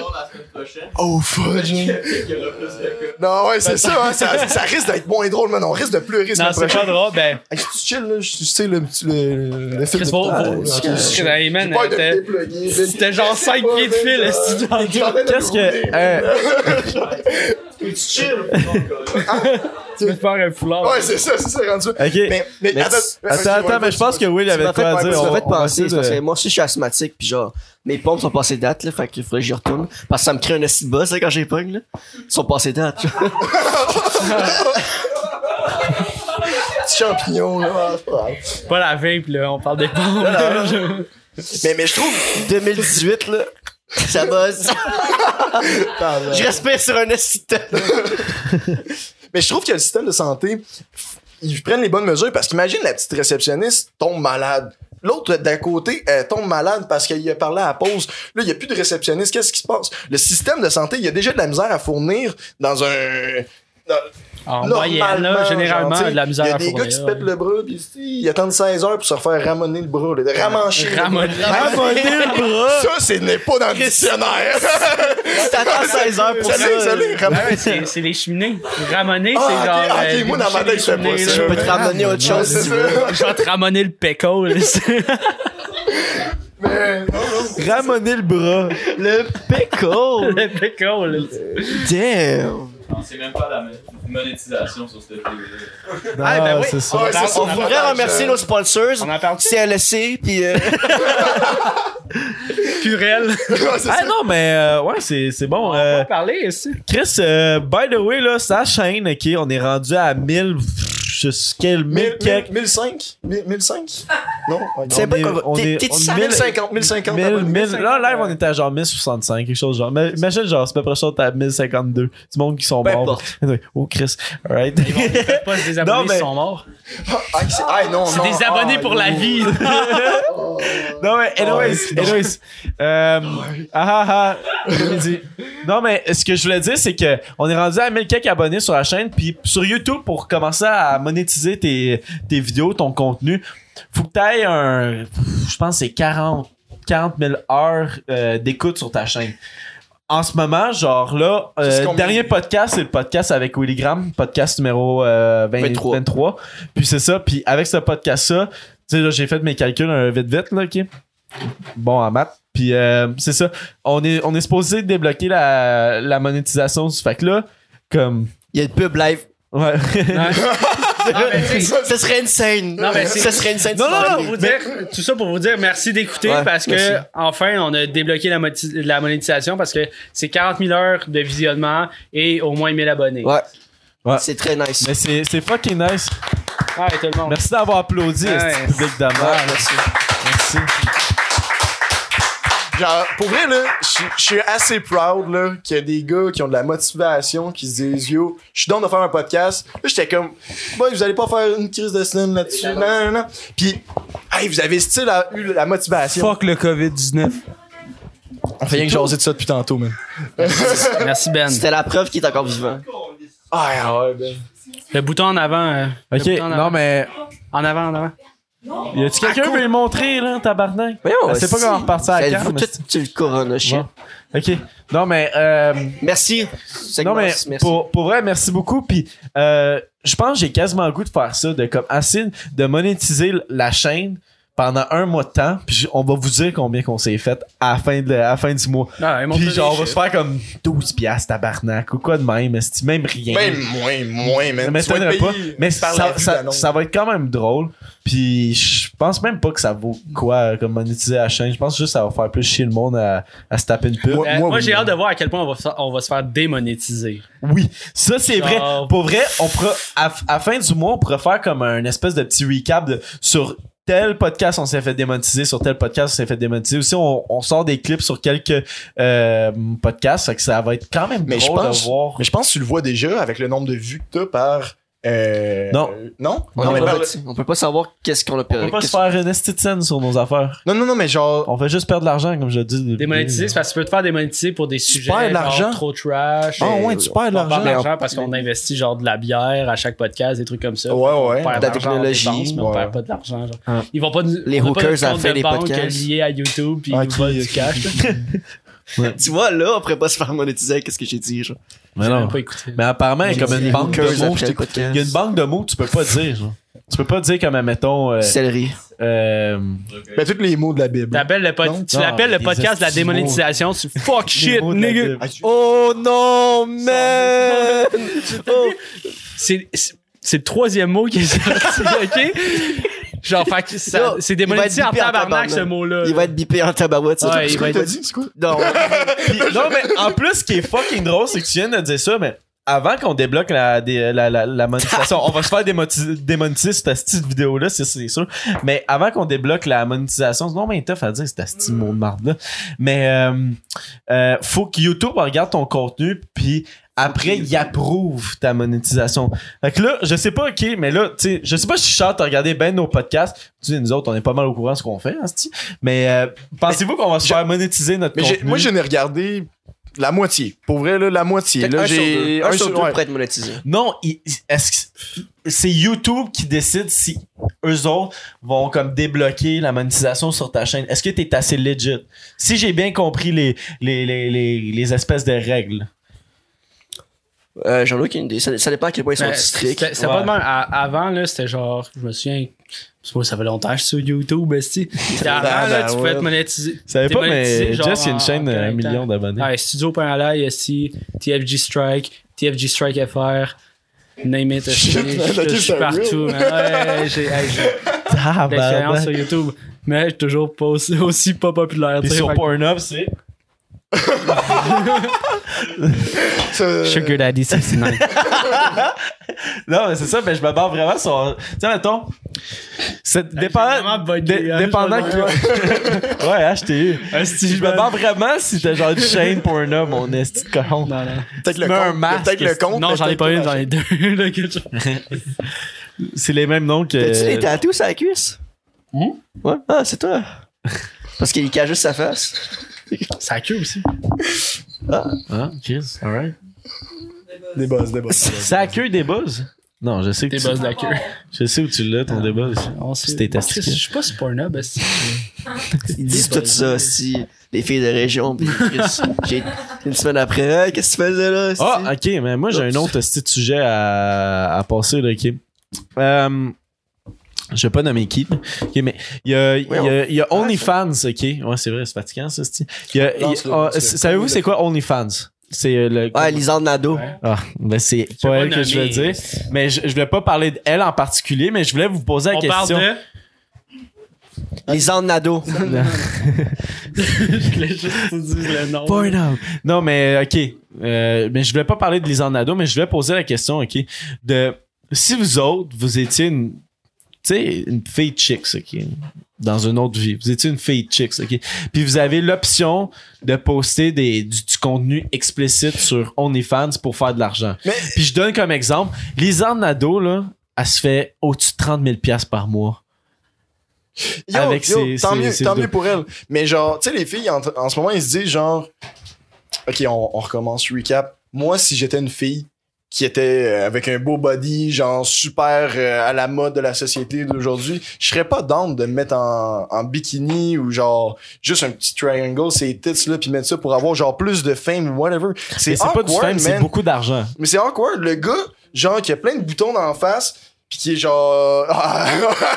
[SPEAKER 5] prochaine.
[SPEAKER 2] Oh, fudge.
[SPEAKER 5] Il y aura plus de cas.
[SPEAKER 2] Non, ouais, c'est ça, hein, ça. Ça risque d'être moins drôle, man. On risque de pleurer ce
[SPEAKER 4] non, c'est
[SPEAKER 2] prochain.
[SPEAKER 4] pas drôle. Ben,
[SPEAKER 2] Hey, je suis chill, là. Je suis- tu sais, le, le, le film.
[SPEAKER 4] Chris, faut-
[SPEAKER 2] Ah,
[SPEAKER 4] faut-
[SPEAKER 2] ok,
[SPEAKER 4] Chris, hey, man,
[SPEAKER 2] J'ai peur de
[SPEAKER 4] t'es-
[SPEAKER 2] me dépluguer, Big.
[SPEAKER 4] C'était genre 5
[SPEAKER 2] pas,
[SPEAKER 4] pieds de
[SPEAKER 2] man,
[SPEAKER 4] fil,
[SPEAKER 2] euh,
[SPEAKER 4] est-ce que tu t'en-
[SPEAKER 1] Qu'est-ce que. hein,
[SPEAKER 5] Tu chill.
[SPEAKER 4] tu veux faire un foulard?
[SPEAKER 2] Ouais, c'est ça, c'est ça, rendu.
[SPEAKER 1] ok.
[SPEAKER 2] Mais, mais,
[SPEAKER 3] Mais
[SPEAKER 2] attends,
[SPEAKER 1] attends, attends, mais je pense que Will
[SPEAKER 3] Tu
[SPEAKER 1] avait
[SPEAKER 3] m'as
[SPEAKER 1] de
[SPEAKER 3] fait,
[SPEAKER 1] quoi à
[SPEAKER 3] tu
[SPEAKER 1] dire. euh,
[SPEAKER 3] m'as
[SPEAKER 1] On-
[SPEAKER 3] fait
[SPEAKER 1] on va
[SPEAKER 3] penser,
[SPEAKER 1] essayer
[SPEAKER 3] c'est parce
[SPEAKER 1] de-
[SPEAKER 3] que moi aussi je suis asthmatique, puis genre, mes pompes sont passées date, là, fait qu'il faudrait que j'y retourne. Parce que ça me crée un acide de boss, là, quand j'ai pogne, là. Ils sont passés date, genre.
[SPEAKER 2] Petit champignon, là. ah, c'est pas grave.
[SPEAKER 4] Pas la veille, puis là, on parle des pompes.
[SPEAKER 2] Mais, mais je trouve.
[SPEAKER 3] 2018, là. Ça buzz. je respire sur un acide de-
[SPEAKER 2] Mais je trouve que le système de santé, ils prennent les bonnes mesures parce qu'imagine la petite réceptionniste tombe malade. L'autre d'à côté elle tombe malade parce qu'il a parlé à la pause. Là, il n'y a plus de réceptionniste. Qu'est-ce qui se passe? Le système de santé, il y a déjà de la misère à fournir dans un. dans-
[SPEAKER 4] En moyenne, là, généralement,
[SPEAKER 2] genre, tu sais,
[SPEAKER 4] de la misère
[SPEAKER 2] Il y a
[SPEAKER 4] à
[SPEAKER 2] des
[SPEAKER 4] fourrer,
[SPEAKER 2] gars qui se
[SPEAKER 4] là.
[SPEAKER 2] pètent le bras, puis tu sais, ils attendent 16 heures pour se refaire ramonner le bras. là, de Ramancher. le
[SPEAKER 4] Ramonner.
[SPEAKER 2] bras.
[SPEAKER 1] Ramonner le bras.
[SPEAKER 2] Ça, ce n'est pas dans le dictionnaire.
[SPEAKER 3] T'attends 16 heures pour ça.
[SPEAKER 2] Salut, salut, ramonner.
[SPEAKER 4] Ouais, c'est c'est les cheminées. Ramoner,
[SPEAKER 2] Ah,
[SPEAKER 4] c'est
[SPEAKER 2] ok,
[SPEAKER 4] genre.
[SPEAKER 2] ok,
[SPEAKER 4] euh,
[SPEAKER 2] moi, dans ma
[SPEAKER 4] déboucher
[SPEAKER 2] tête, je fais
[SPEAKER 4] les
[SPEAKER 2] pas
[SPEAKER 4] cheminées,
[SPEAKER 2] ça.
[SPEAKER 4] là.
[SPEAKER 3] Je peux te ramener autre chose
[SPEAKER 2] C'est
[SPEAKER 3] si tu
[SPEAKER 2] ça.
[SPEAKER 3] veux.
[SPEAKER 4] Je vais te ramoner le péco. là.
[SPEAKER 2] Mais, non, non.
[SPEAKER 1] Ramonner le bras.
[SPEAKER 3] Le pickle!
[SPEAKER 4] le péco. là.
[SPEAKER 3] Damn!
[SPEAKER 5] On sait même pas la mo- monétisation sur cette télé.
[SPEAKER 1] Ah,
[SPEAKER 4] ben oui.
[SPEAKER 1] c'est ça.
[SPEAKER 2] Ouais, c'est-
[SPEAKER 4] On
[SPEAKER 3] On voudrait remercier nos
[SPEAKER 4] euh, On
[SPEAKER 3] sponsors,
[SPEAKER 4] en parle
[SPEAKER 3] CLSC, puis euh,
[SPEAKER 4] Purel.
[SPEAKER 2] Ouais, c'est
[SPEAKER 1] Ah
[SPEAKER 2] ça. Ah,
[SPEAKER 1] non, mais euh, ouais, c'est c'est bon.
[SPEAKER 4] On
[SPEAKER 1] euh,
[SPEAKER 4] va en parler ici.
[SPEAKER 1] Chris, euh, by the way, là, sa chaîne, ok, on est rendu à 1000. Je sais quel 1000
[SPEAKER 2] Mille-
[SPEAKER 1] quelques.
[SPEAKER 2] mille- 1005? Mille- 1005? Non? ouais,
[SPEAKER 3] C'est
[SPEAKER 1] On
[SPEAKER 3] pas
[SPEAKER 1] est-
[SPEAKER 3] comme-
[SPEAKER 1] on
[SPEAKER 3] t'es-
[SPEAKER 1] est-
[SPEAKER 3] t'es-tu
[SPEAKER 1] on est
[SPEAKER 3] ça,
[SPEAKER 1] 1000
[SPEAKER 2] 1050, 1050.
[SPEAKER 1] 1000,
[SPEAKER 2] abonnés.
[SPEAKER 1] 1000, là, en live, on était à genre 1065, quelque chose genre. Mais Imagine, genre, c'est à peu près ça, t'es à 1052. Du monde qui sont
[SPEAKER 3] peu
[SPEAKER 1] morts.
[SPEAKER 3] importe.
[SPEAKER 1] Anyway, Oh, Chris. Alright.
[SPEAKER 4] Ils vont peut-être pas se désabonner,
[SPEAKER 1] Non, mais-
[SPEAKER 4] ils sont morts.
[SPEAKER 2] Ah, c'est- ah, non,
[SPEAKER 4] C'est
[SPEAKER 2] non,
[SPEAKER 4] des
[SPEAKER 2] ah,
[SPEAKER 4] abonnés pour la
[SPEAKER 2] non.
[SPEAKER 4] vie.
[SPEAKER 1] Non,
[SPEAKER 2] Oh,
[SPEAKER 1] mais, anyways, anyways. Euh, ah, ah, ah, je l'ai dit. Non, mais ce que je voulais dire, c'est que on est rendu à 1000 quelques abonnés sur la chaîne, puis sur YouTube, pour commencer à monétiser tes, tes vidéos, ton contenu, faut que t'ailles un, je pense, que c'est 40, 40 000 heures euh, d'écoute sur ta chaîne. En ce moment, genre là, euh,
[SPEAKER 2] C'est ce qu'on-
[SPEAKER 1] dernier podcast, c'est le podcast avec Willy Graham, podcast numéro euh, 20 23.
[SPEAKER 3] 23.
[SPEAKER 1] Puis c'est ça, puis avec ce podcast-là, tu sais, là, j'ai fait mes calculs euh, vite vite, là, ok? Bon, en maths. Puis euh, c'est ça, on est, on est supposé débloquer la, la monétisation. Fait que là, comme...
[SPEAKER 3] il y a une pub live.
[SPEAKER 1] Ouais.
[SPEAKER 4] Ah, Non, mais tu sais,
[SPEAKER 3] Ce serait une scène.
[SPEAKER 4] Non, mais c'est-
[SPEAKER 3] Ce serait une scène.
[SPEAKER 4] Non,
[SPEAKER 2] Ah!
[SPEAKER 4] non, non, vous dire- tout ça pour vous dire merci d'écouter
[SPEAKER 3] Ouais,
[SPEAKER 4] parce que
[SPEAKER 3] merci.
[SPEAKER 4] enfin on a débloqué la, moti- la monétisation parce que c'est 40 000 heures de visionnement et au moins 1000 abonnés.
[SPEAKER 3] Ouais.
[SPEAKER 1] Ouais.
[SPEAKER 3] C'est très nice.
[SPEAKER 1] Mais c'est c'est fucking nice.
[SPEAKER 4] Ah, et tout le monde.
[SPEAKER 1] Merci d'avoir applaudi,
[SPEAKER 4] Ouais.
[SPEAKER 1] ce petit public de
[SPEAKER 3] Ouais,
[SPEAKER 1] merde.
[SPEAKER 3] merci.
[SPEAKER 1] Ah, Merci.
[SPEAKER 2] Genre, pour vrai, là, je je suis assez proud, là, qu'il y a des gars qui ont de la motivation, qui se disent, yo, je suis down de faire un podcast. Là, j'étais comme, boy, vous allez pas faire une crise de semaine là-dessus. Non, non, non. Puis, hey, vous avez style à- eu la motivation.
[SPEAKER 6] Fuck le COVID-19.
[SPEAKER 2] On fait rien que jaser de ça depuis tantôt, man.
[SPEAKER 4] Merci Ben.
[SPEAKER 3] C'était la preuve qu'il est encore vivant.
[SPEAKER 2] Ah, ouais, ben.
[SPEAKER 4] Le bouton en avant. euh, le
[SPEAKER 1] Ok,
[SPEAKER 4] bouton en
[SPEAKER 1] non,
[SPEAKER 4] avant.
[SPEAKER 1] mais
[SPEAKER 4] En avant, en avant.
[SPEAKER 1] y a-tu quelqu'un qui veut le montrer, là, tabarnak?
[SPEAKER 3] Voyons,
[SPEAKER 1] Ben, c'est pas comment repartir à la
[SPEAKER 3] Elle
[SPEAKER 1] carte.
[SPEAKER 3] fout
[SPEAKER 1] mais
[SPEAKER 3] tout sur le corona,
[SPEAKER 1] c'est-
[SPEAKER 3] shit.
[SPEAKER 1] Bon. Ok, non, mais. euh,
[SPEAKER 3] Merci.
[SPEAKER 1] Non,
[SPEAKER 3] Segment,
[SPEAKER 1] mais
[SPEAKER 3] merci.
[SPEAKER 1] pour, pour vrai, merci beaucoup. Puis, euh, je pense que j'ai quasiment le goût de faire ça, de comme Acide, de monétiser l- la chaîne pendant un mois de temps. Puis, je- on va vous dire combien qu'on s'est fait à la fin, de, à la fin du mois.
[SPEAKER 4] Ah, et montre-les,
[SPEAKER 1] Puis, genre, on va
[SPEAKER 4] je-
[SPEAKER 1] se faire comme 12 piastres, tabarnak, ou quoi de même. mais c'est- Même rien.
[SPEAKER 2] Même Ben, moins, moins, man.
[SPEAKER 1] mais
[SPEAKER 2] Tu vas
[SPEAKER 1] ça
[SPEAKER 2] être
[SPEAKER 1] pas.
[SPEAKER 2] payé
[SPEAKER 1] Mais
[SPEAKER 2] par
[SPEAKER 1] ça,
[SPEAKER 2] la vue
[SPEAKER 1] ça,
[SPEAKER 2] d'annonce.
[SPEAKER 1] ça va être quand même drôle. Puis je pense même pas que ça vaut quoi euh, comme monétiser la chaîne. Je pense juste que ça va faire plus chier le monde à, à se taper une pub.
[SPEAKER 2] Moi-
[SPEAKER 4] Euh, moi, j'ai
[SPEAKER 2] oui.
[SPEAKER 4] hâte de voir à quel point on va, fa- on va se faire démonétiser.
[SPEAKER 1] Oui, ça c'est
[SPEAKER 4] Genre-
[SPEAKER 1] vrai. Pour vrai, on pourra, à, à fin du mois, on pourrait faire comme un espèce de petit recap de, sur tel podcast on s'est fait démonétiser, sur tel podcast on s'est fait démonétiser. Aussi, on, on sort des clips sur quelques euh, podcasts, fait que ça va être quand même
[SPEAKER 2] Mais je
[SPEAKER 1] drôle
[SPEAKER 2] pense-
[SPEAKER 1] de voir.
[SPEAKER 2] Mais je pense que tu le vois déjà avec le nombre de vues que t'as par. euh,
[SPEAKER 1] Non.
[SPEAKER 2] euh, Non?
[SPEAKER 3] On,
[SPEAKER 2] non,
[SPEAKER 3] est
[SPEAKER 2] mais
[SPEAKER 3] pas
[SPEAKER 2] par le-
[SPEAKER 3] petit. on peut pas savoir qu'est-ce qu'on a
[SPEAKER 1] On
[SPEAKER 3] perdu.
[SPEAKER 1] peut pas se faire une esti de scène sur nos affaires.
[SPEAKER 2] non, non, non, mais genre.
[SPEAKER 1] On fait juste perdre de l'argent, comme je dis. Mmh.
[SPEAKER 4] Démonétiser, c'est parce que tu peux te faire démonétiser pour des sujets
[SPEAKER 2] perds de
[SPEAKER 4] genre,
[SPEAKER 2] l'argent.
[SPEAKER 4] trop trash.
[SPEAKER 2] Ah, ouais, tu perds de
[SPEAKER 4] On perd de
[SPEAKER 2] l'argent.
[SPEAKER 4] l'argent parce qu'on investit genre de la bière à chaque podcast, des trucs comme ça.
[SPEAKER 2] Ouais, ouais.
[SPEAKER 4] On perd
[SPEAKER 3] de la
[SPEAKER 4] l'argent, on
[SPEAKER 3] technologie,
[SPEAKER 4] dépense, mais on
[SPEAKER 2] ouais.
[SPEAKER 4] perd pas de l'argent. genre.
[SPEAKER 1] Ah.
[SPEAKER 4] Ils vont pas nous-
[SPEAKER 3] Les
[SPEAKER 4] on a pas
[SPEAKER 3] hookers,
[SPEAKER 4] notre
[SPEAKER 3] ça
[SPEAKER 4] compte
[SPEAKER 3] fait
[SPEAKER 4] de
[SPEAKER 3] les
[SPEAKER 4] banque
[SPEAKER 3] podcasts.
[SPEAKER 4] lié à YouTube puis ils
[SPEAKER 2] Ah,
[SPEAKER 4] nous volent
[SPEAKER 2] qui-
[SPEAKER 4] du cash. là.
[SPEAKER 3] Tu vois, là, on pourrait pas se faire monétiser avec ce que j'ai dit. Genre.
[SPEAKER 1] Mais
[SPEAKER 4] J'ai
[SPEAKER 1] non.
[SPEAKER 4] même pas écouté.
[SPEAKER 1] Mais apparemment, il y a comme une
[SPEAKER 3] Les
[SPEAKER 1] banque
[SPEAKER 3] hookers
[SPEAKER 1] de mots.
[SPEAKER 3] après le
[SPEAKER 1] je t'ai-
[SPEAKER 3] podcast.
[SPEAKER 1] Il y a une banque de mots que tu peux pas dire. genre. Tu peux pas dire comme, mettons. Euh,
[SPEAKER 3] Céleri.
[SPEAKER 1] euh,
[SPEAKER 2] Ben, tous les mots de la Bible.
[SPEAKER 4] T'appelles le pod-
[SPEAKER 2] Non,
[SPEAKER 4] tu
[SPEAKER 1] non,
[SPEAKER 4] l'appelles le
[SPEAKER 1] Ah, des
[SPEAKER 4] podcast de la
[SPEAKER 1] estimaux.
[SPEAKER 4] démonétisation. Tu fuck
[SPEAKER 1] les
[SPEAKER 4] shit,
[SPEAKER 1] mots de la
[SPEAKER 4] nigga.
[SPEAKER 1] Bible.
[SPEAKER 2] Ah, tu-
[SPEAKER 3] Oh non, man! Oh.
[SPEAKER 4] C'est c'est- c'est le troisième mot qui est sorti, ok? Genre, fait que ça-
[SPEAKER 3] Yo,
[SPEAKER 4] c'est
[SPEAKER 3] il
[SPEAKER 4] démonétisé
[SPEAKER 3] va
[SPEAKER 4] en
[SPEAKER 3] être bipé en
[SPEAKER 4] tabarnak
[SPEAKER 3] tabarnak.
[SPEAKER 4] ce mot-là.
[SPEAKER 3] Il va être bipé en tabarouette, ça.
[SPEAKER 4] Ouais, il
[SPEAKER 2] C'est quoi
[SPEAKER 4] va
[SPEAKER 2] que t'as
[SPEAKER 4] être.
[SPEAKER 2] dit? C'est quoi?
[SPEAKER 3] Non,
[SPEAKER 1] Puis- non, mais en plus, ce qui est fucking drôle, c'est que tu viens de dire ça, mais avant qu'on débloque la, des- la, la, la monétisation, on va se faire démoti- démonétiser cette petite vidéo-là, c'est- c'est sûr. Mais avant qu'on débloque la monétisation, non, mais tough à dire, cette petite mot de marde-là. Mais euh, euh, faut que YouTube regarde ton contenu, puis après, il approuve ta monétisation. Fait que là, je sais pas, ok, mais là, tu sais, je sais pas si je suis chante à regarder ben nos podcasts. Tu sais, nous autres, on est pas mal au courant de ce qu'on fait, hein, c'ti. Mais euh, pensez-vous qu'on va se faire monétiser notre
[SPEAKER 2] Mais j'ai-
[SPEAKER 1] contenu?
[SPEAKER 2] moi, je n'ai regardé La moitié. Pour vrai, là, la moitié.
[SPEAKER 3] Fait
[SPEAKER 2] Là,
[SPEAKER 3] un sur
[SPEAKER 2] j'ai
[SPEAKER 3] deux. Un sur deux
[SPEAKER 2] ouais.
[SPEAKER 3] pourrait être monétisé.
[SPEAKER 1] Non, il- est-ce que c'est YouTube qui décide si eux autres vont comme débloquer la monétisation sur ta chaîne. Est-ce que t'es assez legit? Si j'ai bien compris les, les, les, les, les espèces de règles.
[SPEAKER 3] Euh, J'en ai aucune idée. Ça, ça dépend à quel point ils
[SPEAKER 1] Ben,
[SPEAKER 3] sont
[SPEAKER 4] Mais
[SPEAKER 3] stricts.
[SPEAKER 4] C'était c'était
[SPEAKER 1] Ouais.
[SPEAKER 4] pas de même. À- avant, là, c'était genre, je me souviens, parce que moi, ça fait longtemps que je suis sur YouTube, esti. C'était avant,
[SPEAKER 2] Ah,
[SPEAKER 4] là,
[SPEAKER 2] ben
[SPEAKER 4] tu
[SPEAKER 2] ouais.
[SPEAKER 4] pouvais être monétisé.
[SPEAKER 1] Je savais
[SPEAKER 4] T'es
[SPEAKER 1] pas, mais
[SPEAKER 4] monétisé, genre,
[SPEAKER 1] Jess, il y a
[SPEAKER 4] en-
[SPEAKER 1] une chaîne à
[SPEAKER 4] en
[SPEAKER 1] un
[SPEAKER 4] connectant.
[SPEAKER 1] million d'abonnés.
[SPEAKER 4] Ouais, Studio Parallèle, esti, TFG Strike, TFG Strike FR. Name it, esti.
[SPEAKER 2] Shit, man,
[SPEAKER 4] je,
[SPEAKER 2] ok,
[SPEAKER 4] je suis
[SPEAKER 2] c'est
[SPEAKER 4] partout.
[SPEAKER 2] real.
[SPEAKER 4] man. Ouais, j'ai hey, j'ai de
[SPEAKER 2] Ah, bah,
[SPEAKER 4] l'expérience sur YouTube, mais je suis toujours pas aussi, aussi pas populaire.
[SPEAKER 1] Puis
[SPEAKER 4] tu sais,
[SPEAKER 1] sur
[SPEAKER 4] fait que-
[SPEAKER 1] Pornhub, c'est.
[SPEAKER 2] Ça-
[SPEAKER 4] Sugar Daddy 69.
[SPEAKER 1] Non, mais c'est ça, mais je me barre vraiment sur. Tu sais, mettons. C'est
[SPEAKER 4] j'ai vraiment
[SPEAKER 1] dépendant.
[SPEAKER 4] bugué,
[SPEAKER 1] dé-
[SPEAKER 4] hein,
[SPEAKER 1] dépendant
[SPEAKER 4] je-
[SPEAKER 1] que- ouais, hein, je t'ai eu.
[SPEAKER 4] Esti,
[SPEAKER 1] Je me barre vraiment si t'as genre une chaîne Pornhub, mon esti de con.
[SPEAKER 4] Non, non.
[SPEAKER 2] Peut-être le
[SPEAKER 1] Mets un
[SPEAKER 2] compte.
[SPEAKER 1] masque,
[SPEAKER 2] Peut-être le compte.
[SPEAKER 4] Non,
[SPEAKER 2] mais
[SPEAKER 4] j'en ai
[SPEAKER 2] peut-être
[SPEAKER 4] pas une, j'en
[SPEAKER 2] la-
[SPEAKER 4] ai deux. là, quelque chose.
[SPEAKER 1] C'est les mêmes noms que.
[SPEAKER 3] T'as-tu des tatous sur la cuisse?
[SPEAKER 4] Hmm?
[SPEAKER 3] Ouais. Ah, c'est toi. Parce qu'il cache juste sa face.
[SPEAKER 4] Ça cube aussi.
[SPEAKER 1] Ah, Chris, alright.
[SPEAKER 2] Des buzz, des buzz.
[SPEAKER 1] Ça accueille des buzz? Non, je sais, que
[SPEAKER 4] T'es
[SPEAKER 1] tu-
[SPEAKER 4] buzz de la queue.
[SPEAKER 1] je sais où tu l'as, ton débuzz.
[SPEAKER 4] On sait-
[SPEAKER 1] C'était
[SPEAKER 4] Parce que
[SPEAKER 1] testé.
[SPEAKER 4] Je suis pas sur Pornhub, esti.
[SPEAKER 3] Ils disent tout ça, si les filles de région. Puis Chris, j'ai- une semaine après, Hey, qu'est-ce que tu faisais là? esti?
[SPEAKER 1] Ah, ok, mais moi j'ai un autre petit sujet à, à passer, là, ok. Euh, je vais pas nommer qui, là. Ok, mais il y a, il y a- il y a OnlyFans, ok. Ouais, c'est vrai, c'est fatigant ça, c'ti. Il y a- il y a-
[SPEAKER 2] Lance-le,
[SPEAKER 1] ah,
[SPEAKER 2] lance-le.
[SPEAKER 1] c'est- Savez-vous c'est quoi OnlyFans? C'est euh, le.
[SPEAKER 3] Ouais, Lisande Nadeau.
[SPEAKER 4] Ouais.
[SPEAKER 1] Ah, ben c'est pas
[SPEAKER 4] pas
[SPEAKER 1] elle que je veux
[SPEAKER 4] nommer.
[SPEAKER 1] dire. Mais je, je voulais pas parler d'elle en particulier, mais je voulais vous poser la
[SPEAKER 4] On parle
[SPEAKER 1] question.
[SPEAKER 4] de.
[SPEAKER 3] Lisande Nadeau.
[SPEAKER 4] je voulais juste te dire le nom.
[SPEAKER 1] Pornhub. Non, mais OK. Euh, mais je voulais pas parler de Lisande Nadeau, mais je voulais poser la question, OK, de si vous autres, vous étiez une, tu sais, une fille chicks, OK, dans une autre vie. Vous étiez une fille chicks, OK, puis vous avez l'option de poster des, du, du contenu explicite sur OnlyFans pour faire de l'argent.
[SPEAKER 2] Mais-
[SPEAKER 1] Puis je donne comme exemple, Lisande Nadeau, là, elle se fait au-dessus de 30 000 piastres par mois.
[SPEAKER 2] Yo,
[SPEAKER 1] Avec
[SPEAKER 2] yo,
[SPEAKER 1] ses-
[SPEAKER 2] tant
[SPEAKER 1] ses-
[SPEAKER 2] mieux,
[SPEAKER 1] ses
[SPEAKER 2] tant
[SPEAKER 1] vidéos.
[SPEAKER 2] mieux pour elle. Mais genre, tu sais, les filles, en, en ce moment, ils se disent genre, OK, on, on recommence, recap. Moi, si j'étais une fille qui était euh, avec un beau body, genre super euh, à la mode de la société d'aujourd'hui, je serais pas down de me mettre en, en bikini ou genre juste un petit triangle, ces tits là, puis mettre ça pour avoir genre plus de fame ou whatever.
[SPEAKER 1] Mais
[SPEAKER 2] C'est
[SPEAKER 1] C'est pas du
[SPEAKER 2] awkward,
[SPEAKER 1] fame, c'est
[SPEAKER 2] man.
[SPEAKER 1] beaucoup d'argent.
[SPEAKER 2] Mais c'est awkward, le gars, genre, qui a plein de boutons dans la face, pis qui est genre.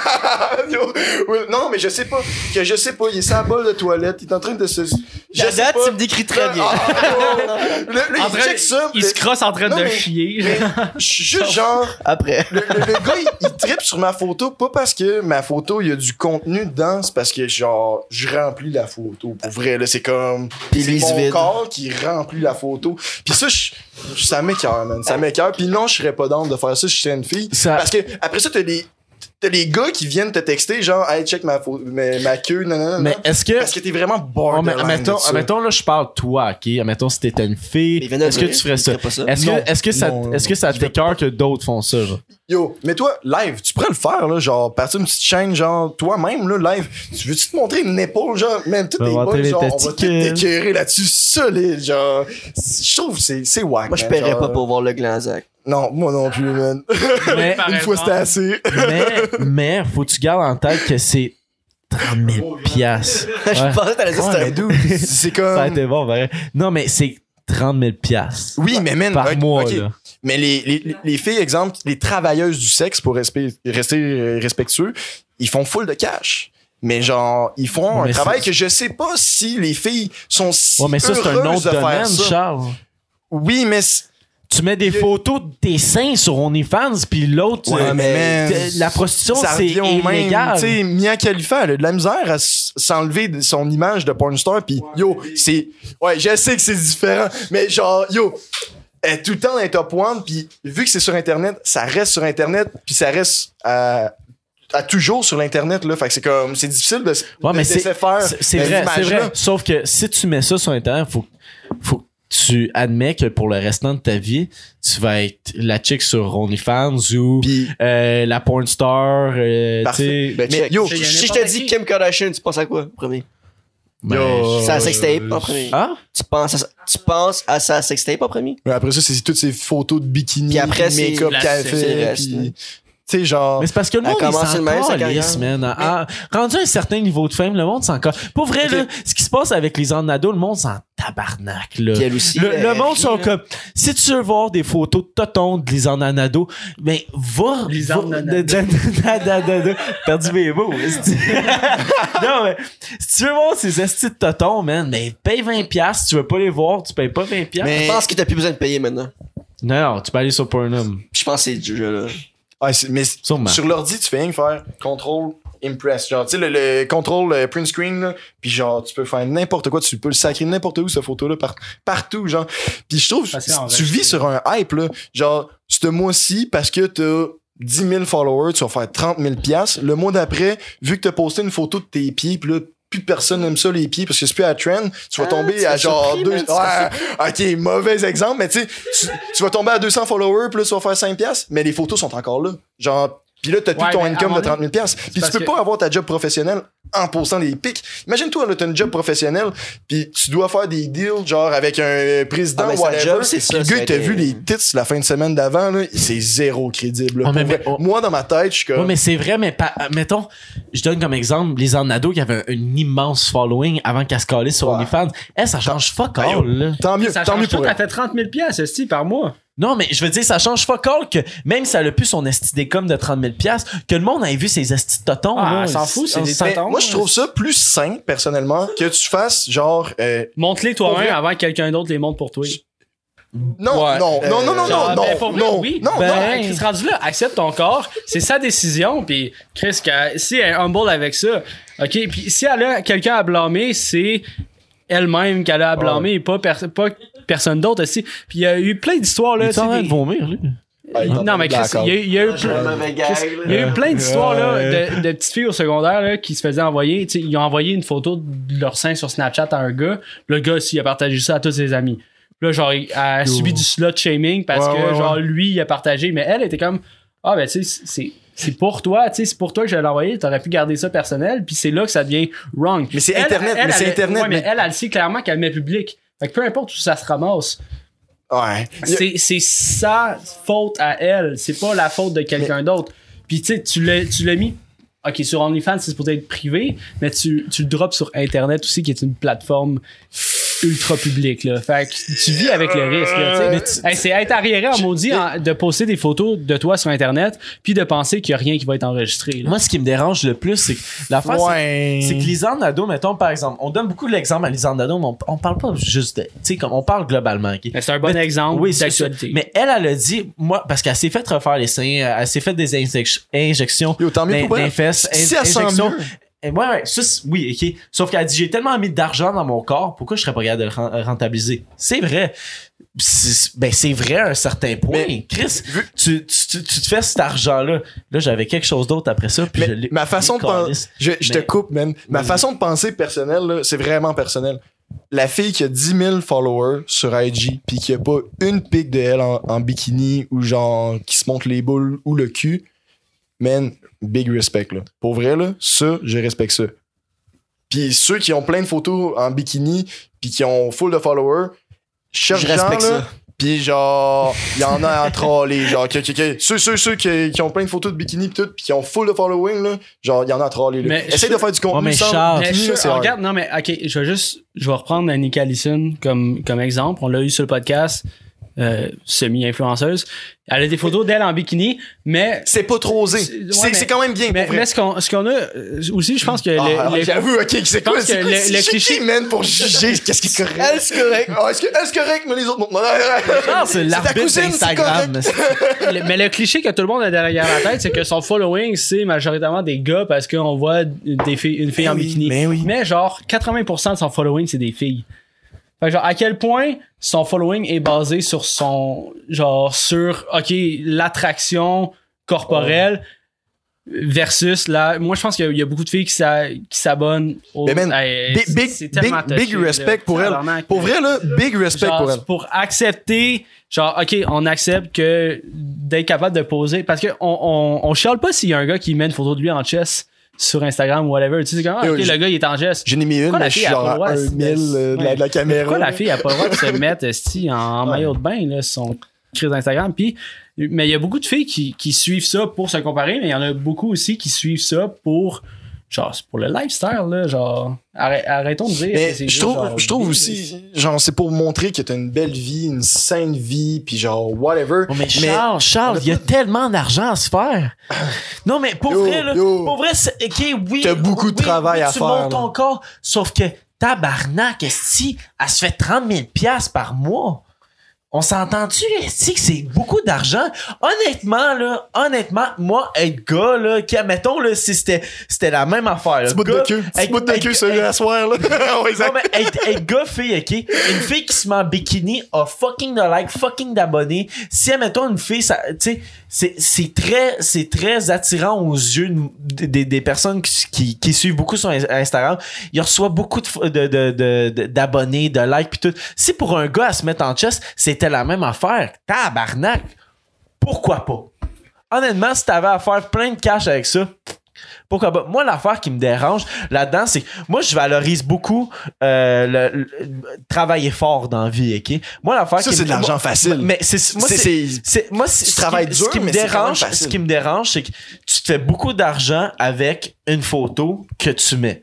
[SPEAKER 2] Yo, Will- non, mais je sais pas. Que je sais pas, il est sur la balle de toilette, il est en train de se. Je
[SPEAKER 3] La
[SPEAKER 2] sais
[SPEAKER 3] date,
[SPEAKER 2] pas.
[SPEAKER 3] tu me décris très bien.
[SPEAKER 2] Ah, oh. Là, là,
[SPEAKER 4] En
[SPEAKER 2] il
[SPEAKER 4] train-
[SPEAKER 2] check ça,
[SPEAKER 4] Il
[SPEAKER 2] le-
[SPEAKER 4] se crosse en train
[SPEAKER 2] Non,
[SPEAKER 4] de
[SPEAKER 2] mais-
[SPEAKER 4] chier.
[SPEAKER 2] mais je suis juste genre.
[SPEAKER 3] Après.
[SPEAKER 2] Le, le- le gars, il, il tripe sur ma photo, pas parce que ma photo, il y a du contenu dedans, c'est parce que genre, je remplis la photo. Pour vrai, là, c'est comme.
[SPEAKER 3] Puis
[SPEAKER 2] C'est
[SPEAKER 3] lui, il se
[SPEAKER 2] mon
[SPEAKER 3] vide.
[SPEAKER 2] corps qui remplit la photo. Puis ça, je- je- ça m'écœure, man. Ça m'écœure. Puis non, je serais pas down de faire ça si j'étais une fille.
[SPEAKER 1] Ça-
[SPEAKER 2] Parce que après ça, t'as les, t'as les gars qui viennent te texter, genre, hey, check ma, photo, ma, ma queue, non, non, non.
[SPEAKER 1] Mais est-ce que
[SPEAKER 2] Parce que t'es vraiment
[SPEAKER 1] Oh, mais
[SPEAKER 2] borderline.
[SPEAKER 1] admettons,
[SPEAKER 2] de ça.
[SPEAKER 1] admettons, là, je parle de toi, ok? Admettons, si t'étais une
[SPEAKER 3] Mais
[SPEAKER 1] fille,
[SPEAKER 3] il venait de
[SPEAKER 1] est-ce que
[SPEAKER 3] dire,
[SPEAKER 1] tu ferais
[SPEAKER 3] il
[SPEAKER 1] ça?
[SPEAKER 3] ferait pas ça.
[SPEAKER 1] Est-ce
[SPEAKER 2] Non.
[SPEAKER 1] que, est-ce que ça,
[SPEAKER 2] Non, non,
[SPEAKER 1] est-ce que ça t'écœure que d'autres font ça, genre?
[SPEAKER 2] Yo, mais toi, live, tu prends le faire, là, genre, partir une petite chaîne, genre, toi-même, là, live, tu veux-tu te montrer une épaule, genre, man, tout
[SPEAKER 1] On va
[SPEAKER 2] est bon,
[SPEAKER 1] montrer les
[SPEAKER 2] genre, on va tout
[SPEAKER 1] testicules.
[SPEAKER 2] t'écœurer là-dessus, solide, genre, je trouve que c'est, c'est whack.
[SPEAKER 3] Moi, je
[SPEAKER 2] man,
[SPEAKER 3] paierais
[SPEAKER 2] genre.
[SPEAKER 3] pas pour voir le glanzac.
[SPEAKER 2] Non, moi non plus, man.
[SPEAKER 1] Mais,
[SPEAKER 4] Par
[SPEAKER 2] une fois, c'était
[SPEAKER 4] exemple.
[SPEAKER 2] assez.
[SPEAKER 1] mais, mais, faut que tu gardes en tête que c'est 30 000 piastres.
[SPEAKER 3] Je
[SPEAKER 1] Ouais.
[SPEAKER 3] pensais que t'allais dire
[SPEAKER 2] Ouais,
[SPEAKER 3] c'était
[SPEAKER 2] mais
[SPEAKER 3] un
[SPEAKER 2] dude, c'est
[SPEAKER 1] Ça a
[SPEAKER 2] comme...
[SPEAKER 1] été bon, vrai. Non, mais c'est 30 000 piastres
[SPEAKER 2] Oui, mais man,
[SPEAKER 1] par
[SPEAKER 2] ok,
[SPEAKER 1] mois,
[SPEAKER 2] ok.
[SPEAKER 1] là.
[SPEAKER 2] Mais les, les, les filles, exemple, les travailleuses du sexe, pour respe- rester euh, respectueux, ils font full de cash. Mais genre, ils font
[SPEAKER 1] Ouais, mais
[SPEAKER 2] un travail
[SPEAKER 1] c'est-
[SPEAKER 2] que je sais pas si les filles sont si
[SPEAKER 1] Ouais, mais ça, c'est un
[SPEAKER 2] heureuses
[SPEAKER 1] autre
[SPEAKER 2] de faire
[SPEAKER 1] domaine,
[SPEAKER 2] ça.
[SPEAKER 1] Charles.
[SPEAKER 2] Oui, mais c-
[SPEAKER 1] Tu mets des
[SPEAKER 2] Que-
[SPEAKER 1] photos de tes seins sur OnlyFans, puis l'autre,
[SPEAKER 2] Ouais,
[SPEAKER 1] euh,
[SPEAKER 2] mais man,
[SPEAKER 1] t- la prostitution,
[SPEAKER 2] ça
[SPEAKER 1] c'est
[SPEAKER 2] revient au même.
[SPEAKER 1] illégal.
[SPEAKER 2] Tu sais, Mia Khalifa, elle a de la misère à s- s'enlever de son image de pornstar. Puis yo, c'est. Ouais, je sais que c'est différent, mais genre, yo. Elle est tout le temps dans les top one, puis vu que c'est sur Internet, ça reste sur Internet, puis ça reste à, à toujours sur l'Internet, là. Fait que c'est comme, c'est difficile de, s-
[SPEAKER 1] Ouais,
[SPEAKER 2] de
[SPEAKER 1] mais
[SPEAKER 2] laisser faire.
[SPEAKER 1] C'est- C'est
[SPEAKER 2] cette
[SPEAKER 1] vrai, c'est
[SPEAKER 2] image-là.
[SPEAKER 1] vrai. Sauf que si tu mets ça sur Internet, faut, faut que tu admets que pour le restant de ta vie, tu vas être la chick sur OnlyFans ou
[SPEAKER 2] Puis,
[SPEAKER 1] euh, la porn star. euh, tu sais.
[SPEAKER 2] parfait. Ben,
[SPEAKER 3] Mais
[SPEAKER 2] check. yo,
[SPEAKER 4] C'est- y a
[SPEAKER 3] Si je te
[SPEAKER 4] n'importe
[SPEAKER 3] dis
[SPEAKER 4] qui.
[SPEAKER 3] Kim Kardashian, tu penses à quoi, premier?
[SPEAKER 1] Ben,
[SPEAKER 2] Yo. euh,
[SPEAKER 1] je-
[SPEAKER 3] C'est la sextape, en premier.
[SPEAKER 1] Hein?
[SPEAKER 3] Tu penses à ça- Tu pense à sa sextape en premier.
[SPEAKER 2] Mais après ça, c'est toutes ces photos de bikini,
[SPEAKER 3] Puis après,
[SPEAKER 2] de
[SPEAKER 3] c'est
[SPEAKER 2] make-up
[SPEAKER 4] la-
[SPEAKER 2] qu'elle
[SPEAKER 3] c'est le
[SPEAKER 2] fait.
[SPEAKER 3] reste,
[SPEAKER 2] puis- Tu sais, genre.
[SPEAKER 1] Mais c'est parce que le
[SPEAKER 3] Elle
[SPEAKER 1] monde, il
[SPEAKER 3] commence le même,
[SPEAKER 1] s'en
[SPEAKER 3] sa
[SPEAKER 1] calisse,
[SPEAKER 3] carrière.
[SPEAKER 1] man. Ah, rendu à un certain niveau de fame, le monde s'en calisse. Pour vrai,
[SPEAKER 2] Ok.
[SPEAKER 1] là, ce qui se passe avec les Ornado, le monde s'en tabarnak, là.
[SPEAKER 3] Puis elle aussi.
[SPEAKER 1] Euh, Le, le
[SPEAKER 3] elle
[SPEAKER 1] monde
[SPEAKER 3] rit,
[SPEAKER 1] sont
[SPEAKER 3] là.
[SPEAKER 1] comme si tu veux voir des photos de totons de Lisanne Nanado, ben va
[SPEAKER 4] Lisanne
[SPEAKER 1] va-
[SPEAKER 4] Nanado.
[SPEAKER 1] de- de- de- de- de- perdu mes mots. esti. non mais si tu veux voir ces estis de totons, man, ben paye 20 pièces, tu veux pas les voir, tu payes pas 20 pièces.
[SPEAKER 2] Mais-
[SPEAKER 3] Je pense que t'as plus besoin de payer maintenant.
[SPEAKER 1] Non, non, tu peux aller sur Pornhub,
[SPEAKER 3] Je pense que c'est du jeu, là.
[SPEAKER 2] Ouais, c'est- mais c'est-
[SPEAKER 1] sûrement.
[SPEAKER 2] sur l'ordi, tu fais rien que faire contrôle impress. Genre, tu sais, le, le contrôle euh, print screen, là, puis genre, tu peux faire n'importe quoi, tu peux le sacrer n'importe où, cette photo-là, par- partout, genre. Puis je trouve,
[SPEAKER 4] Facile à
[SPEAKER 2] tu
[SPEAKER 4] enregistrer.
[SPEAKER 2] vis sur un hype, là. Genre, ce mois-ci, parce que t'as 10 000 followers, tu vas faire 30 000 piastres. Le mois d'après, vu que t'as posté une photo de tes pieds, puis là, plus personne n'aime ça les pieds parce que c'est plus à trend, tu vas
[SPEAKER 3] Ah,
[SPEAKER 2] tomber
[SPEAKER 3] tu
[SPEAKER 2] à
[SPEAKER 3] vas
[SPEAKER 2] genre
[SPEAKER 3] surpris,
[SPEAKER 2] deux.
[SPEAKER 3] man, tu vas
[SPEAKER 2] Ouais, ok, mauvais exemple, mais tu sais, tu, tu vas tomber à 200 followers, puis là, tu vas faire 5 piastres, mais les photos sont encore là. Genre, puis là, t'as tout
[SPEAKER 4] Ouais,
[SPEAKER 2] ton
[SPEAKER 4] mais à un
[SPEAKER 2] income de
[SPEAKER 4] moment
[SPEAKER 2] 30 000 piastres. Puis tu
[SPEAKER 4] parce
[SPEAKER 2] peux
[SPEAKER 4] que-
[SPEAKER 2] pas avoir ta job professionnelle en postant des pics. Imagine-toi, là, t'as une job professionnelle, puis tu dois faire des deals, genre, avec un euh, président
[SPEAKER 3] Ah, mais
[SPEAKER 2] ou
[SPEAKER 3] sa
[SPEAKER 2] whatever.
[SPEAKER 3] job, c'est
[SPEAKER 2] Puis
[SPEAKER 3] ça,
[SPEAKER 2] le
[SPEAKER 3] ça
[SPEAKER 2] gars,
[SPEAKER 3] va
[SPEAKER 2] il t'a
[SPEAKER 3] être-
[SPEAKER 2] vu les tits la fin de semaine d'avant, là, c'est zéro crédible. là.
[SPEAKER 4] Ah,
[SPEAKER 1] Oh, mais-
[SPEAKER 2] Pour vrai.
[SPEAKER 1] mais- oh.
[SPEAKER 2] Moi, dans ma tête, je suis
[SPEAKER 1] Ouais,
[SPEAKER 2] comme...
[SPEAKER 1] mais c'est vrai, mais pa- mettons, je donne comme exemple les Ornado qui avaient un, un immense following avant qu'elle se calisse sur
[SPEAKER 2] Ouais. Ben,
[SPEAKER 1] OnlyFans. Eh, ça change fuck
[SPEAKER 2] Aïe,
[SPEAKER 1] all, là.
[SPEAKER 2] Tant mieux,
[SPEAKER 4] Ça
[SPEAKER 2] tant mieux
[SPEAKER 4] change tout,
[SPEAKER 2] pour
[SPEAKER 4] t'as
[SPEAKER 2] elle.
[SPEAKER 4] fait 30 000 piastres, esti, par mois.
[SPEAKER 1] Non, mais je veux dire, ça change fuck all que même si elle a plus son esti des coms de 30 000 que le monde ait vu ses esti de totons.
[SPEAKER 4] Ah,
[SPEAKER 1] là.
[SPEAKER 4] on s'en fout, c'est
[SPEAKER 1] On
[SPEAKER 4] des
[SPEAKER 1] s'en-
[SPEAKER 2] Mais
[SPEAKER 4] tontons.
[SPEAKER 2] moi, je trouve ça plus sain, personnellement, que tu fasses, genre... euh,
[SPEAKER 4] Montre-les
[SPEAKER 2] Pour vrai.
[SPEAKER 4] toi-même avant que quelqu'un d'autre les montre pour toi.
[SPEAKER 2] non,
[SPEAKER 1] Ouais.
[SPEAKER 2] non, non, non, non, non,
[SPEAKER 4] Genre, ben, pour
[SPEAKER 2] non,
[SPEAKER 4] vrai,
[SPEAKER 2] non,
[SPEAKER 4] oui.
[SPEAKER 2] non,
[SPEAKER 1] Ben,
[SPEAKER 2] non.
[SPEAKER 1] Hey.
[SPEAKER 4] Chris, rendu là, accepte ton corps, c'est sa décision, puis Chris, qu'elle- si elle est humble avec ça, ok, puis si elle a quelqu'un à blâmer, c'est elle-même qu'elle a à blâmer, et pas, per- pas personne d'autre aussi. Puis il y a eu plein d'histoires,
[SPEAKER 1] Il
[SPEAKER 4] là.
[SPEAKER 1] est en
[SPEAKER 4] tu sais,
[SPEAKER 1] train de
[SPEAKER 4] des-
[SPEAKER 1] vomir, lui.
[SPEAKER 2] Ah, il est en train
[SPEAKER 4] Non, mais
[SPEAKER 2] de
[SPEAKER 4] Chris, il y a, eu- il y a eu
[SPEAKER 3] J'ai un
[SPEAKER 4] plein...
[SPEAKER 3] mauvais gag,
[SPEAKER 4] Chris,
[SPEAKER 3] là.
[SPEAKER 4] Il y a eu plein d'histoires là,
[SPEAKER 1] Ouais.
[SPEAKER 4] de, de petites filles au secondaire là, qui se faisaient envoyer. tu sais, Ils ont envoyé une photo de leur sein sur Snapchat à un gars. Le gars aussi il a partagé ça à tous ses amis. Là, genre, il a subi du slot shaming parce
[SPEAKER 2] Ouais,
[SPEAKER 4] que,
[SPEAKER 2] ouais,
[SPEAKER 4] genre, lui, il a partagé. Mais elle était comme, ah, ben, tu sais, c'est. C'est pour toi, tu sais, c'est pour toi que je l'ai envoyé, t'aurais pu garder ça personnel, puis c'est là que ça devient wrong.
[SPEAKER 2] Mais c'est
[SPEAKER 4] Elle,
[SPEAKER 2] Internet,
[SPEAKER 4] elle,
[SPEAKER 2] mais c'est
[SPEAKER 4] elle-
[SPEAKER 2] Internet,
[SPEAKER 4] ouais, mais
[SPEAKER 2] mais-
[SPEAKER 4] elle, elle sait clairement qu'elle le met public. Fait que peu importe où ça se ramasse,
[SPEAKER 2] Ouais. Il y a-
[SPEAKER 4] c'est c'est sa faute à elle. C'est pas la faute de quelqu'un d'autre. Puis tu sais, tu l'as tu l'as mis. Ok, sur OnlyFans, c'est pour être privé, mais tu, tu le drops sur Internet aussi, qui est une plateforme ultra publique. Là. Fait que tu vis avec le risque. là, tu sais. Hey, c'est être arriéré en maudit en- de poster des photos de toi sur Internet, puis de penser qu'il n'y a rien qui va être enregistré. là.
[SPEAKER 1] Moi, ce qui me dérange le plus, c'est que l'affaire, c'est-
[SPEAKER 2] Ouais.
[SPEAKER 1] c'est que Lisanne Nadeau, mettons, par exemple, on donne beaucoup l'exemple à Lisanne Nadeau, mais on, on parle pas juste de. Tu sais, comme on parle globalement. ok?
[SPEAKER 4] Mais C'est un bon
[SPEAKER 1] Mais-
[SPEAKER 4] exemple
[SPEAKER 1] Oui, c'est
[SPEAKER 4] d'actualité.
[SPEAKER 1] ça. Mais elle, elle a dit, moi, parce qu'elle s'est fait refaire les seins, elle s'est fait des insec- injections.
[SPEAKER 2] Yo, tant mieux
[SPEAKER 1] d'in-
[SPEAKER 2] pour elle.
[SPEAKER 1] d'infestes,
[SPEAKER 2] Si
[SPEAKER 1] in-
[SPEAKER 2] elle sent
[SPEAKER 1] injections.
[SPEAKER 2] mieux.
[SPEAKER 1] Et Eh, ouais, ouais, ça, c'est- oui, ok. Sauf qu'elle dit, j'ai tellement mis d'argent dans mon corps, pourquoi je serais pas capable de le ren- euh, rentabiliser? C'est vrai. C'est- Ben, c'est vrai à un certain point.
[SPEAKER 2] Mais-
[SPEAKER 1] Chris,
[SPEAKER 2] vu-
[SPEAKER 1] tu, tu- tu- tu te fais cet argent-là. Là, j'avais quelque chose d'autre après ça, puis
[SPEAKER 2] Mais
[SPEAKER 1] je l'ai.
[SPEAKER 2] ma façon de
[SPEAKER 1] Calisse.
[SPEAKER 2] penser, je, je
[SPEAKER 1] Mais-
[SPEAKER 2] te coupe, man. Ma
[SPEAKER 1] Vas-y.
[SPEAKER 2] façon de penser personnelle, là, c'est vraiment personnel. La fille qui a 10 000 followers sur IG, puis qui a pas une pique de elle en, en bikini ou genre qui se monte les boules ou le cul, man, big respect, là. Pour vrai, là, ça, je respecte ça. Puis ceux qui ont plein de photos en bikini, puis qui ont full de followers, cherche
[SPEAKER 3] Je respecte
[SPEAKER 2] gens, là,
[SPEAKER 3] ça.
[SPEAKER 2] Pis genre, il y en a à troller, genre, que- que- que- ceux, ceux, ceux qui, qui ont plein de photos de bikini pis tout, pis qui ont full de following, là, genre, il y en a à troller, là.
[SPEAKER 4] Mais
[SPEAKER 2] Essaye
[SPEAKER 4] je-
[SPEAKER 2] de faire du contenu
[SPEAKER 1] Ouais, mais
[SPEAKER 2] sans
[SPEAKER 1] Charles,
[SPEAKER 4] Mais
[SPEAKER 2] bikini,
[SPEAKER 4] je-
[SPEAKER 2] là, Ah, c'est hard.
[SPEAKER 4] regarde, non, mais ok, je vais juste, je vais reprendre Annie Allison comme, comme exemple. On l'a eu sur le podcast, euh, semi-influenceuse. Elle a des photos d'elle en bikini, mais.
[SPEAKER 2] C'est pas trop osé.
[SPEAKER 4] C'est- ouais,
[SPEAKER 2] C'est
[SPEAKER 4] mais-
[SPEAKER 2] c'est quand même bien,
[SPEAKER 4] Mais,
[SPEAKER 2] pour vrai.
[SPEAKER 4] mais ce qu'on ce qu'on a euh, aussi, je pense que.
[SPEAKER 2] Ah,
[SPEAKER 4] le-
[SPEAKER 2] alors,
[SPEAKER 4] le-
[SPEAKER 2] J'avoue, ok, c'est quoi,
[SPEAKER 4] pense
[SPEAKER 2] c'est
[SPEAKER 4] que
[SPEAKER 2] quoi
[SPEAKER 4] le-
[SPEAKER 2] c'est-
[SPEAKER 4] le
[SPEAKER 2] c'est
[SPEAKER 4] cliché-
[SPEAKER 2] qui, man, pour juger qu'est-ce qui est correct?
[SPEAKER 3] Elle, c'est correct.
[SPEAKER 2] Ah, est-ce que est-ce correct, mais les autres, non, non, non, non,
[SPEAKER 1] Ah, c'est
[SPEAKER 2] ta
[SPEAKER 1] l'arbitre
[SPEAKER 2] cousine, c'est
[SPEAKER 1] d'Instagram.
[SPEAKER 4] le- mais le cliché que tout le monde a derrière la tête, c'est que son following, c'est majoritairement des gars parce qu'on voit des filles, une
[SPEAKER 2] Eh
[SPEAKER 4] fille
[SPEAKER 1] Mais
[SPEAKER 4] en
[SPEAKER 1] oui,
[SPEAKER 4] bikini.
[SPEAKER 1] mais oui.
[SPEAKER 4] genre, 80% de son following, c'est des filles. Fait que genre, à quel point son following est basé sur son. Genre, sur, OK, l'attraction corporelle. Versus la. Moi, je pense qu'il y a- il y a beaucoup de filles qui s'a- qui s'abonnent au.
[SPEAKER 2] Mais man,
[SPEAKER 4] Hey,
[SPEAKER 2] big-
[SPEAKER 4] c'est-
[SPEAKER 2] big-
[SPEAKER 4] c'est tellement
[SPEAKER 2] big- big
[SPEAKER 4] touché, là.
[SPEAKER 2] respect pour elle.
[SPEAKER 4] Tabarnak.
[SPEAKER 2] Pour vrai, là, big respect
[SPEAKER 4] Genre,
[SPEAKER 2] pour elle.
[SPEAKER 4] c'est accepter, genre, OK, on accepte que d'être capable de poser. Parce qu'on on, on, on chiale pas s'il y a un gars qui met une photo de lui en chess sur Instagram ou whatever. Tu sais, c'est comme, ah,
[SPEAKER 2] Yo,
[SPEAKER 4] ok,
[SPEAKER 2] j'ai-
[SPEAKER 4] le gars, il est en geste.
[SPEAKER 2] J'en ai mis une,
[SPEAKER 4] Pourquoi la
[SPEAKER 2] mais je suis
[SPEAKER 4] fille a
[SPEAKER 2] genre
[SPEAKER 4] pas le
[SPEAKER 2] à
[SPEAKER 4] droit à
[SPEAKER 2] 1000 euh, de la, de la caméra.
[SPEAKER 4] Pourquoi la fille n'a pas le droit de se mettre esti, en
[SPEAKER 2] Ouais.
[SPEAKER 4] maillot de bain, là, sur son crise d'Instagram? Puis, mais il y a beaucoup de filles qui, qui suivent ça pour se comparer, mais il y en a beaucoup aussi qui suivent ça pour. Genre, c'est pour le lifestyle, là. Genre, Arrête- arrêtons de dire.
[SPEAKER 2] Mais
[SPEAKER 4] que c'est
[SPEAKER 2] je
[SPEAKER 4] juste,
[SPEAKER 2] trouve,
[SPEAKER 4] genre,
[SPEAKER 2] je trouve
[SPEAKER 4] des-
[SPEAKER 2] aussi, genre, c'est pour montrer que t'as une belle vie, une saine vie, puis genre, whatever.
[SPEAKER 1] Oh, mais Charles, Charles, il y a tellement d'argent à se faire. Non, mais pour
[SPEAKER 2] Yo,
[SPEAKER 1] vrai, là,
[SPEAKER 2] yo.
[SPEAKER 1] pour vrai, c'est- ok, oui.
[SPEAKER 2] T'as beaucoup de
[SPEAKER 1] oui,
[SPEAKER 2] travail
[SPEAKER 1] oui,
[SPEAKER 2] à
[SPEAKER 1] tu
[SPEAKER 2] faire,
[SPEAKER 1] montes
[SPEAKER 2] là.
[SPEAKER 1] ton corps, sauf que tabarnak, si elle se fait 30 000 piastres par mois. On s'entend-tu, esti, que c'est beaucoup d'argent? Honnêtement, là, honnêtement, moi, être gars, là, qui, admettons, là, si c'était, c'était la même affaire, là.
[SPEAKER 2] Petit bout de
[SPEAKER 1] Gars,
[SPEAKER 2] cul, petit
[SPEAKER 1] hey,
[SPEAKER 2] bout de
[SPEAKER 1] hey,
[SPEAKER 2] cul,
[SPEAKER 1] hey,
[SPEAKER 2] celui à soir, là. Ouais,
[SPEAKER 1] non,
[SPEAKER 2] exact.
[SPEAKER 1] mais être, être gars, fille, ok? Une fille qui se met en bikini a fucking de likes, fucking d'abonnés. Si, admettons, une fille, ça, tu sais, c'est, c'est très, c'est très attirant aux yeux de- des, des personnes qui, qui, qui suivent beaucoup sur Ins- Instagram. Il reçoit beaucoup de, fo- de, de, de- de- d'abonnés, de likes, pis tout. Si pour un gars à se mettre en chest, c'était la même affaire, tabarnak, pourquoi pas? Honnêtement, si t'avais à faire plein de cash avec ça, pourquoi pas? Moi, l'affaire qui me dérange là-dedans, c'est que moi, je valorise beaucoup euh, le, le- travailler fort dans la vie, OK? Moi, l'affaire
[SPEAKER 2] Ça,
[SPEAKER 1] qui
[SPEAKER 2] c'est
[SPEAKER 1] me-
[SPEAKER 2] de l'argent facile.
[SPEAKER 1] Mais c'est... Moi,
[SPEAKER 2] C'est-
[SPEAKER 1] c'est-
[SPEAKER 2] c'est-
[SPEAKER 1] c'est- moi, c'est-
[SPEAKER 2] Tu
[SPEAKER 1] ce qui-
[SPEAKER 2] travailles
[SPEAKER 1] ce
[SPEAKER 2] dur,
[SPEAKER 1] qui me
[SPEAKER 2] mais c'est quand même
[SPEAKER 1] dérange,
[SPEAKER 2] facile.
[SPEAKER 1] ce qui me dérange, c'est que tu te fais beaucoup d'argent avec une photo que tu mets.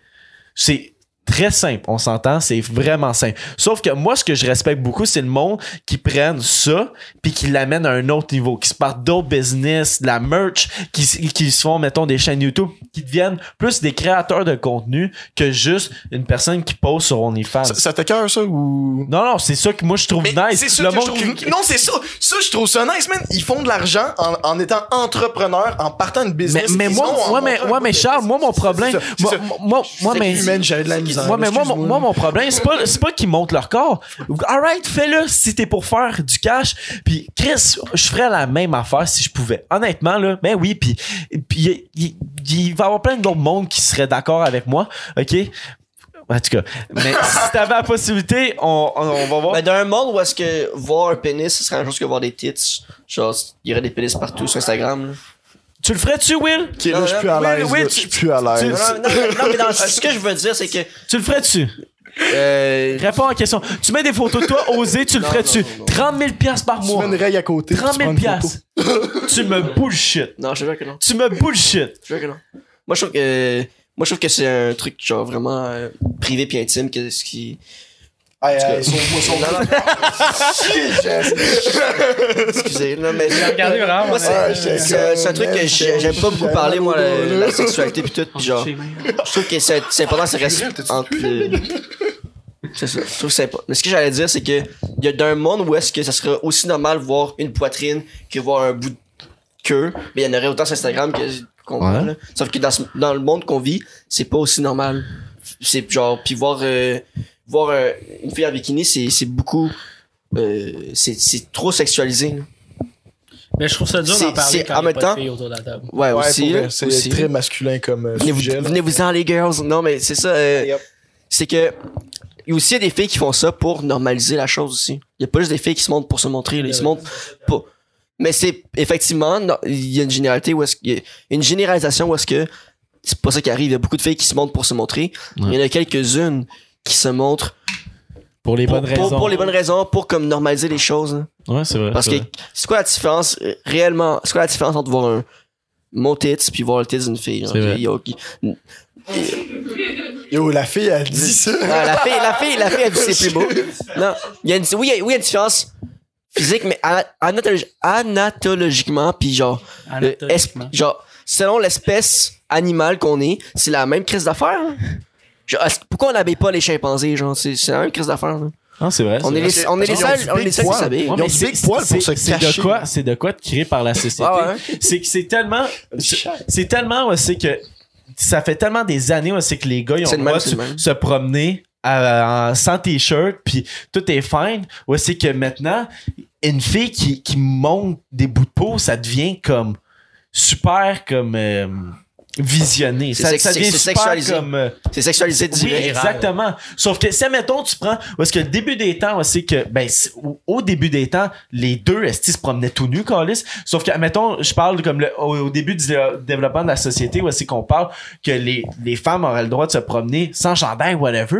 [SPEAKER 1] C'est très simple, on s'entend, c'est vraiment simple. Sauf que moi, ce que je respecte beaucoup, c'est le monde qui prenne ça puis qui l'amène à un autre niveau, qui se partent d'autres business, de la merch, qui, s- qui se font, mettons, des chaînes YouTube, qui deviennent plus des créateurs de contenu que juste une personne qui pose sur OnlyFans.
[SPEAKER 2] Ça, ça t'écoeure, ça, ou.
[SPEAKER 1] Non, non, c'est ça que moi, je trouve
[SPEAKER 2] Mais
[SPEAKER 1] Ah. nice.
[SPEAKER 2] c'est ça
[SPEAKER 1] Le
[SPEAKER 2] que
[SPEAKER 1] monde
[SPEAKER 2] je trouve-
[SPEAKER 1] qui-
[SPEAKER 2] Non, c'est ça. Ça, je trouve ça nice, man. Ils font de l'argent en, en étant entrepreneur, en partant de
[SPEAKER 1] Mais,
[SPEAKER 2] business.
[SPEAKER 1] mais
[SPEAKER 2] Ils
[SPEAKER 1] moi,
[SPEAKER 2] ont en
[SPEAKER 1] moi, mais,
[SPEAKER 2] montant un
[SPEAKER 1] moi,
[SPEAKER 2] bout
[SPEAKER 1] mais
[SPEAKER 2] de
[SPEAKER 1] Charles,
[SPEAKER 2] business.
[SPEAKER 1] moi, mon
[SPEAKER 2] C'est
[SPEAKER 1] problème,
[SPEAKER 2] ça, c'est
[SPEAKER 1] moi,
[SPEAKER 2] ça.
[SPEAKER 1] moi, moi,
[SPEAKER 2] C'est
[SPEAKER 1] mais,
[SPEAKER 2] humaine, j'avais de la misère.
[SPEAKER 1] moi, mais moi, mon-
[SPEAKER 2] Excuse-moi.
[SPEAKER 1] moi, mon problème, c'est pas, c'est pas qu'ils montent leur corps. Alright, fais-le si t'es pour faire du cash. Puis, Chris, je ferais la même affaire si je pouvais. Honnêtement, là, ben oui, puis, puis il, il- il va y avoir plein d'autres mondes qui seraient d'accord avec moi, ok? En tout cas, mais si t'avais la possibilité, on, on- on va voir.
[SPEAKER 3] Ben, dans un monde où est-ce que voir un pénis, ce serait la même chose que voir des tits. Genre, il y aurait des pénis partout sur Instagram. là.
[SPEAKER 1] tu le ferais-tu, Will?
[SPEAKER 2] Ok, là, je suis plus à
[SPEAKER 1] Oui,
[SPEAKER 2] l'aise.
[SPEAKER 1] oui,
[SPEAKER 2] là.
[SPEAKER 1] tu-
[SPEAKER 2] Je suis plus à
[SPEAKER 1] tu-
[SPEAKER 3] Non,
[SPEAKER 2] l'aise.
[SPEAKER 3] non, non, mais- non, mais dans- ce que je veux dire, c'est que.
[SPEAKER 1] Tu le ferais-tu?
[SPEAKER 3] euh,
[SPEAKER 1] Réponds à la question. Tu mets des photos de toi, osé, tu le
[SPEAKER 3] Non,
[SPEAKER 1] ferais-tu?
[SPEAKER 3] non, non, non.
[SPEAKER 1] 30 000 piastres par
[SPEAKER 2] Tu
[SPEAKER 1] mois.
[SPEAKER 2] mets une raie à côté. tu
[SPEAKER 1] 30
[SPEAKER 2] prends
[SPEAKER 1] 000
[SPEAKER 2] une photo.
[SPEAKER 1] piastres. tu me bullshit.
[SPEAKER 3] non, je te jure que non.
[SPEAKER 1] Tu me bullshit.
[SPEAKER 3] Je te jure que non. Moi, je trouve que. Moi, je trouve que c'est un truc, genre, vraiment euh, privé puis intime. Que, ce qui...
[SPEAKER 2] Hey, euh, hey, sauve-moi, sauve-moi.
[SPEAKER 3] Non, non.
[SPEAKER 2] Shit, Jess.
[SPEAKER 3] Excusez, non, mais.
[SPEAKER 4] regardé vraiment,
[SPEAKER 3] Moi, c'est
[SPEAKER 2] ouais,
[SPEAKER 3] c'est-
[SPEAKER 2] j'étais
[SPEAKER 3] c'est un
[SPEAKER 2] comme,
[SPEAKER 3] truc que
[SPEAKER 2] man,
[SPEAKER 3] j'ai- j'aime pas beaucoup
[SPEAKER 2] j'avais
[SPEAKER 3] parler,
[SPEAKER 2] mal
[SPEAKER 3] moi,
[SPEAKER 2] au dos,
[SPEAKER 3] la,
[SPEAKER 2] là.
[SPEAKER 3] la sexualité pis tout. pis genre, je trouve que c'est c'est important de se respecter entre. le- C'est ça. Je trouve que c'est important. Mais ce que j'allais dire, c'est que il y a d'un monde où est-ce que ça serait aussi normal de voir une poitrine que voir un bout de queue, mais il y en aurait autant sur Instagram que qu'on voit,
[SPEAKER 1] Ouais.
[SPEAKER 3] là. Sauf que dans, ce- dans le monde qu'on vit, c'est pas aussi normal. C'est genre, puis voir, euh, voir euh, une fille en bikini, c'est c'est beaucoup. euh, c'est c'est trop sexualisé. là.
[SPEAKER 4] Mais je trouve ça dur
[SPEAKER 3] C'est-
[SPEAKER 4] d'en parler
[SPEAKER 3] c'est-
[SPEAKER 4] quand
[SPEAKER 3] en
[SPEAKER 4] il y a
[SPEAKER 3] même
[SPEAKER 4] pas
[SPEAKER 3] temps-
[SPEAKER 4] de filles autour de la table.
[SPEAKER 3] Ouais,
[SPEAKER 2] Ouais,
[SPEAKER 3] aussi.
[SPEAKER 2] pour
[SPEAKER 3] là,
[SPEAKER 1] hein,
[SPEAKER 2] vrai, C'est
[SPEAKER 3] aussi.
[SPEAKER 2] très masculin comme euh,
[SPEAKER 3] Venez-vous-
[SPEAKER 2] sujet. là.
[SPEAKER 3] Venez-vous-en, les girls. Non, mais c'est ça. euh,
[SPEAKER 2] Yep.
[SPEAKER 3] C'est que. Il y a aussi des filles qui font ça pour normaliser la chose aussi. Il y a pas juste des filles qui se montrent pour se montrer. là, Ils se montrent pour. Mais c'est effectivement, non, il y a une généralité où est-ce qu'il y a une généralisation où est-ce que c'est pas ça qui arrive. Il y a beaucoup de filles qui se montrent pour se montrer.
[SPEAKER 1] Ouais.
[SPEAKER 3] Il y en a quelques-unes qui se montrent
[SPEAKER 1] Pour les
[SPEAKER 3] pour, pour- pour les bonnes raisons, pour comme normaliser les choses. hein.
[SPEAKER 1] Ouais, c'est vrai.
[SPEAKER 3] Parce que
[SPEAKER 1] c'est vrai.
[SPEAKER 3] c'est quoi la différence euh, réellement C'est quoi la différence entre voir un mon tits puis voir le tits d'une fille genre,
[SPEAKER 1] C'est vrai.
[SPEAKER 3] il y a- il-
[SPEAKER 2] Yo, la fille, elle dit ça.
[SPEAKER 3] Ah, la fille, la fille, la fille, elle dit c'est plus beau. Non, il y a une, oui, il y a- oui, il y a une différence physique, mais ana- anatologi- anatologiquement, puis genre, le es-
[SPEAKER 4] Anatomiquement.
[SPEAKER 3] genre, selon l'espèce animale qu'on est, c'est la même crise d'affaires. hein. Genre, est-ce- pourquoi on n'habille pas les chimpanzés, genre, c'est c'est la même crise d'affaires. hein. là.
[SPEAKER 1] Non, c'est vrai.
[SPEAKER 3] On
[SPEAKER 1] c'est
[SPEAKER 3] est
[SPEAKER 1] vrai.
[SPEAKER 3] les, on est les
[SPEAKER 2] Parce qu'ils ont
[SPEAKER 3] seuls,
[SPEAKER 2] du
[SPEAKER 3] on est les
[SPEAKER 2] big
[SPEAKER 3] seuls qui
[SPEAKER 2] poil.
[SPEAKER 3] s'habillent.
[SPEAKER 1] Ouais,
[SPEAKER 2] Ils ont
[SPEAKER 1] mais
[SPEAKER 2] du
[SPEAKER 1] c'est-
[SPEAKER 2] big poil pour
[SPEAKER 1] c'est-
[SPEAKER 2] se
[SPEAKER 1] c'est de
[SPEAKER 2] cacher.
[SPEAKER 1] quoi c'est de quoi de créé par la société
[SPEAKER 3] Ah ouais.
[SPEAKER 1] c'est que c'est tellement c'est- c'est tellement ouais, c'est que ça fait tellement des années ouais, c'est que les gars ils ont
[SPEAKER 3] C'est
[SPEAKER 1] le
[SPEAKER 3] le même,
[SPEAKER 1] droit de
[SPEAKER 3] c'est
[SPEAKER 1] se,
[SPEAKER 3] le même.
[SPEAKER 1] se promener à- en- sans t-shirt puis tout est fine ouais, c'est que maintenant une fille qui, qui monte des bouts de peau ça devient comme super comme euh, visionné.
[SPEAKER 3] C'est
[SPEAKER 1] Ça,
[SPEAKER 3] sex-
[SPEAKER 1] ça devient
[SPEAKER 3] c'est
[SPEAKER 1] super
[SPEAKER 3] sexualisé.
[SPEAKER 1] comme... euh,
[SPEAKER 3] hein. C'est sexualisé
[SPEAKER 1] oui,
[SPEAKER 3] direct.
[SPEAKER 1] exactement. Sauf que si, admettons, tu prends. Parce que le début des temps, c'est que. Ben, c'est- au, au début des temps, les deux estis se promenaient tout nus, Calis. Sauf que, admettons, je parle comme le, au, au début du euh, développement de la société, où c'est qu'on parle que les, les femmes auraient le droit de se promener sans chandail, whatever.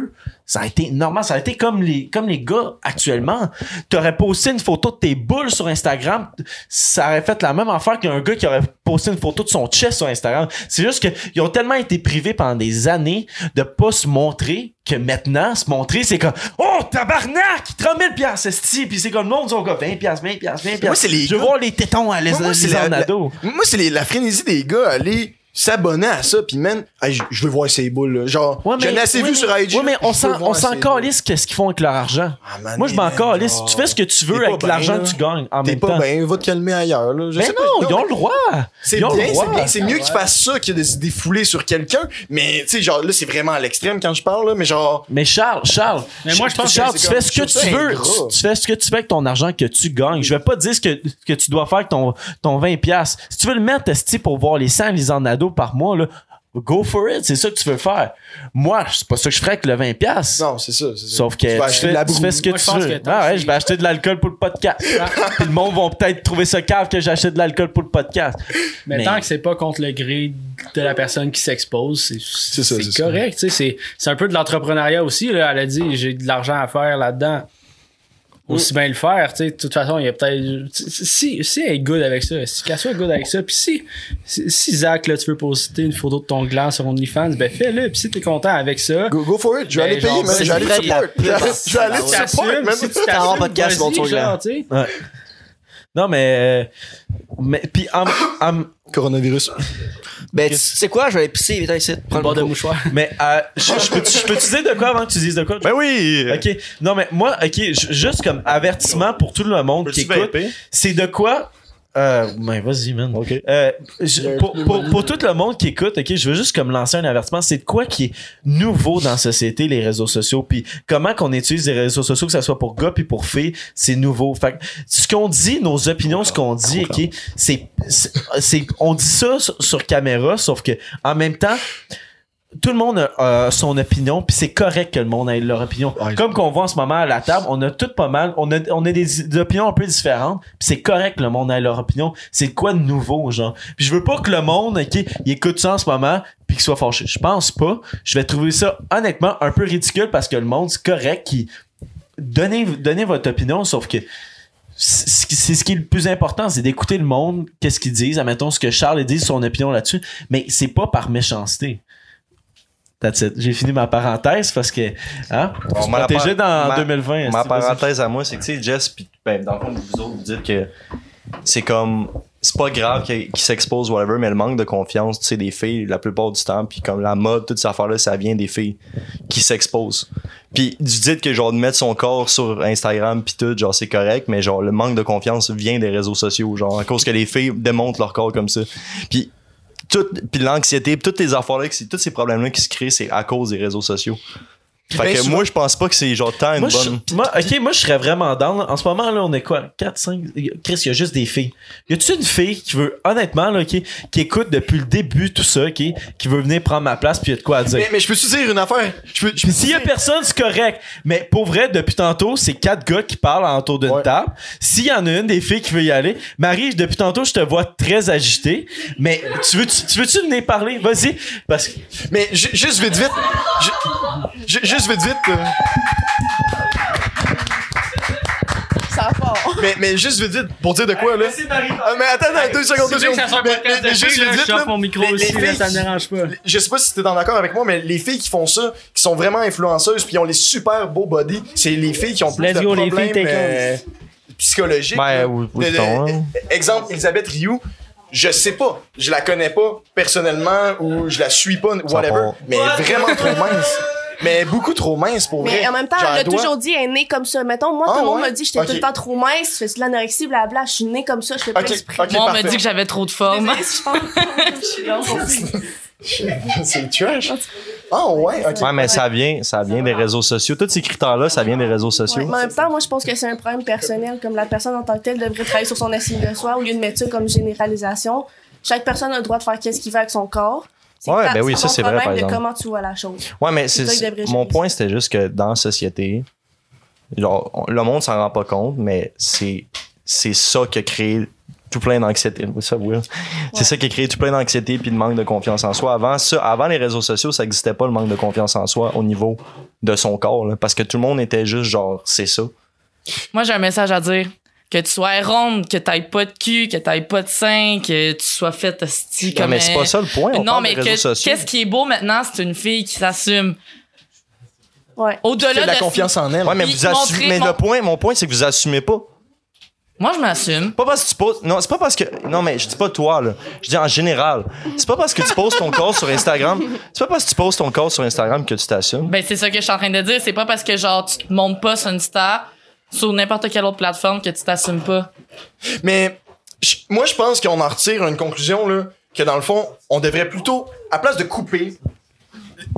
[SPEAKER 1] Ça a été normal. Ça a été comme les, comme les gars actuellement. T'aurais posté une photo de tes boules sur Instagram. Ça aurait fait la même affaire qu'un gars qui aurait posté une photo de son chest sur Instagram. C'est juste qu'ils ont tellement été privés pendant des années de pas se montrer que maintenant, se montrer, c'est comme, oh, tabarnak! 3000 piastres, esti! Puis c'est comme, le monde, ils sont comme 20 piastres, 20 piastres, 20
[SPEAKER 2] Moi,
[SPEAKER 1] piastres.
[SPEAKER 2] c'est les
[SPEAKER 1] Je veux
[SPEAKER 2] gars.
[SPEAKER 1] voir les tétons à les,
[SPEAKER 2] Moi, moi, c'est
[SPEAKER 1] les
[SPEAKER 2] la-
[SPEAKER 1] ornados.
[SPEAKER 2] Moi, c'est les- la frénésie des gars, aller s'abonner à ça, puis man, hey, je- je veux voir ces boules, là. Genre,
[SPEAKER 1] Ouais, mais-
[SPEAKER 2] j'en ai assez
[SPEAKER 1] ouais,
[SPEAKER 2] vu
[SPEAKER 1] mais-
[SPEAKER 2] sur IG.
[SPEAKER 1] Ouais, mais on
[SPEAKER 2] je
[SPEAKER 1] s'en,
[SPEAKER 2] veux voir
[SPEAKER 1] on s'en
[SPEAKER 2] ces boules.
[SPEAKER 1] calisse qu'est-ce qu'ils font avec leur argent.
[SPEAKER 2] Ah, man,
[SPEAKER 1] Moi, je m'en
[SPEAKER 2] man,
[SPEAKER 1] calisse.
[SPEAKER 2] genre,
[SPEAKER 1] Tu fais ce que tu veux
[SPEAKER 2] t'es
[SPEAKER 1] avec
[SPEAKER 2] pas
[SPEAKER 1] l'argent
[SPEAKER 2] bien,
[SPEAKER 1] que tu gagnes en
[SPEAKER 2] T'es
[SPEAKER 1] même
[SPEAKER 2] pas
[SPEAKER 1] temps.
[SPEAKER 2] bien, va te calmer ailleurs, là. Je
[SPEAKER 1] Mais
[SPEAKER 2] sais pas,
[SPEAKER 1] non, ils ont le droit.
[SPEAKER 2] C'est
[SPEAKER 1] Ils ont
[SPEAKER 2] bien,
[SPEAKER 1] le droit.
[SPEAKER 2] c'est bien, c'est mieux qu'ils fassent ça que de se défouler sur quelqu'un. Mais, tu sais, genre, là, c'est vraiment à l'extrême quand je parle, là, mais genre,
[SPEAKER 1] Mais Charles, Charles,
[SPEAKER 4] Mais moi, je pense que
[SPEAKER 1] Charles,
[SPEAKER 2] c'est
[SPEAKER 1] tu
[SPEAKER 2] comme-
[SPEAKER 1] fais ce que
[SPEAKER 2] je trouve
[SPEAKER 1] tu
[SPEAKER 2] ça
[SPEAKER 1] veux.
[SPEAKER 2] ingrat.
[SPEAKER 1] Tu, tu fais ce que tu veux avec ton argent que tu gagnes. Je vais pas te dire ce que, que tu dois faire avec ton, ton 20$. piastres. Si tu veux le mettre esti, pour voir les 100 les ado par mois, là, go for it. C'est ça que tu veux faire. Moi, c'est pas ça que je ferais avec le 20$. piastres.
[SPEAKER 2] non, c'est ça. c'est ça.
[SPEAKER 1] Sauf que
[SPEAKER 2] Tu
[SPEAKER 1] tu,
[SPEAKER 2] vas acheter
[SPEAKER 1] fais,
[SPEAKER 2] de la
[SPEAKER 1] tu
[SPEAKER 2] broue.
[SPEAKER 1] fais ce que
[SPEAKER 4] Moi, je
[SPEAKER 1] tu
[SPEAKER 4] pense
[SPEAKER 1] veux.
[SPEAKER 4] que tant
[SPEAKER 1] Ah
[SPEAKER 4] que
[SPEAKER 1] ouais,
[SPEAKER 4] c'est-
[SPEAKER 1] je vais acheter de l'alcool pour le podcast. Puis le monde va peut-être trouver ça cave que j'achète de l'alcool pour le podcast.
[SPEAKER 4] Mais,
[SPEAKER 1] Mais-
[SPEAKER 4] tant que c'est pas contre le gré de la personne qui s'expose, c'est-
[SPEAKER 2] ça,
[SPEAKER 4] c'est
[SPEAKER 2] c'est ça.
[SPEAKER 4] correct. tu sais, C'est c'est un peu de l'entrepreneuriat aussi. Là. Elle a dit j'ai de l'argent à faire là-dedans.
[SPEAKER 3] Mm.
[SPEAKER 4] Aussi bien le faire. tu sais. De toute façon, il y a peut-être. Si, si elle est good avec ça, si Cassio est good avec ça, puis si, si, si Zach, là, tu veux poster une photo de ton gland sur OnlyFans, ben fais-le. Puis si t'es content avec ça,
[SPEAKER 2] Go, go for it, je vais
[SPEAKER 4] Ben,
[SPEAKER 2] aller
[SPEAKER 4] genre,
[SPEAKER 2] payer, man.
[SPEAKER 4] c'est
[SPEAKER 2] Je vais aller
[SPEAKER 3] vrai de la
[SPEAKER 2] support. Je vais aller- Je vais aller
[SPEAKER 3] pub.
[SPEAKER 2] support,
[SPEAKER 4] t'assumes,
[SPEAKER 2] man.
[SPEAKER 4] si tu
[SPEAKER 3] T'as un
[SPEAKER 4] t'assumes,
[SPEAKER 3] podcast, mon
[SPEAKER 4] vas-y,
[SPEAKER 3] ton gland.
[SPEAKER 4] genre, tu sais.
[SPEAKER 1] Ouais. Non, mais. euh, mais puis en- en,
[SPEAKER 2] Coronavirus.
[SPEAKER 3] Ben, tu sais quoi, je vais aller pisser, viens ici. Prends le
[SPEAKER 4] Bord de
[SPEAKER 3] micro.
[SPEAKER 4] mouchoir.
[SPEAKER 1] Mais euh, je, je peux, je peux te dire de quoi avant que tu dises de quoi?
[SPEAKER 6] Ben oui!
[SPEAKER 1] Ok, non mais moi, ok, j- juste comme avertissement pour tout le monde qui
[SPEAKER 6] Peux-tu
[SPEAKER 1] écoute,
[SPEAKER 6] vaper?
[SPEAKER 1] c'est de quoi? Euh, ben vas-y man.
[SPEAKER 6] Ok.
[SPEAKER 1] Euh, je- pour, pour- pour tout le monde qui écoute, ok, je veux juste comme lancer un avertissement. C'est de quoi qui est nouveau dans la société, les réseaux sociaux, puis comment qu'on utilise les réseaux sociaux, que ce soit pour gars puis pour filles, c'est nouveau. Fait que ce qu'on dit, nos opinions, ce qu'on dit, ok, c'est, c'est, c'est- on dit ça sur, sur caméra, sauf que en même temps. Tout le monde a euh, son opinion, puis c'est correct que le monde ait leur opinion. Comme qu'on voit en ce moment à la table, on a tout pas mal, on a, on a des, des opinions un peu différentes, puis c'est correct que le monde ait leur opinion. C'est quoi de nouveau, genre? Puis je veux pas que le monde, ok, il écoute ça en ce moment, puis qu'il soit fâché. Je pense pas. Je vais trouver ça, honnêtement, un peu ridicule parce que le monde, c'est correct qui. Donnez, donnez votre opinion, sauf que c'est ce qui- c'est ce qui est le plus important, c'est d'écouter le monde, qu'est-ce qu'ils disent, admettons ce que Charles dit, son opinion là-dessus, mais c'est pas par méchanceté. That's it. J'ai fini ma parenthèse parce que, hein,
[SPEAKER 6] Bon,
[SPEAKER 1] se
[SPEAKER 6] ma
[SPEAKER 1] protéger
[SPEAKER 6] par-
[SPEAKER 1] dans
[SPEAKER 6] ma-
[SPEAKER 1] 2020.
[SPEAKER 6] Ma
[SPEAKER 1] c'est pas ça.
[SPEAKER 6] parenthèse à moi, c'est que, tu sais, Jess, pis, ben, dans le fond, vous autres, vous dites que c'est comme. C'est pas grave qu'ils qu'ils s'exposent, whatever, mais le manque de confiance, tu sais, des filles, la plupart du temps, puis comme la mode, toute cette affaire-là, ça vient des filles qui s'exposent. Puis tu dites que, genre, de mettre son corps sur Instagram, puis tout, genre, c'est correct, mais genre, le manque de confiance vient des réseaux sociaux, genre, à cause que les filles démontrent leur corps comme ça. Puis. Tout, puis l'anxiété, puis toutes les affaires-là, qui- tous ces problèmes-là qui se créent, c'est à cause des réseaux sociaux. Fait
[SPEAKER 2] Ben,
[SPEAKER 6] que
[SPEAKER 2] souvent-
[SPEAKER 6] moi, je pense pas que c'est genre tant une
[SPEAKER 1] Moi,
[SPEAKER 6] bonne.
[SPEAKER 1] je, moi, ok, moi, je serais vraiment down. là. En ce moment, là, on est quoi? 4, 5. Chris, il y a juste des filles. Y a-tu une fille qui veut, honnêtement, là, qui, qui écoute depuis le début tout ça, ok, qui veut venir prendre ma place puis y a de quoi à dire?
[SPEAKER 2] Mais, mais je peux-tu dire une affaire? Je peux, je peux
[SPEAKER 1] Puis s'il y a personne, c'est correct. Mais pour vrai, depuis tantôt, c'est quatre gars qui parlent autour d'une
[SPEAKER 2] Ouais.
[SPEAKER 1] table. S'il y en a une des filles qui veut y aller, Marie, depuis tantôt, je te vois très agitée. Mais tu veux, tu, tu veux-tu venir parler? Vas-y. Parce que
[SPEAKER 2] Mais ju- juste vite vite. Ju- ju- juste vite vite. euh,
[SPEAKER 7] Ça part.
[SPEAKER 2] mais, mais juste vite vite pour dire de quoi là. Ah, mais attends, attends, deux secondes, deux
[SPEAKER 4] C'est vrai que
[SPEAKER 2] secondes.
[SPEAKER 4] ça soit un
[SPEAKER 2] Mais-
[SPEAKER 4] podcast
[SPEAKER 2] mais-
[SPEAKER 4] de
[SPEAKER 2] mais juste
[SPEAKER 4] filles, là,
[SPEAKER 2] vite,
[SPEAKER 4] je
[SPEAKER 2] là,
[SPEAKER 4] chauffe mon micro
[SPEAKER 2] les- les
[SPEAKER 4] aussi, là,
[SPEAKER 2] filles
[SPEAKER 4] ça me
[SPEAKER 2] qui-
[SPEAKER 4] dérange pas.
[SPEAKER 2] les- Je sais pas si t'es en accord avec moi, mais les filles qui font ça, qui sont vraiment influenceuses, puis qui ont les super beaux bodies, c'est les filles qui ont plus
[SPEAKER 4] Let's
[SPEAKER 2] de
[SPEAKER 4] go, les filles,
[SPEAKER 2] problèmes
[SPEAKER 4] take
[SPEAKER 2] euh, psychologiques.
[SPEAKER 6] Ben,
[SPEAKER 2] là.
[SPEAKER 6] oui, oui,
[SPEAKER 2] De- de-
[SPEAKER 6] ton, hein.
[SPEAKER 2] Exemple, Elisabeth Rioux, je sais pas, je la connais pas personnellement ou je la suis pas, whatever,
[SPEAKER 6] part.
[SPEAKER 2] mais vraiment trop mince. Mais beaucoup trop mince pour vrai.
[SPEAKER 7] Mais en même temps,
[SPEAKER 2] Genre,
[SPEAKER 7] elle a
[SPEAKER 2] doit-
[SPEAKER 7] toujours dit, elle est née comme ça. Mettons, moi,
[SPEAKER 2] Ah,
[SPEAKER 7] tout le monde
[SPEAKER 2] ouais?
[SPEAKER 7] m'a dit, j'étais
[SPEAKER 2] Ok.
[SPEAKER 7] tout le temps trop mince, je fais de l'anorexie, blabla, je suis née comme ça, je fais pas
[SPEAKER 2] Ok,
[SPEAKER 7] exprès.
[SPEAKER 2] ok,
[SPEAKER 8] Moi, on m'a
[SPEAKER 2] parfait.
[SPEAKER 8] dit que j'avais trop de forme.
[SPEAKER 7] Désolée, je pense. Je suis là, on s'en fout.
[SPEAKER 2] C'est trash. Ah ouais, ok.
[SPEAKER 6] Ouais, mais ça vient, ça vient des réseaux sociaux. Tous ces critères-là, ça vient des réseaux
[SPEAKER 7] Ouais,
[SPEAKER 6] sociaux.
[SPEAKER 7] mais en même temps, moi, je pense que c'est un problème personnel. Comme la personne en tant que telle devrait travailler sur son estime de soi au lieu de mettre ça comme généralisation. Chaque personne a le droit de faire qu'est-ce qu'il veut avec son corps. C'est
[SPEAKER 6] Ouais,
[SPEAKER 7] ta-
[SPEAKER 6] ben oui, ça,
[SPEAKER 7] ton
[SPEAKER 6] c'est vrai,
[SPEAKER 7] problème
[SPEAKER 6] par
[SPEAKER 7] de
[SPEAKER 6] exemple.
[SPEAKER 7] comment tu vois la chose.
[SPEAKER 6] Ouais, mais
[SPEAKER 7] C'est
[SPEAKER 6] c'est,
[SPEAKER 7] ça que devrait
[SPEAKER 6] mon
[SPEAKER 7] gérer
[SPEAKER 6] point, c'était juste que dans la société, genre, on- le monde s'en rend pas compte, mais c'est, c'est ça qui a créé tout plein d'anxiété. What's up, Will? C'est
[SPEAKER 7] Ouais.
[SPEAKER 6] ça qui a créé tout plein d'anxiété puis de manque de confiance en soi. Avant ça, avant les réseaux sociaux, ça n'existait pas le manque de confiance en soi au niveau de son corps, là, parce que tout le monde était juste genre, c'est ça.
[SPEAKER 8] Moi, j'ai un message à dire. Que tu sois ronde, que t'ailles pas de cul, que t'ailles pas de sein, que tu sois faite hostie
[SPEAKER 6] Non,
[SPEAKER 8] comme...
[SPEAKER 6] mais c'est
[SPEAKER 8] euh,
[SPEAKER 6] pas ça le point. On
[SPEAKER 8] Non,
[SPEAKER 6] parle
[SPEAKER 8] mais
[SPEAKER 6] des
[SPEAKER 8] que-
[SPEAKER 6] réseaux sociaux.
[SPEAKER 8] qu'est-ce qui est beau maintenant, c'est une fille qui s'assume.
[SPEAKER 7] Ouais.
[SPEAKER 8] Au-delà
[SPEAKER 2] C'est
[SPEAKER 8] de
[SPEAKER 2] de la confiance en elle.
[SPEAKER 6] Ouais, mais
[SPEAKER 8] Puis
[SPEAKER 6] vous assumez.
[SPEAKER 8] montrer
[SPEAKER 6] Mais
[SPEAKER 8] mon-
[SPEAKER 6] le point, mon point, c'est que vous assumez pas.
[SPEAKER 8] Moi, je m'assume.
[SPEAKER 6] Pas parce que tu poses. Non, c'est pas parce que. Non, mais je dis pas toi, là. Je dis en général. C'est pas parce que tu poses ton corps sur Instagram. C'est pas parce que tu poses ton corps sur Instagram que tu t'assumes.
[SPEAKER 8] Ben, c'est ça que je suis en train de dire. C'est pas parce que, genre, tu te montes pas sur une star, sur n'importe quelle autre plateforme, que tu t'assumes pas.
[SPEAKER 2] Mais je- moi, je pense qu'on en retire une conclusion, là, que dans le fond, on devrait plutôt, à place de couper,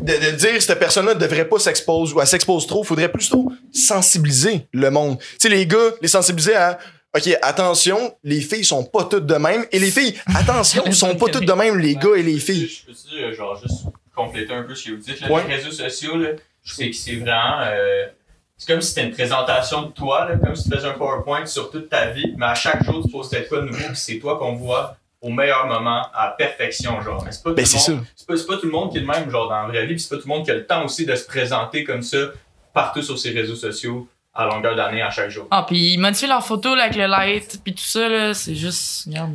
[SPEAKER 2] de, de dire cette personne-là ne devrait pas s'exposer ou elle s'expose trop, faudrait plutôt sensibiliser le monde. Tu sais, les gars, les sensibiliser à. OK, attention, les filles sont pas toutes de même. Et les filles, attention, sont pas toutes de même, les gars et les filles.
[SPEAKER 5] Je peux-tu, euh, genre, juste compléter un peu ce que vous dites? là,
[SPEAKER 2] Ouais.
[SPEAKER 5] Les réseaux sociaux, là, c'est que c'est vraiment. euh, c'est comme si c'était une présentation de toi, là, comme si tu faisais un PowerPoint sur toute ta vie, mais à chaque jour, tu postais quoi de nouveau, puis c'est toi qu'on voit au meilleur moment, à la perfection, genre. Mais c'est pas,
[SPEAKER 2] Ben,
[SPEAKER 5] tout
[SPEAKER 2] c'est
[SPEAKER 5] le
[SPEAKER 2] ça.
[SPEAKER 5] monde- c'est pas, c'est pas tout le monde qui est le même, genre, dans la vraie vie, puis c'est pas tout le monde qui a le temps aussi de se présenter comme ça partout sur ses réseaux sociaux à longueur d'année, à chaque jour.
[SPEAKER 8] Ah, puis ils modifient leurs photos là, avec le light, puis tout ça, là, c'est juste... Regarde,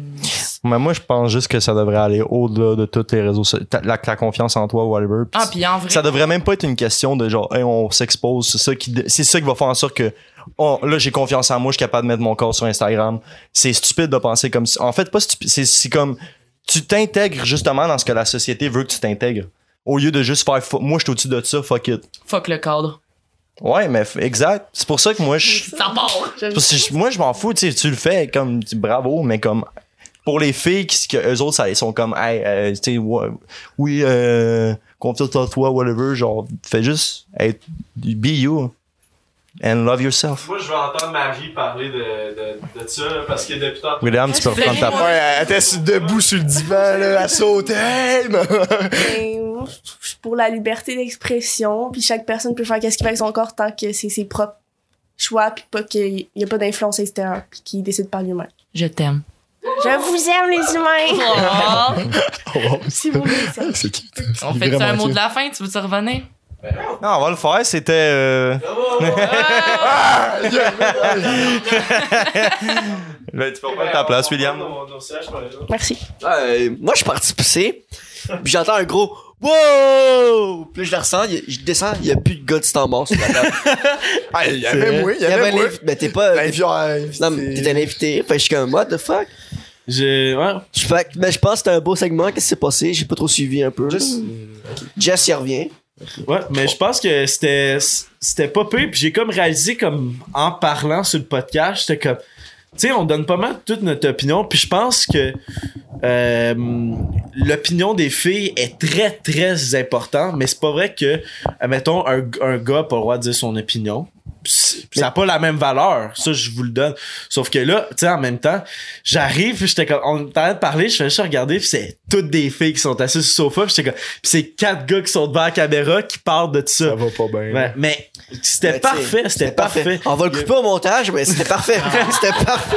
[SPEAKER 6] Mais moi, je pense juste que ça devrait aller au-delà de tous les réseaux sociaux. Ta- La, la confiance en toi, whatever. Puis
[SPEAKER 8] ah, puis en vrai...
[SPEAKER 6] Ça devrait même pas être une question de genre, hey, on s'expose. C'est ça qui, de- c'est ça qui va faire en sorte que, oh, là, j'ai confiance en moi, je suis capable de mettre mon corps sur Instagram. C'est stupide de penser comme ça. En fait, pas stupide. C'est, c'est comme, tu t'intègres justement dans ce que la société veut que tu t'intègres. Au lieu de juste faire, Fu- moi, je suis au-dessus de ça, fuck it.
[SPEAKER 8] Fuck le cadre.
[SPEAKER 6] Ouais, mais f- exact. C'est pour ça que moi, je,
[SPEAKER 8] Ça part!
[SPEAKER 7] J'aime
[SPEAKER 6] parce que je- moi, je m'en fous, tu sais, tu le fais comme tu- bravo, mais comme pour les filles, qui, que eux autres, ça, ils sont comme, hey, euh, tu sais, ouais, oui, euh, confiance en toi, whatever, genre, fais juste être, be you and love yourself.
[SPEAKER 9] Moi, je vais entendre Marie parler de, de, de ça, là, parce que depuis tantôt,
[SPEAKER 6] William, tu peux reprendre ta part.
[SPEAKER 2] Ouais, elle était sur- debout sur le divan, là, à sauter.
[SPEAKER 7] Ben, moi, je trouve que je suis pour la liberté d'expression, puis chaque personne peut faire qu'est-ce qu'il veut avec son corps tant que c'est ses propres choix, puis pas qu'il n'y a pas d'influence extérieure, puis qu'il décide par lui-même.
[SPEAKER 8] Je t'aime.
[SPEAKER 7] Je vous aime, les humains!
[SPEAKER 8] Oh.
[SPEAKER 7] Si vous voulez ça.
[SPEAKER 2] C'est qui?
[SPEAKER 8] on fait tu un mot de la fin, tu veux-tu revenir?
[SPEAKER 6] Non, on va le faire, c'était. euh, là, tu peux reprendre ta place, William.
[SPEAKER 9] on, on sèche par exemple.
[SPEAKER 7] Merci.
[SPEAKER 3] Euh, moi, je suis parti pisser, puis j'entends un gros Wow! Puis là, je la ressens, y- je descends, il n'y a plus de gars de standard sur la table.
[SPEAKER 2] Ah, il y avait moi, il y
[SPEAKER 3] Il y
[SPEAKER 2] avait
[SPEAKER 3] avait
[SPEAKER 2] moi.
[SPEAKER 3] l'invi- Mais t'es pas.
[SPEAKER 2] Ben,
[SPEAKER 3] t'es- Non, mais t'es
[SPEAKER 2] viens,
[SPEAKER 3] un invité. Fait que je suis comme, what the fuck?
[SPEAKER 1] J'ai. Ouais.
[SPEAKER 3] Je- Fait que- mais je pense que c'était un beau segment. Qu'est-ce qui s'est passé? J'ai pas trop suivi un peu.
[SPEAKER 2] Juste-
[SPEAKER 3] Jess, il revient.
[SPEAKER 1] Ouais, mais je pense que c'était c'était pas peu puis j'ai comme réalisé comme en parlant sur le podcast, j'étais comme tu sais, on donne pas mal toute notre opinion puis je pense que euh, l'opinion des filles est très très importante, mais c'est pas vrai que euh, mettons un, un gars a pas le droit de dire son opinion. C'est- Ça a pas la même valeur, ça je vous le donne. Sauf que là, tu sais, en même temps, j'arrive, puis j'étais comme, on était en train de parler, je fais juste regarder, puis c'est toutes des filles qui sont assises sur le sofa, puis j'étais comme, puis c'est quatre gars qui sont devant la caméra qui parlent de tout ça.
[SPEAKER 2] va pas bien.
[SPEAKER 1] Ouais, mais c'était
[SPEAKER 3] Ben,
[SPEAKER 1] parfait,
[SPEAKER 3] t'sais,
[SPEAKER 1] c'était parfait. Ah,
[SPEAKER 3] On va le couper au montage, mais c'était parfait.
[SPEAKER 4] Ah.
[SPEAKER 3] c'était parfait.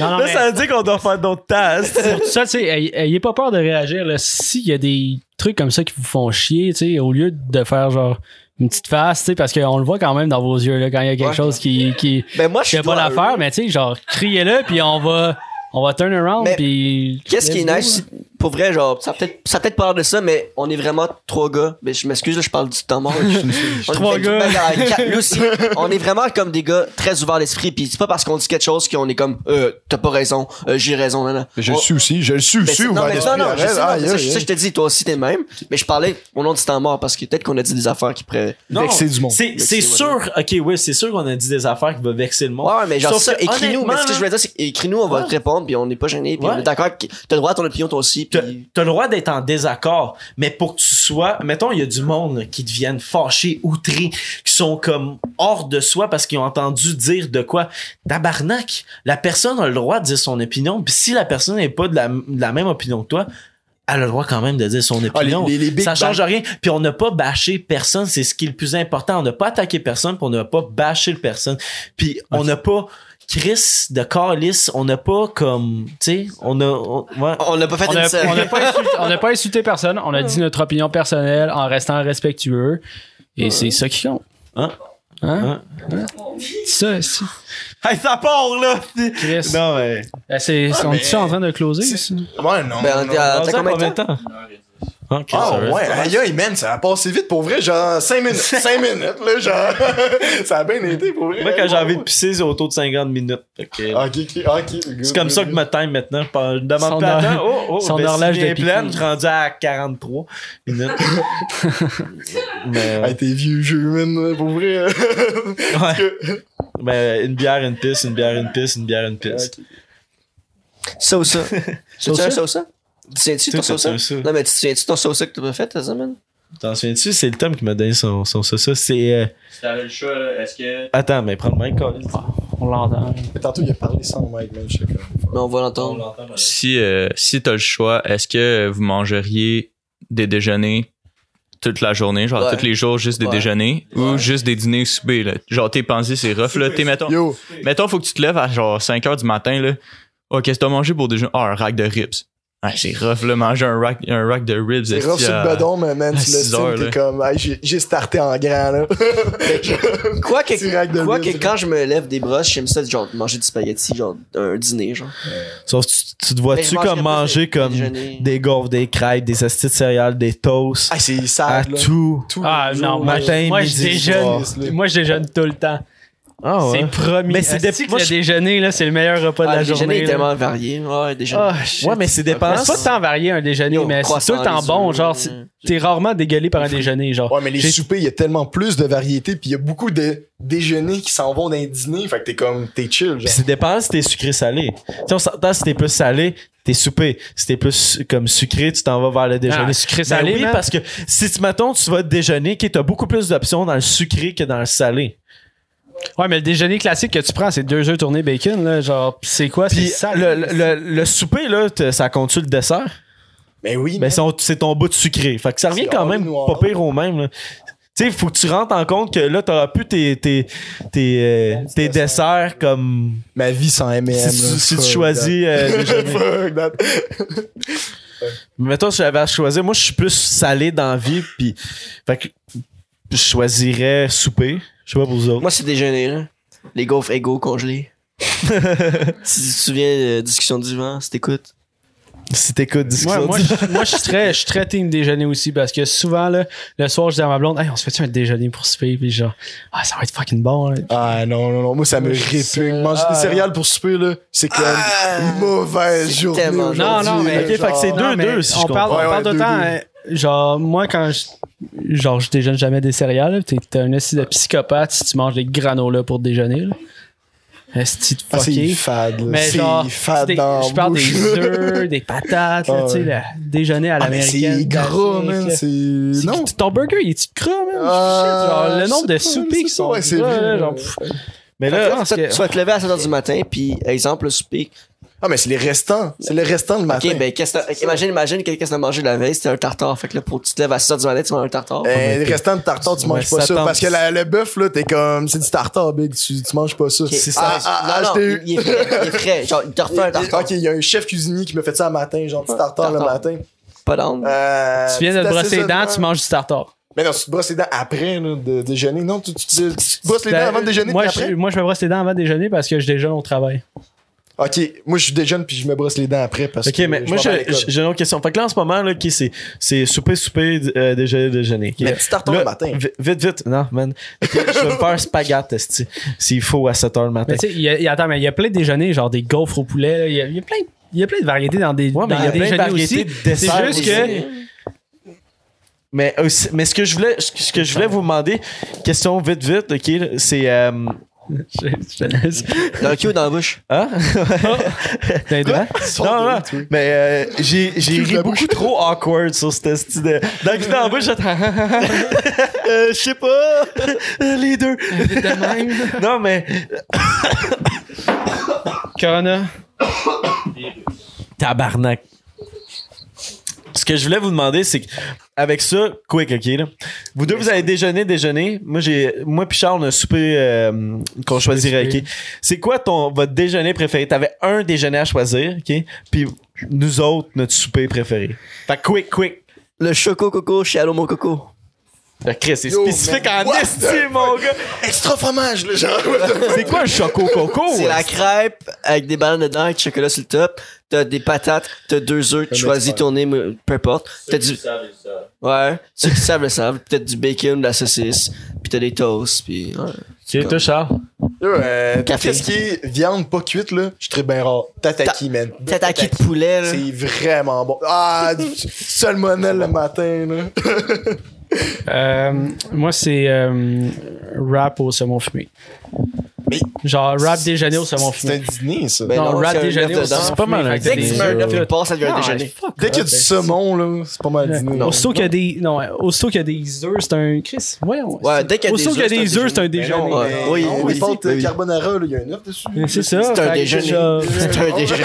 [SPEAKER 4] Non, non,
[SPEAKER 1] Là,
[SPEAKER 4] mais-
[SPEAKER 1] ça veut dire qu'on doit faire d'autres tasks.
[SPEAKER 4] pour tout ça, tu sais, ay- ayez pas peur de réagir. Là. S'il y a des trucs comme ça qui vous font chier, tu sais, au lieu de faire genre une petite face, tu sais, parce qu'on le voit quand même dans vos yeux, là, quand il y a quelque
[SPEAKER 3] Ouais.
[SPEAKER 4] chose qui, qui,
[SPEAKER 3] Ben, moi, je
[SPEAKER 4] qui
[SPEAKER 3] suis.
[SPEAKER 4] a pas l'affaire, mais tu sais, genre, criez-le, puis on va, on va turn around,
[SPEAKER 3] Mais
[SPEAKER 4] puis.
[SPEAKER 3] Qu'est-ce qui est
[SPEAKER 4] Let's go,
[SPEAKER 3] nice,
[SPEAKER 4] là.
[SPEAKER 3] c'est- pour vrai, genre, ça a peut-être ça a peut-être pas l'air de ça, mais on est vraiment trois gars. Mais je m'excuse, là, je parle du temps mort. On est-
[SPEAKER 4] Trois
[SPEAKER 3] ben,
[SPEAKER 4] gars.
[SPEAKER 3] ben, euh, quatre, lui aussi. on est vraiment comme des gars très ouverts d'esprit, puis c'est pas parce qu'on dit quelque chose qu'on est comme, euh, t'as pas raison, euh, j'ai raison, non, non.
[SPEAKER 2] Je
[SPEAKER 3] On-
[SPEAKER 2] le suis aussi, je le suis
[SPEAKER 3] Ben,
[SPEAKER 2] aussi.
[SPEAKER 3] c'est- non,
[SPEAKER 2] ouvert
[SPEAKER 3] mais
[SPEAKER 2] d'esprit,
[SPEAKER 3] non, non, je
[SPEAKER 2] arrête.
[SPEAKER 3] sais, non,
[SPEAKER 2] Ah,
[SPEAKER 3] mais
[SPEAKER 2] yeah,
[SPEAKER 3] ça, je-
[SPEAKER 2] yeah.
[SPEAKER 3] ça, je te dis, toi aussi, t'es le même, mais je parlais au nom du temps mort parce que peut-être qu'on a dit des affaires qui pourraient.
[SPEAKER 1] Non,
[SPEAKER 2] Vexer du monde.
[SPEAKER 1] C'est, c'est
[SPEAKER 3] Vexer,
[SPEAKER 1] sûr, ok, oui, c'est sûr qu'on a dit des affaires qui vont vexer le monde.
[SPEAKER 3] Ouais, mais genre
[SPEAKER 1] Sauf
[SPEAKER 3] ça,
[SPEAKER 1] que,
[SPEAKER 3] écris-nous. Mais ce que
[SPEAKER 1] honnêtement,
[SPEAKER 3] je veux dire, c'est écris-nous, on va
[SPEAKER 1] Ouais.
[SPEAKER 3] te répondre, puis on n'est pas gêné, puis
[SPEAKER 1] Ouais.
[SPEAKER 3] on est d'accord. que T'as le droit à ton opinion, toi aussi,
[SPEAKER 1] T'as,
[SPEAKER 3] puis.
[SPEAKER 1] t'as le droit d'être en désaccord, mais pour que tu sois, mettons, il y a du monde là, qui deviennent fâchés, outrés, qui sont comme hors de soi parce qu'ils ont entendu dire de quoi. Tabarnak, la personne a le droit de dire son opinion, puis si la personne n'est pas de la, de la même opinion que toi, elle a le droit quand même de dire son
[SPEAKER 2] Ah, les,
[SPEAKER 1] opinion.
[SPEAKER 2] les- les big
[SPEAKER 1] ça change
[SPEAKER 2] bang.
[SPEAKER 1] rien. Puis on n'a pas bâché personne, c'est ce qui est le plus important. On n'a pas attaqué personne, puis on n'a pas bâché le personne. Puis on n'a pas Chris de Carlis, on n'a pas comme, tu sais, on a, on- ouais.
[SPEAKER 3] On l'a pas fait
[SPEAKER 4] On
[SPEAKER 3] une
[SPEAKER 4] a-
[SPEAKER 3] seule. Ben,
[SPEAKER 4] on n'a pas, insulté- on n'a pas insulté personne, on a dit notre opinion personnelle en restant respectueux. Et c'est ça qui compte.
[SPEAKER 1] Hein?
[SPEAKER 4] Hein?
[SPEAKER 1] Hein?
[SPEAKER 4] Ça, c'est-
[SPEAKER 1] Hey, ça part là.
[SPEAKER 4] Chris.
[SPEAKER 1] Non mais.
[SPEAKER 4] Euh, c'est-
[SPEAKER 2] Ah,
[SPEAKER 4] on
[SPEAKER 2] mais-
[SPEAKER 4] est-tu en train de closer? ça?
[SPEAKER 2] Ouais, non.
[SPEAKER 3] Ben,
[SPEAKER 2] non.
[SPEAKER 3] on- euh, t'as combien de temps?
[SPEAKER 1] Ah,
[SPEAKER 2] Ah ouais, aïe aïe, man, ça a passé vite pour vrai, genre 5 minutes, 5 minutes, là, genre. ça a bien été pour vrai.
[SPEAKER 1] Moi quand j'ai envie de pisser, c'est autour de 50 minutes. Fait que-
[SPEAKER 2] Ok, ok, ok.
[SPEAKER 1] C'est comme ça que ma time maintenant. Je par- je demande
[SPEAKER 4] Son
[SPEAKER 1] pas à
[SPEAKER 4] hor-
[SPEAKER 1] temps. Oh, oh,
[SPEAKER 4] son
[SPEAKER 1] ben, si
[SPEAKER 4] horloge
[SPEAKER 1] il est
[SPEAKER 4] de pipi.
[SPEAKER 1] pleine, je suis rendu à 43 minutes. mais,
[SPEAKER 2] Hey, t'es vieux jeu, man, pour vrai. Parce
[SPEAKER 1] ouais.
[SPEAKER 2] que-
[SPEAKER 1] mais une bière, une pisse, une bière, une pisse, une bière, une pisse.
[SPEAKER 3] Ça ou ça? C'est ça,
[SPEAKER 4] ça?
[SPEAKER 3] ça ou ça? Tu te souviens-tu de ton
[SPEAKER 1] Tout
[SPEAKER 3] ça ou ça?
[SPEAKER 1] est ça.
[SPEAKER 3] Non, mais tu te souviens-tu de ton ça ou ça que t'as pas fait, ça, man?
[SPEAKER 1] T'en souviens-tu? C'est le Tom qui m'a donné son, son ça, ça. C'est. euh,
[SPEAKER 5] Si t'avais le choix, là, est-ce que.
[SPEAKER 1] Attends, mais prends le mic, Colin.
[SPEAKER 3] Ah.
[SPEAKER 4] On l'entend.
[SPEAKER 2] Tantôt, il a parlé sans mic, man, je sais
[SPEAKER 3] Mais on va
[SPEAKER 1] On
[SPEAKER 3] l'entendre.
[SPEAKER 1] l'entend, Colin.
[SPEAKER 5] Si, euh, si t'as le choix, est-ce que vous mangeriez des déjeuners toute la journée, genre
[SPEAKER 3] Ouais.
[SPEAKER 5] tous les jours, juste des
[SPEAKER 3] Ouais.
[SPEAKER 5] déjeuners ou juste des dîners ou soupers, là? Genre tes pensées, c'est rough, là. T'es, mettons,
[SPEAKER 2] Yo,
[SPEAKER 5] mettons, faut que tu te lèves à genre 5 heures du matin, là. Oh, qu'est-ce que t'as mangé pour déjeuner? Ah, un rack de ribs. Ah, c'est rough, là, manger un rack, un rack de ribs.
[SPEAKER 2] c'est
[SPEAKER 5] esti,
[SPEAKER 2] rough sur
[SPEAKER 5] à-
[SPEAKER 2] le bedon, mais man,
[SPEAKER 5] à
[SPEAKER 2] tu le
[SPEAKER 5] six
[SPEAKER 2] signes,
[SPEAKER 5] heures,
[SPEAKER 2] t'es
[SPEAKER 5] là.
[SPEAKER 2] comme, hey, j'ai- j'ai starté en grand, là.
[SPEAKER 3] Quoi
[SPEAKER 2] Petit rack de
[SPEAKER 3] que, quoi que
[SPEAKER 2] mille.
[SPEAKER 3] quand je me lève des brosses, j'aime ça, genre, manger du spaghetti, genre, un dîner, genre.
[SPEAKER 1] Sauf que tu, tu te
[SPEAKER 3] Mais Ben, je
[SPEAKER 1] vois-tu
[SPEAKER 3] mangerais
[SPEAKER 1] comme
[SPEAKER 3] plus
[SPEAKER 1] manger
[SPEAKER 3] des-
[SPEAKER 1] comme
[SPEAKER 3] des déjeuners.
[SPEAKER 1] des gaufres, des crêpes, des astis de céréales, des toasts,
[SPEAKER 2] Ah, c'est
[SPEAKER 1] à
[SPEAKER 2] sale, là.
[SPEAKER 1] tout.
[SPEAKER 2] Tout
[SPEAKER 4] Ah
[SPEAKER 2] le
[SPEAKER 4] non,
[SPEAKER 2] jour,
[SPEAKER 4] moi,
[SPEAKER 2] là.
[SPEAKER 1] matin,
[SPEAKER 4] je- moi, je
[SPEAKER 1] midi,
[SPEAKER 4] déjeune.
[SPEAKER 2] soir.
[SPEAKER 4] Moi je déjeune tout le temps.
[SPEAKER 1] Ah
[SPEAKER 4] C'est
[SPEAKER 1] ouais.
[SPEAKER 4] promis.
[SPEAKER 1] Mais c'est
[SPEAKER 4] Asti
[SPEAKER 1] des-
[SPEAKER 4] que
[SPEAKER 1] moi,
[SPEAKER 4] le
[SPEAKER 1] je-
[SPEAKER 4] déjeuner là, c'est le meilleur repas de
[SPEAKER 3] Ah,
[SPEAKER 4] la
[SPEAKER 3] le déjeuner
[SPEAKER 4] journée.
[SPEAKER 3] est
[SPEAKER 4] là.
[SPEAKER 3] tellement varié. Ouais, déjeuner.
[SPEAKER 4] Ah, shit.
[SPEAKER 1] Ouais, mais c'est
[SPEAKER 4] Mais
[SPEAKER 1] dépendant.
[SPEAKER 4] C'est pas tant varié un déjeuner,
[SPEAKER 3] Yo,
[SPEAKER 4] mais c'est tout le
[SPEAKER 3] croissant,
[SPEAKER 4] temps
[SPEAKER 3] les
[SPEAKER 4] bon.
[SPEAKER 3] œufs,
[SPEAKER 4] Genre, c'est-
[SPEAKER 3] euh,
[SPEAKER 4] t'es rarement dégueulé par un déjeuner, genre.
[SPEAKER 2] Ouais, mais les
[SPEAKER 4] J'ai-
[SPEAKER 2] soupers, il y a tellement plus de variétés, puis il y a beaucoup de déjeuners qui s'en vont d'un dîner, fait que t'es comme, t'es chill,
[SPEAKER 1] Puis
[SPEAKER 2] genre.
[SPEAKER 1] c'est dépendant si t'es sucré salé. Tu sais, on s'entend si t'es plus salé, t'es soupé. Si t'es plus su- comme sucré, tu t'en vas vers le déjeuner.
[SPEAKER 4] Ah, sucré
[SPEAKER 1] Ben
[SPEAKER 4] salé,
[SPEAKER 1] oui,
[SPEAKER 4] man.
[SPEAKER 1] parce que si tu mettons, tu vas déjeuner, qui t'as beaucoup plus d'options dans le sucré que dans le salé.
[SPEAKER 4] Ouais, mais le déjeuner classique que tu prends, c'est deux œufs tournés bacon, là. Genre, pis c'est quoi? C'est
[SPEAKER 1] Puis
[SPEAKER 4] ça.
[SPEAKER 1] le, le, le- le souper, là, t- ça compte-tu le dessert?
[SPEAKER 2] Mais oui,
[SPEAKER 1] Ben, c'est- c'est ton bout de sucré. Fait que ça revient
[SPEAKER 2] Mm-hmm. C'est
[SPEAKER 1] quand
[SPEAKER 2] hors
[SPEAKER 1] même
[SPEAKER 2] du noir.
[SPEAKER 1] pas pire au même. là. Tu sais, faut que tu rentres en compte que là, t'auras plus tes, tes, tes, euh, tes desserts comme
[SPEAKER 2] ma vie sans M&M.
[SPEAKER 1] si,
[SPEAKER 2] là,
[SPEAKER 1] tu, si tu
[SPEAKER 2] fuck
[SPEAKER 1] choisis euh,
[SPEAKER 2] that.
[SPEAKER 1] déjeuner.
[SPEAKER 2] Fuck that.
[SPEAKER 1] Mais toi, si j'avais à choisir, moi, je suis plus salé dans la vie, puis fait que je choisirais souper. Je sais pas pour vous autres.
[SPEAKER 3] Moi, c'est déjeuner, là. Les gaufres égaux congelés. si tu te souviens, euh, discussion du vent, si t'écoutes.
[SPEAKER 1] si t'écoutes
[SPEAKER 4] Moi,
[SPEAKER 1] discussion,
[SPEAKER 4] moi, je, moi, je suis très, je suis très team déjeuner aussi parce que souvent, là, le soir, je dis à ma blonde, hey, on se fait-tu un déjeuner pour souper? Puis genre, ah, ça va être fucking bon, là.
[SPEAKER 2] Ah non, non, non, moi ça me
[SPEAKER 4] Moi, je
[SPEAKER 2] répugne.
[SPEAKER 4] sais.
[SPEAKER 2] Manger
[SPEAKER 4] Ah,
[SPEAKER 2] des céréales pour souper, là, c'est comme une mauvaise
[SPEAKER 3] Ah, C'est
[SPEAKER 2] journée.
[SPEAKER 3] tellement-
[SPEAKER 2] aujourd'hui,
[SPEAKER 4] Non, non, mais-
[SPEAKER 2] là,
[SPEAKER 1] Ok, fait que
[SPEAKER 2] genre.
[SPEAKER 1] c'est deux,
[SPEAKER 4] euh, Non, mais
[SPEAKER 1] deux, si
[SPEAKER 4] on
[SPEAKER 1] je
[SPEAKER 4] parle,
[SPEAKER 2] comprends.
[SPEAKER 4] on
[SPEAKER 2] Ouais, ouais,
[SPEAKER 4] parle
[SPEAKER 2] deux,
[SPEAKER 4] d'autant.
[SPEAKER 2] deux.
[SPEAKER 4] euh, genre, moi, quand je. Genre, je déjeune jamais des céréales. là, T'es t'es un esti de psychopathe si tu manges des granolas pour déjeuner. Là. Esti de
[SPEAKER 2] Ah, c'est
[SPEAKER 4] fucké.
[SPEAKER 2] fade, là.
[SPEAKER 4] mais
[SPEAKER 2] C'est
[SPEAKER 4] genre,
[SPEAKER 2] fade
[SPEAKER 4] des-
[SPEAKER 2] dans la
[SPEAKER 4] je parle
[SPEAKER 2] bouche.
[SPEAKER 4] des œufs, des patates,
[SPEAKER 2] Ah,
[SPEAKER 4] là, tu sais,
[SPEAKER 2] ouais.
[SPEAKER 4] le déjeuner à
[SPEAKER 2] Ah, mais
[SPEAKER 4] l'américaine.
[SPEAKER 2] c'est gros,
[SPEAKER 4] classique,
[SPEAKER 2] man.
[SPEAKER 4] là.
[SPEAKER 2] C'est.
[SPEAKER 4] C'est-
[SPEAKER 2] Non.
[SPEAKER 4] Ton burger, il est-tu gras, man?
[SPEAKER 2] Euh,
[SPEAKER 4] Shit, genre, le
[SPEAKER 2] je
[SPEAKER 4] nombre
[SPEAKER 2] sais
[SPEAKER 4] de
[SPEAKER 2] pas, je sais
[SPEAKER 4] soupers
[SPEAKER 2] pas,
[SPEAKER 4] qui sont.
[SPEAKER 2] ouais, c'est
[SPEAKER 4] gras,
[SPEAKER 2] vrai,
[SPEAKER 4] là, genre,
[SPEAKER 2] ouais.
[SPEAKER 4] pff,
[SPEAKER 1] mais
[SPEAKER 4] je
[SPEAKER 1] là,
[SPEAKER 4] pense
[SPEAKER 3] Tu vas
[SPEAKER 4] que-
[SPEAKER 3] tu vas te lever à 7h du matin, puis exemple, le souper.
[SPEAKER 2] Ah, mais c'est les restants. C'est les restants le matin.
[SPEAKER 3] Ok, ben, qu'est-ce que t'as- imagine, imagine que- qu'est-ce que t'as mangé la veille, c'était un tartare. Fait que là, pour tu te lèves à 7h du matin, tu manges un tartare.
[SPEAKER 4] Oh
[SPEAKER 2] Eh, les restants de tartare, tu
[SPEAKER 1] Ouais,
[SPEAKER 2] manges
[SPEAKER 1] ça
[SPEAKER 2] pas ça.
[SPEAKER 1] tombe.
[SPEAKER 2] Parce que la- le bœuf, là, t'es comme. C'est du tartare, big. Tu, tu manges pas ça.
[SPEAKER 3] Ok.
[SPEAKER 1] c'est
[SPEAKER 2] Ah,
[SPEAKER 1] ça.
[SPEAKER 2] ah, ah,
[SPEAKER 3] non, non,
[SPEAKER 2] je t'ai
[SPEAKER 3] il,
[SPEAKER 2] eu.
[SPEAKER 3] il est frais. Il est frais. Genre, il te refait un tartare.
[SPEAKER 2] Ok, il y a un chef cuisinier qui me fait ça le matin, genre du tartare le
[SPEAKER 3] Tartare.
[SPEAKER 2] matin.
[SPEAKER 3] Pas d'âme.
[SPEAKER 2] Euh,
[SPEAKER 4] Tu viens de te
[SPEAKER 2] petit
[SPEAKER 4] brosser les dents,
[SPEAKER 2] assaisonnement.
[SPEAKER 4] tu manges du tartare.
[SPEAKER 2] Mais non, tu te brosses les dents après là, de déjeuner. Non, tu, tu, tu- tu te brosses les dents avant de déjeuner
[SPEAKER 4] Ben, moi,
[SPEAKER 2] puis
[SPEAKER 4] je,
[SPEAKER 2] après.
[SPEAKER 4] moi, je me brosse les dents avant de déjeuner parce que je déjeune au travail.
[SPEAKER 2] Ok, moi je déjeune puis je me brosse les dents après parce
[SPEAKER 1] Ok,
[SPEAKER 2] que.
[SPEAKER 1] mais
[SPEAKER 2] je
[SPEAKER 1] moi,
[SPEAKER 2] m'en vais à
[SPEAKER 1] j'ai
[SPEAKER 2] l'école.
[SPEAKER 1] j'ai une autre question. Fait que là, en ce moment, là, ok, c'est- c'est souper, souper, euh, déjeuner, déjeuner. Ok.
[SPEAKER 2] Mais petit tartare
[SPEAKER 1] Là,
[SPEAKER 2] le matin.
[SPEAKER 1] vi- Vite, vite. Non, man. Ok, je vais me faire un spaghette, esti, s'il faut, à 7h le matin.
[SPEAKER 4] Mais tu sais, il y a- il y a- attends, mais il y a plein de déjeuners, genre des gaufres au poulet. là, Il y a, il y a plein il y a plein de variétés dans des
[SPEAKER 1] Ouais, mais
[SPEAKER 4] dans
[SPEAKER 1] il y a
[SPEAKER 4] les
[SPEAKER 1] plein de
[SPEAKER 4] déjeuners
[SPEAKER 1] variétés
[SPEAKER 4] aussi.
[SPEAKER 1] de desserts
[SPEAKER 4] C'est juste que
[SPEAKER 1] Mais, aussi- mais ce que je voulais, ce que- ce que je voulais vous demander, question vite, vite, ok, c'est. euh,
[SPEAKER 4] Je- je te laisse.
[SPEAKER 3] Dans le cul ou dans la bouche?
[SPEAKER 1] hein?
[SPEAKER 4] Dans les dents.
[SPEAKER 1] non, non, mais euh, j'ai j'ai
[SPEAKER 2] Cul de
[SPEAKER 1] ri
[SPEAKER 2] la
[SPEAKER 1] beaucoup
[SPEAKER 2] bouche.
[SPEAKER 1] trop awkward sur cette style de. Dans le cul dans la bouche, j'attends. Euh, Je sais pas. Les deux. non, mais.
[SPEAKER 4] Corona.
[SPEAKER 1] Tabarnak. ce que je voulais vous demander, c'est que avec ça, quick, ok, là. Vous deux, vous allez déjeuner, déjeuner. Moi, j'ai, moi puis Charles, on a soupé euh, qu'on choisirait, ok. C'est quoi ton, votre déjeuner préféré? T'avais un déjeuner à choisir, ok. Puis nous autres, notre souper préféré. Fait que quick, quick.
[SPEAKER 3] Le choco coco chez Allo Mon Coco.
[SPEAKER 1] Fait que Chris, c'est
[SPEAKER 2] Yo,
[SPEAKER 1] spécifique
[SPEAKER 2] man,
[SPEAKER 1] en
[SPEAKER 2] what
[SPEAKER 1] esti, mon gars.
[SPEAKER 2] Extra fromage, là, genre.
[SPEAKER 1] C'est quoi le choco coco?
[SPEAKER 3] C'est la crêpe avec des bananes dedans, avec du chocolat sur le top. T'as des patates, t'as deux œufs, tu choisis ton nez, mais peu importe. T'as du. Ouais, ceux qui savent le savent. Puis T'as du bacon, de la saucisse, puis t'as des toasts, puis. ouais.
[SPEAKER 1] Ok, toi, Charles.
[SPEAKER 2] Yo, euh,
[SPEAKER 3] Café.
[SPEAKER 2] Qu'est-ce qui est viande pas cuite, là? Je suis très bien rare. Tataki, man.
[SPEAKER 3] Tataki de poulet, là.
[SPEAKER 2] C'est vraiment bon. Ah, du salmonelle le matin, là.
[SPEAKER 4] Euh, moi, c'est euh, rap au saumon fumé.
[SPEAKER 2] Mais-
[SPEAKER 4] Genre rap déjeuner au saumon
[SPEAKER 2] C'est un
[SPEAKER 4] fumé.
[SPEAKER 2] dîner, ça.
[SPEAKER 3] Ben
[SPEAKER 4] non,
[SPEAKER 3] non, c'est
[SPEAKER 4] rap
[SPEAKER 3] un
[SPEAKER 4] déjeuner
[SPEAKER 3] œuf
[SPEAKER 4] au saumon
[SPEAKER 3] dedans.
[SPEAKER 1] C'est
[SPEAKER 4] fumé.
[SPEAKER 1] pas mal, hein.
[SPEAKER 4] Fait que t'as
[SPEAKER 3] Dès que tu
[SPEAKER 4] des-
[SPEAKER 3] mets un œuf,
[SPEAKER 4] des-
[SPEAKER 3] tu le passes, ça devient un
[SPEAKER 4] Non,
[SPEAKER 3] déjeuner.
[SPEAKER 4] fuck
[SPEAKER 2] Dès qu'il y a du
[SPEAKER 3] ben,
[SPEAKER 4] off, avec
[SPEAKER 2] saumon, là, c'est pas mal un dîner.
[SPEAKER 4] ça. Aussitôt qu'il y a des. Non, ouais, aussitôt qu'il y a des œufs, c'est un. Chris, voyons.
[SPEAKER 3] Ouais, dès qu'il y a des
[SPEAKER 4] Aussitôt qu'il y a
[SPEAKER 3] œufs,
[SPEAKER 4] des
[SPEAKER 3] c'est un
[SPEAKER 4] œufs, c'est un déjeuner.
[SPEAKER 3] non, euh,
[SPEAKER 2] Mais
[SPEAKER 3] Oui,
[SPEAKER 2] non,
[SPEAKER 3] oui,
[SPEAKER 2] les pâtes
[SPEAKER 3] oui.
[SPEAKER 2] carbonara, là, il y a un œuf dessus.
[SPEAKER 4] C'est ça.
[SPEAKER 3] C'est un
[SPEAKER 4] fait que
[SPEAKER 3] déjeuner.
[SPEAKER 4] genre-
[SPEAKER 3] C'est un déjeuner.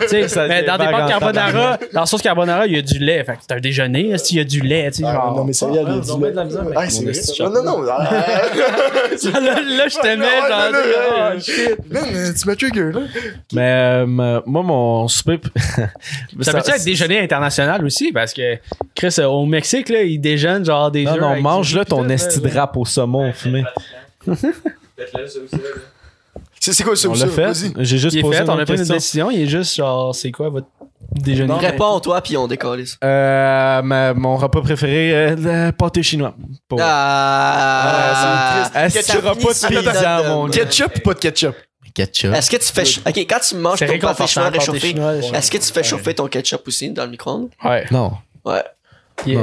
[SPEAKER 4] Tu sais,
[SPEAKER 1] Ça
[SPEAKER 4] mais dans des
[SPEAKER 1] débarque
[SPEAKER 4] pâtes
[SPEAKER 1] en
[SPEAKER 4] carbonara, dans la sauce carbonara, il y a du lait. Fait que c'est un déjeuner. Est-ce qu'il y a du lait? Tu sais,
[SPEAKER 2] Ah,
[SPEAKER 4] genre.
[SPEAKER 2] non, mais ça, il y a des
[SPEAKER 1] met de la misère, mais-
[SPEAKER 2] Ah, c'est
[SPEAKER 1] Mon
[SPEAKER 2] vrai.
[SPEAKER 1] esti,
[SPEAKER 2] ça. Non, non, euh, non.
[SPEAKER 4] là, là, je
[SPEAKER 2] Ouais,
[SPEAKER 4] t'aimais,
[SPEAKER 2] non, non,
[SPEAKER 4] genre.
[SPEAKER 2] non,
[SPEAKER 4] oh, shit.
[SPEAKER 2] Man, euh, tu m'as trigger, là.
[SPEAKER 1] Mais euh, ma- moi, mon souper.
[SPEAKER 4] Ça peut-tu être déjeuner international aussi? Parce que, Chris, euh, au Mexique, là, ils déjeunent genre des
[SPEAKER 1] Non,
[SPEAKER 4] œufs
[SPEAKER 1] non,
[SPEAKER 4] avec
[SPEAKER 1] mange
[SPEAKER 4] du- euh,
[SPEAKER 1] là ton esti de rap au saumon fumé.
[SPEAKER 5] Faites-le, ça aussi. là.
[SPEAKER 2] C'est c'est quoi ça,
[SPEAKER 1] On
[SPEAKER 2] ça?
[SPEAKER 1] l'a fait.
[SPEAKER 2] Vas-y.
[SPEAKER 1] J'ai juste
[SPEAKER 4] Il est
[SPEAKER 1] posé
[SPEAKER 4] fait, on a
[SPEAKER 1] une
[SPEAKER 4] pris une
[SPEAKER 1] question.
[SPEAKER 4] décision. Il est juste genre, c'est quoi votre déjeuner?
[SPEAKER 3] Réponds, toi, puis on décolle ça.
[SPEAKER 1] Euh, ma- mon repas préféré, euh, le pâté chinois. Pour...
[SPEAKER 3] Oh. Ah,
[SPEAKER 1] Est-ce que tu
[SPEAKER 3] Ketchup,
[SPEAKER 1] auras pas de
[SPEAKER 3] ketchup,
[SPEAKER 1] pizza,
[SPEAKER 3] ketchup.
[SPEAKER 1] mon gars?
[SPEAKER 2] Ketchup ou pas de ketchup?
[SPEAKER 1] Ketchup.
[SPEAKER 3] Est-ce que tu fais. ch- Ok, quand tu manges
[SPEAKER 4] C'est
[SPEAKER 3] ton pâté chinois
[SPEAKER 4] réconfortant, pâté
[SPEAKER 3] réchauffé,
[SPEAKER 4] chinois.
[SPEAKER 3] est-ce que tu fais chauffer ton ketchup aussi dans le micro-ondes?
[SPEAKER 4] Ouais.
[SPEAKER 1] Non.
[SPEAKER 3] Ouais.
[SPEAKER 4] Yeah.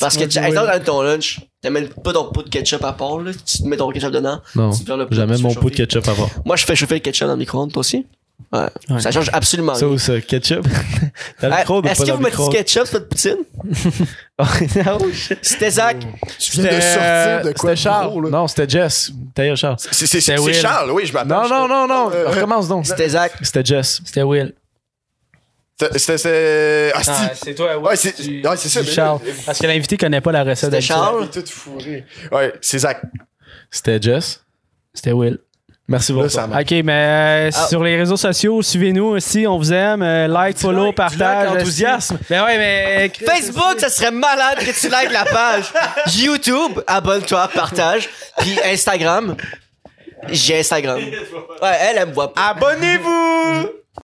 [SPEAKER 3] Parce que,
[SPEAKER 4] Tu
[SPEAKER 3] hey,
[SPEAKER 4] vois,
[SPEAKER 3] dans ton lunch, t'amènes pas ton pot de ketchup à part, là. Tu te mets ton ketchup dedans.
[SPEAKER 1] Non.
[SPEAKER 3] tu prends le pot,
[SPEAKER 1] Jamais
[SPEAKER 3] tu
[SPEAKER 1] mon
[SPEAKER 3] fais
[SPEAKER 1] pot de
[SPEAKER 3] chauffer.
[SPEAKER 1] ketchup avant.
[SPEAKER 3] Moi, je fais chauffer le ketchup dans le micro-ondes, toi aussi? Ouais.
[SPEAKER 4] Ouais.
[SPEAKER 3] Ça change absolument
[SPEAKER 1] Ça
[SPEAKER 3] rien.
[SPEAKER 1] ou ça, ketchup? T'as le
[SPEAKER 3] Hey,
[SPEAKER 1] micro ou pas
[SPEAKER 3] Ah, Est-ce que
[SPEAKER 1] dans
[SPEAKER 3] vous
[SPEAKER 1] le Oh,
[SPEAKER 3] mettez
[SPEAKER 1] micro?
[SPEAKER 3] du ketchup sur votre poutine? C'était Zach.
[SPEAKER 1] Oh.
[SPEAKER 2] Tu viens de sortir de quoi?
[SPEAKER 1] C'était
[SPEAKER 2] de
[SPEAKER 1] Charles.
[SPEAKER 2] gros, là?
[SPEAKER 1] non, c'était Jess. D'ailleurs, Charles.
[SPEAKER 2] C'est- C'est
[SPEAKER 4] C'était
[SPEAKER 2] c'est
[SPEAKER 4] Will.
[SPEAKER 2] Charles, oui, je m'appelle.
[SPEAKER 1] Non, non, non, non.
[SPEAKER 2] Euh,
[SPEAKER 1] Recommence donc.
[SPEAKER 3] C'était Zach.
[SPEAKER 1] C'était Jess.
[SPEAKER 4] C'était Will.
[SPEAKER 2] C'était- C'était. c'est- Ah,
[SPEAKER 4] Ah,
[SPEAKER 2] c'est.
[SPEAKER 4] c'est toi, Will.
[SPEAKER 2] Ouais, c'est
[SPEAKER 4] Du-
[SPEAKER 2] ouais, c'est ça.
[SPEAKER 4] du
[SPEAKER 2] mais-
[SPEAKER 4] Charles. Parce que l'invité connaît pas la recette.
[SPEAKER 3] C'était
[SPEAKER 4] d'habitude.
[SPEAKER 3] Charles.
[SPEAKER 2] Ah, Il est tout fourré. Ouais, c'est Zach.
[SPEAKER 1] C'était Jess.
[SPEAKER 4] C'était Will.
[SPEAKER 1] Merci
[SPEAKER 2] Là,
[SPEAKER 1] beaucoup.
[SPEAKER 2] ça marche.
[SPEAKER 4] Ok, mais euh,
[SPEAKER 3] Ah.
[SPEAKER 4] sur les réseaux sociaux, suivez-nous aussi. On vous aime. Euh, like, follow,
[SPEAKER 1] like, tu
[SPEAKER 4] partage. euh,
[SPEAKER 1] likes l'enthousiasme.
[SPEAKER 4] Mais ouais, mais. euh,
[SPEAKER 3] Facebook, ça serait malade que tu likes la page. YouTube, abonne-toi, partage. Puis Instagram, j'ai Instagram. Ouais, elle, elle me voit pas.
[SPEAKER 1] Abonnez-vous!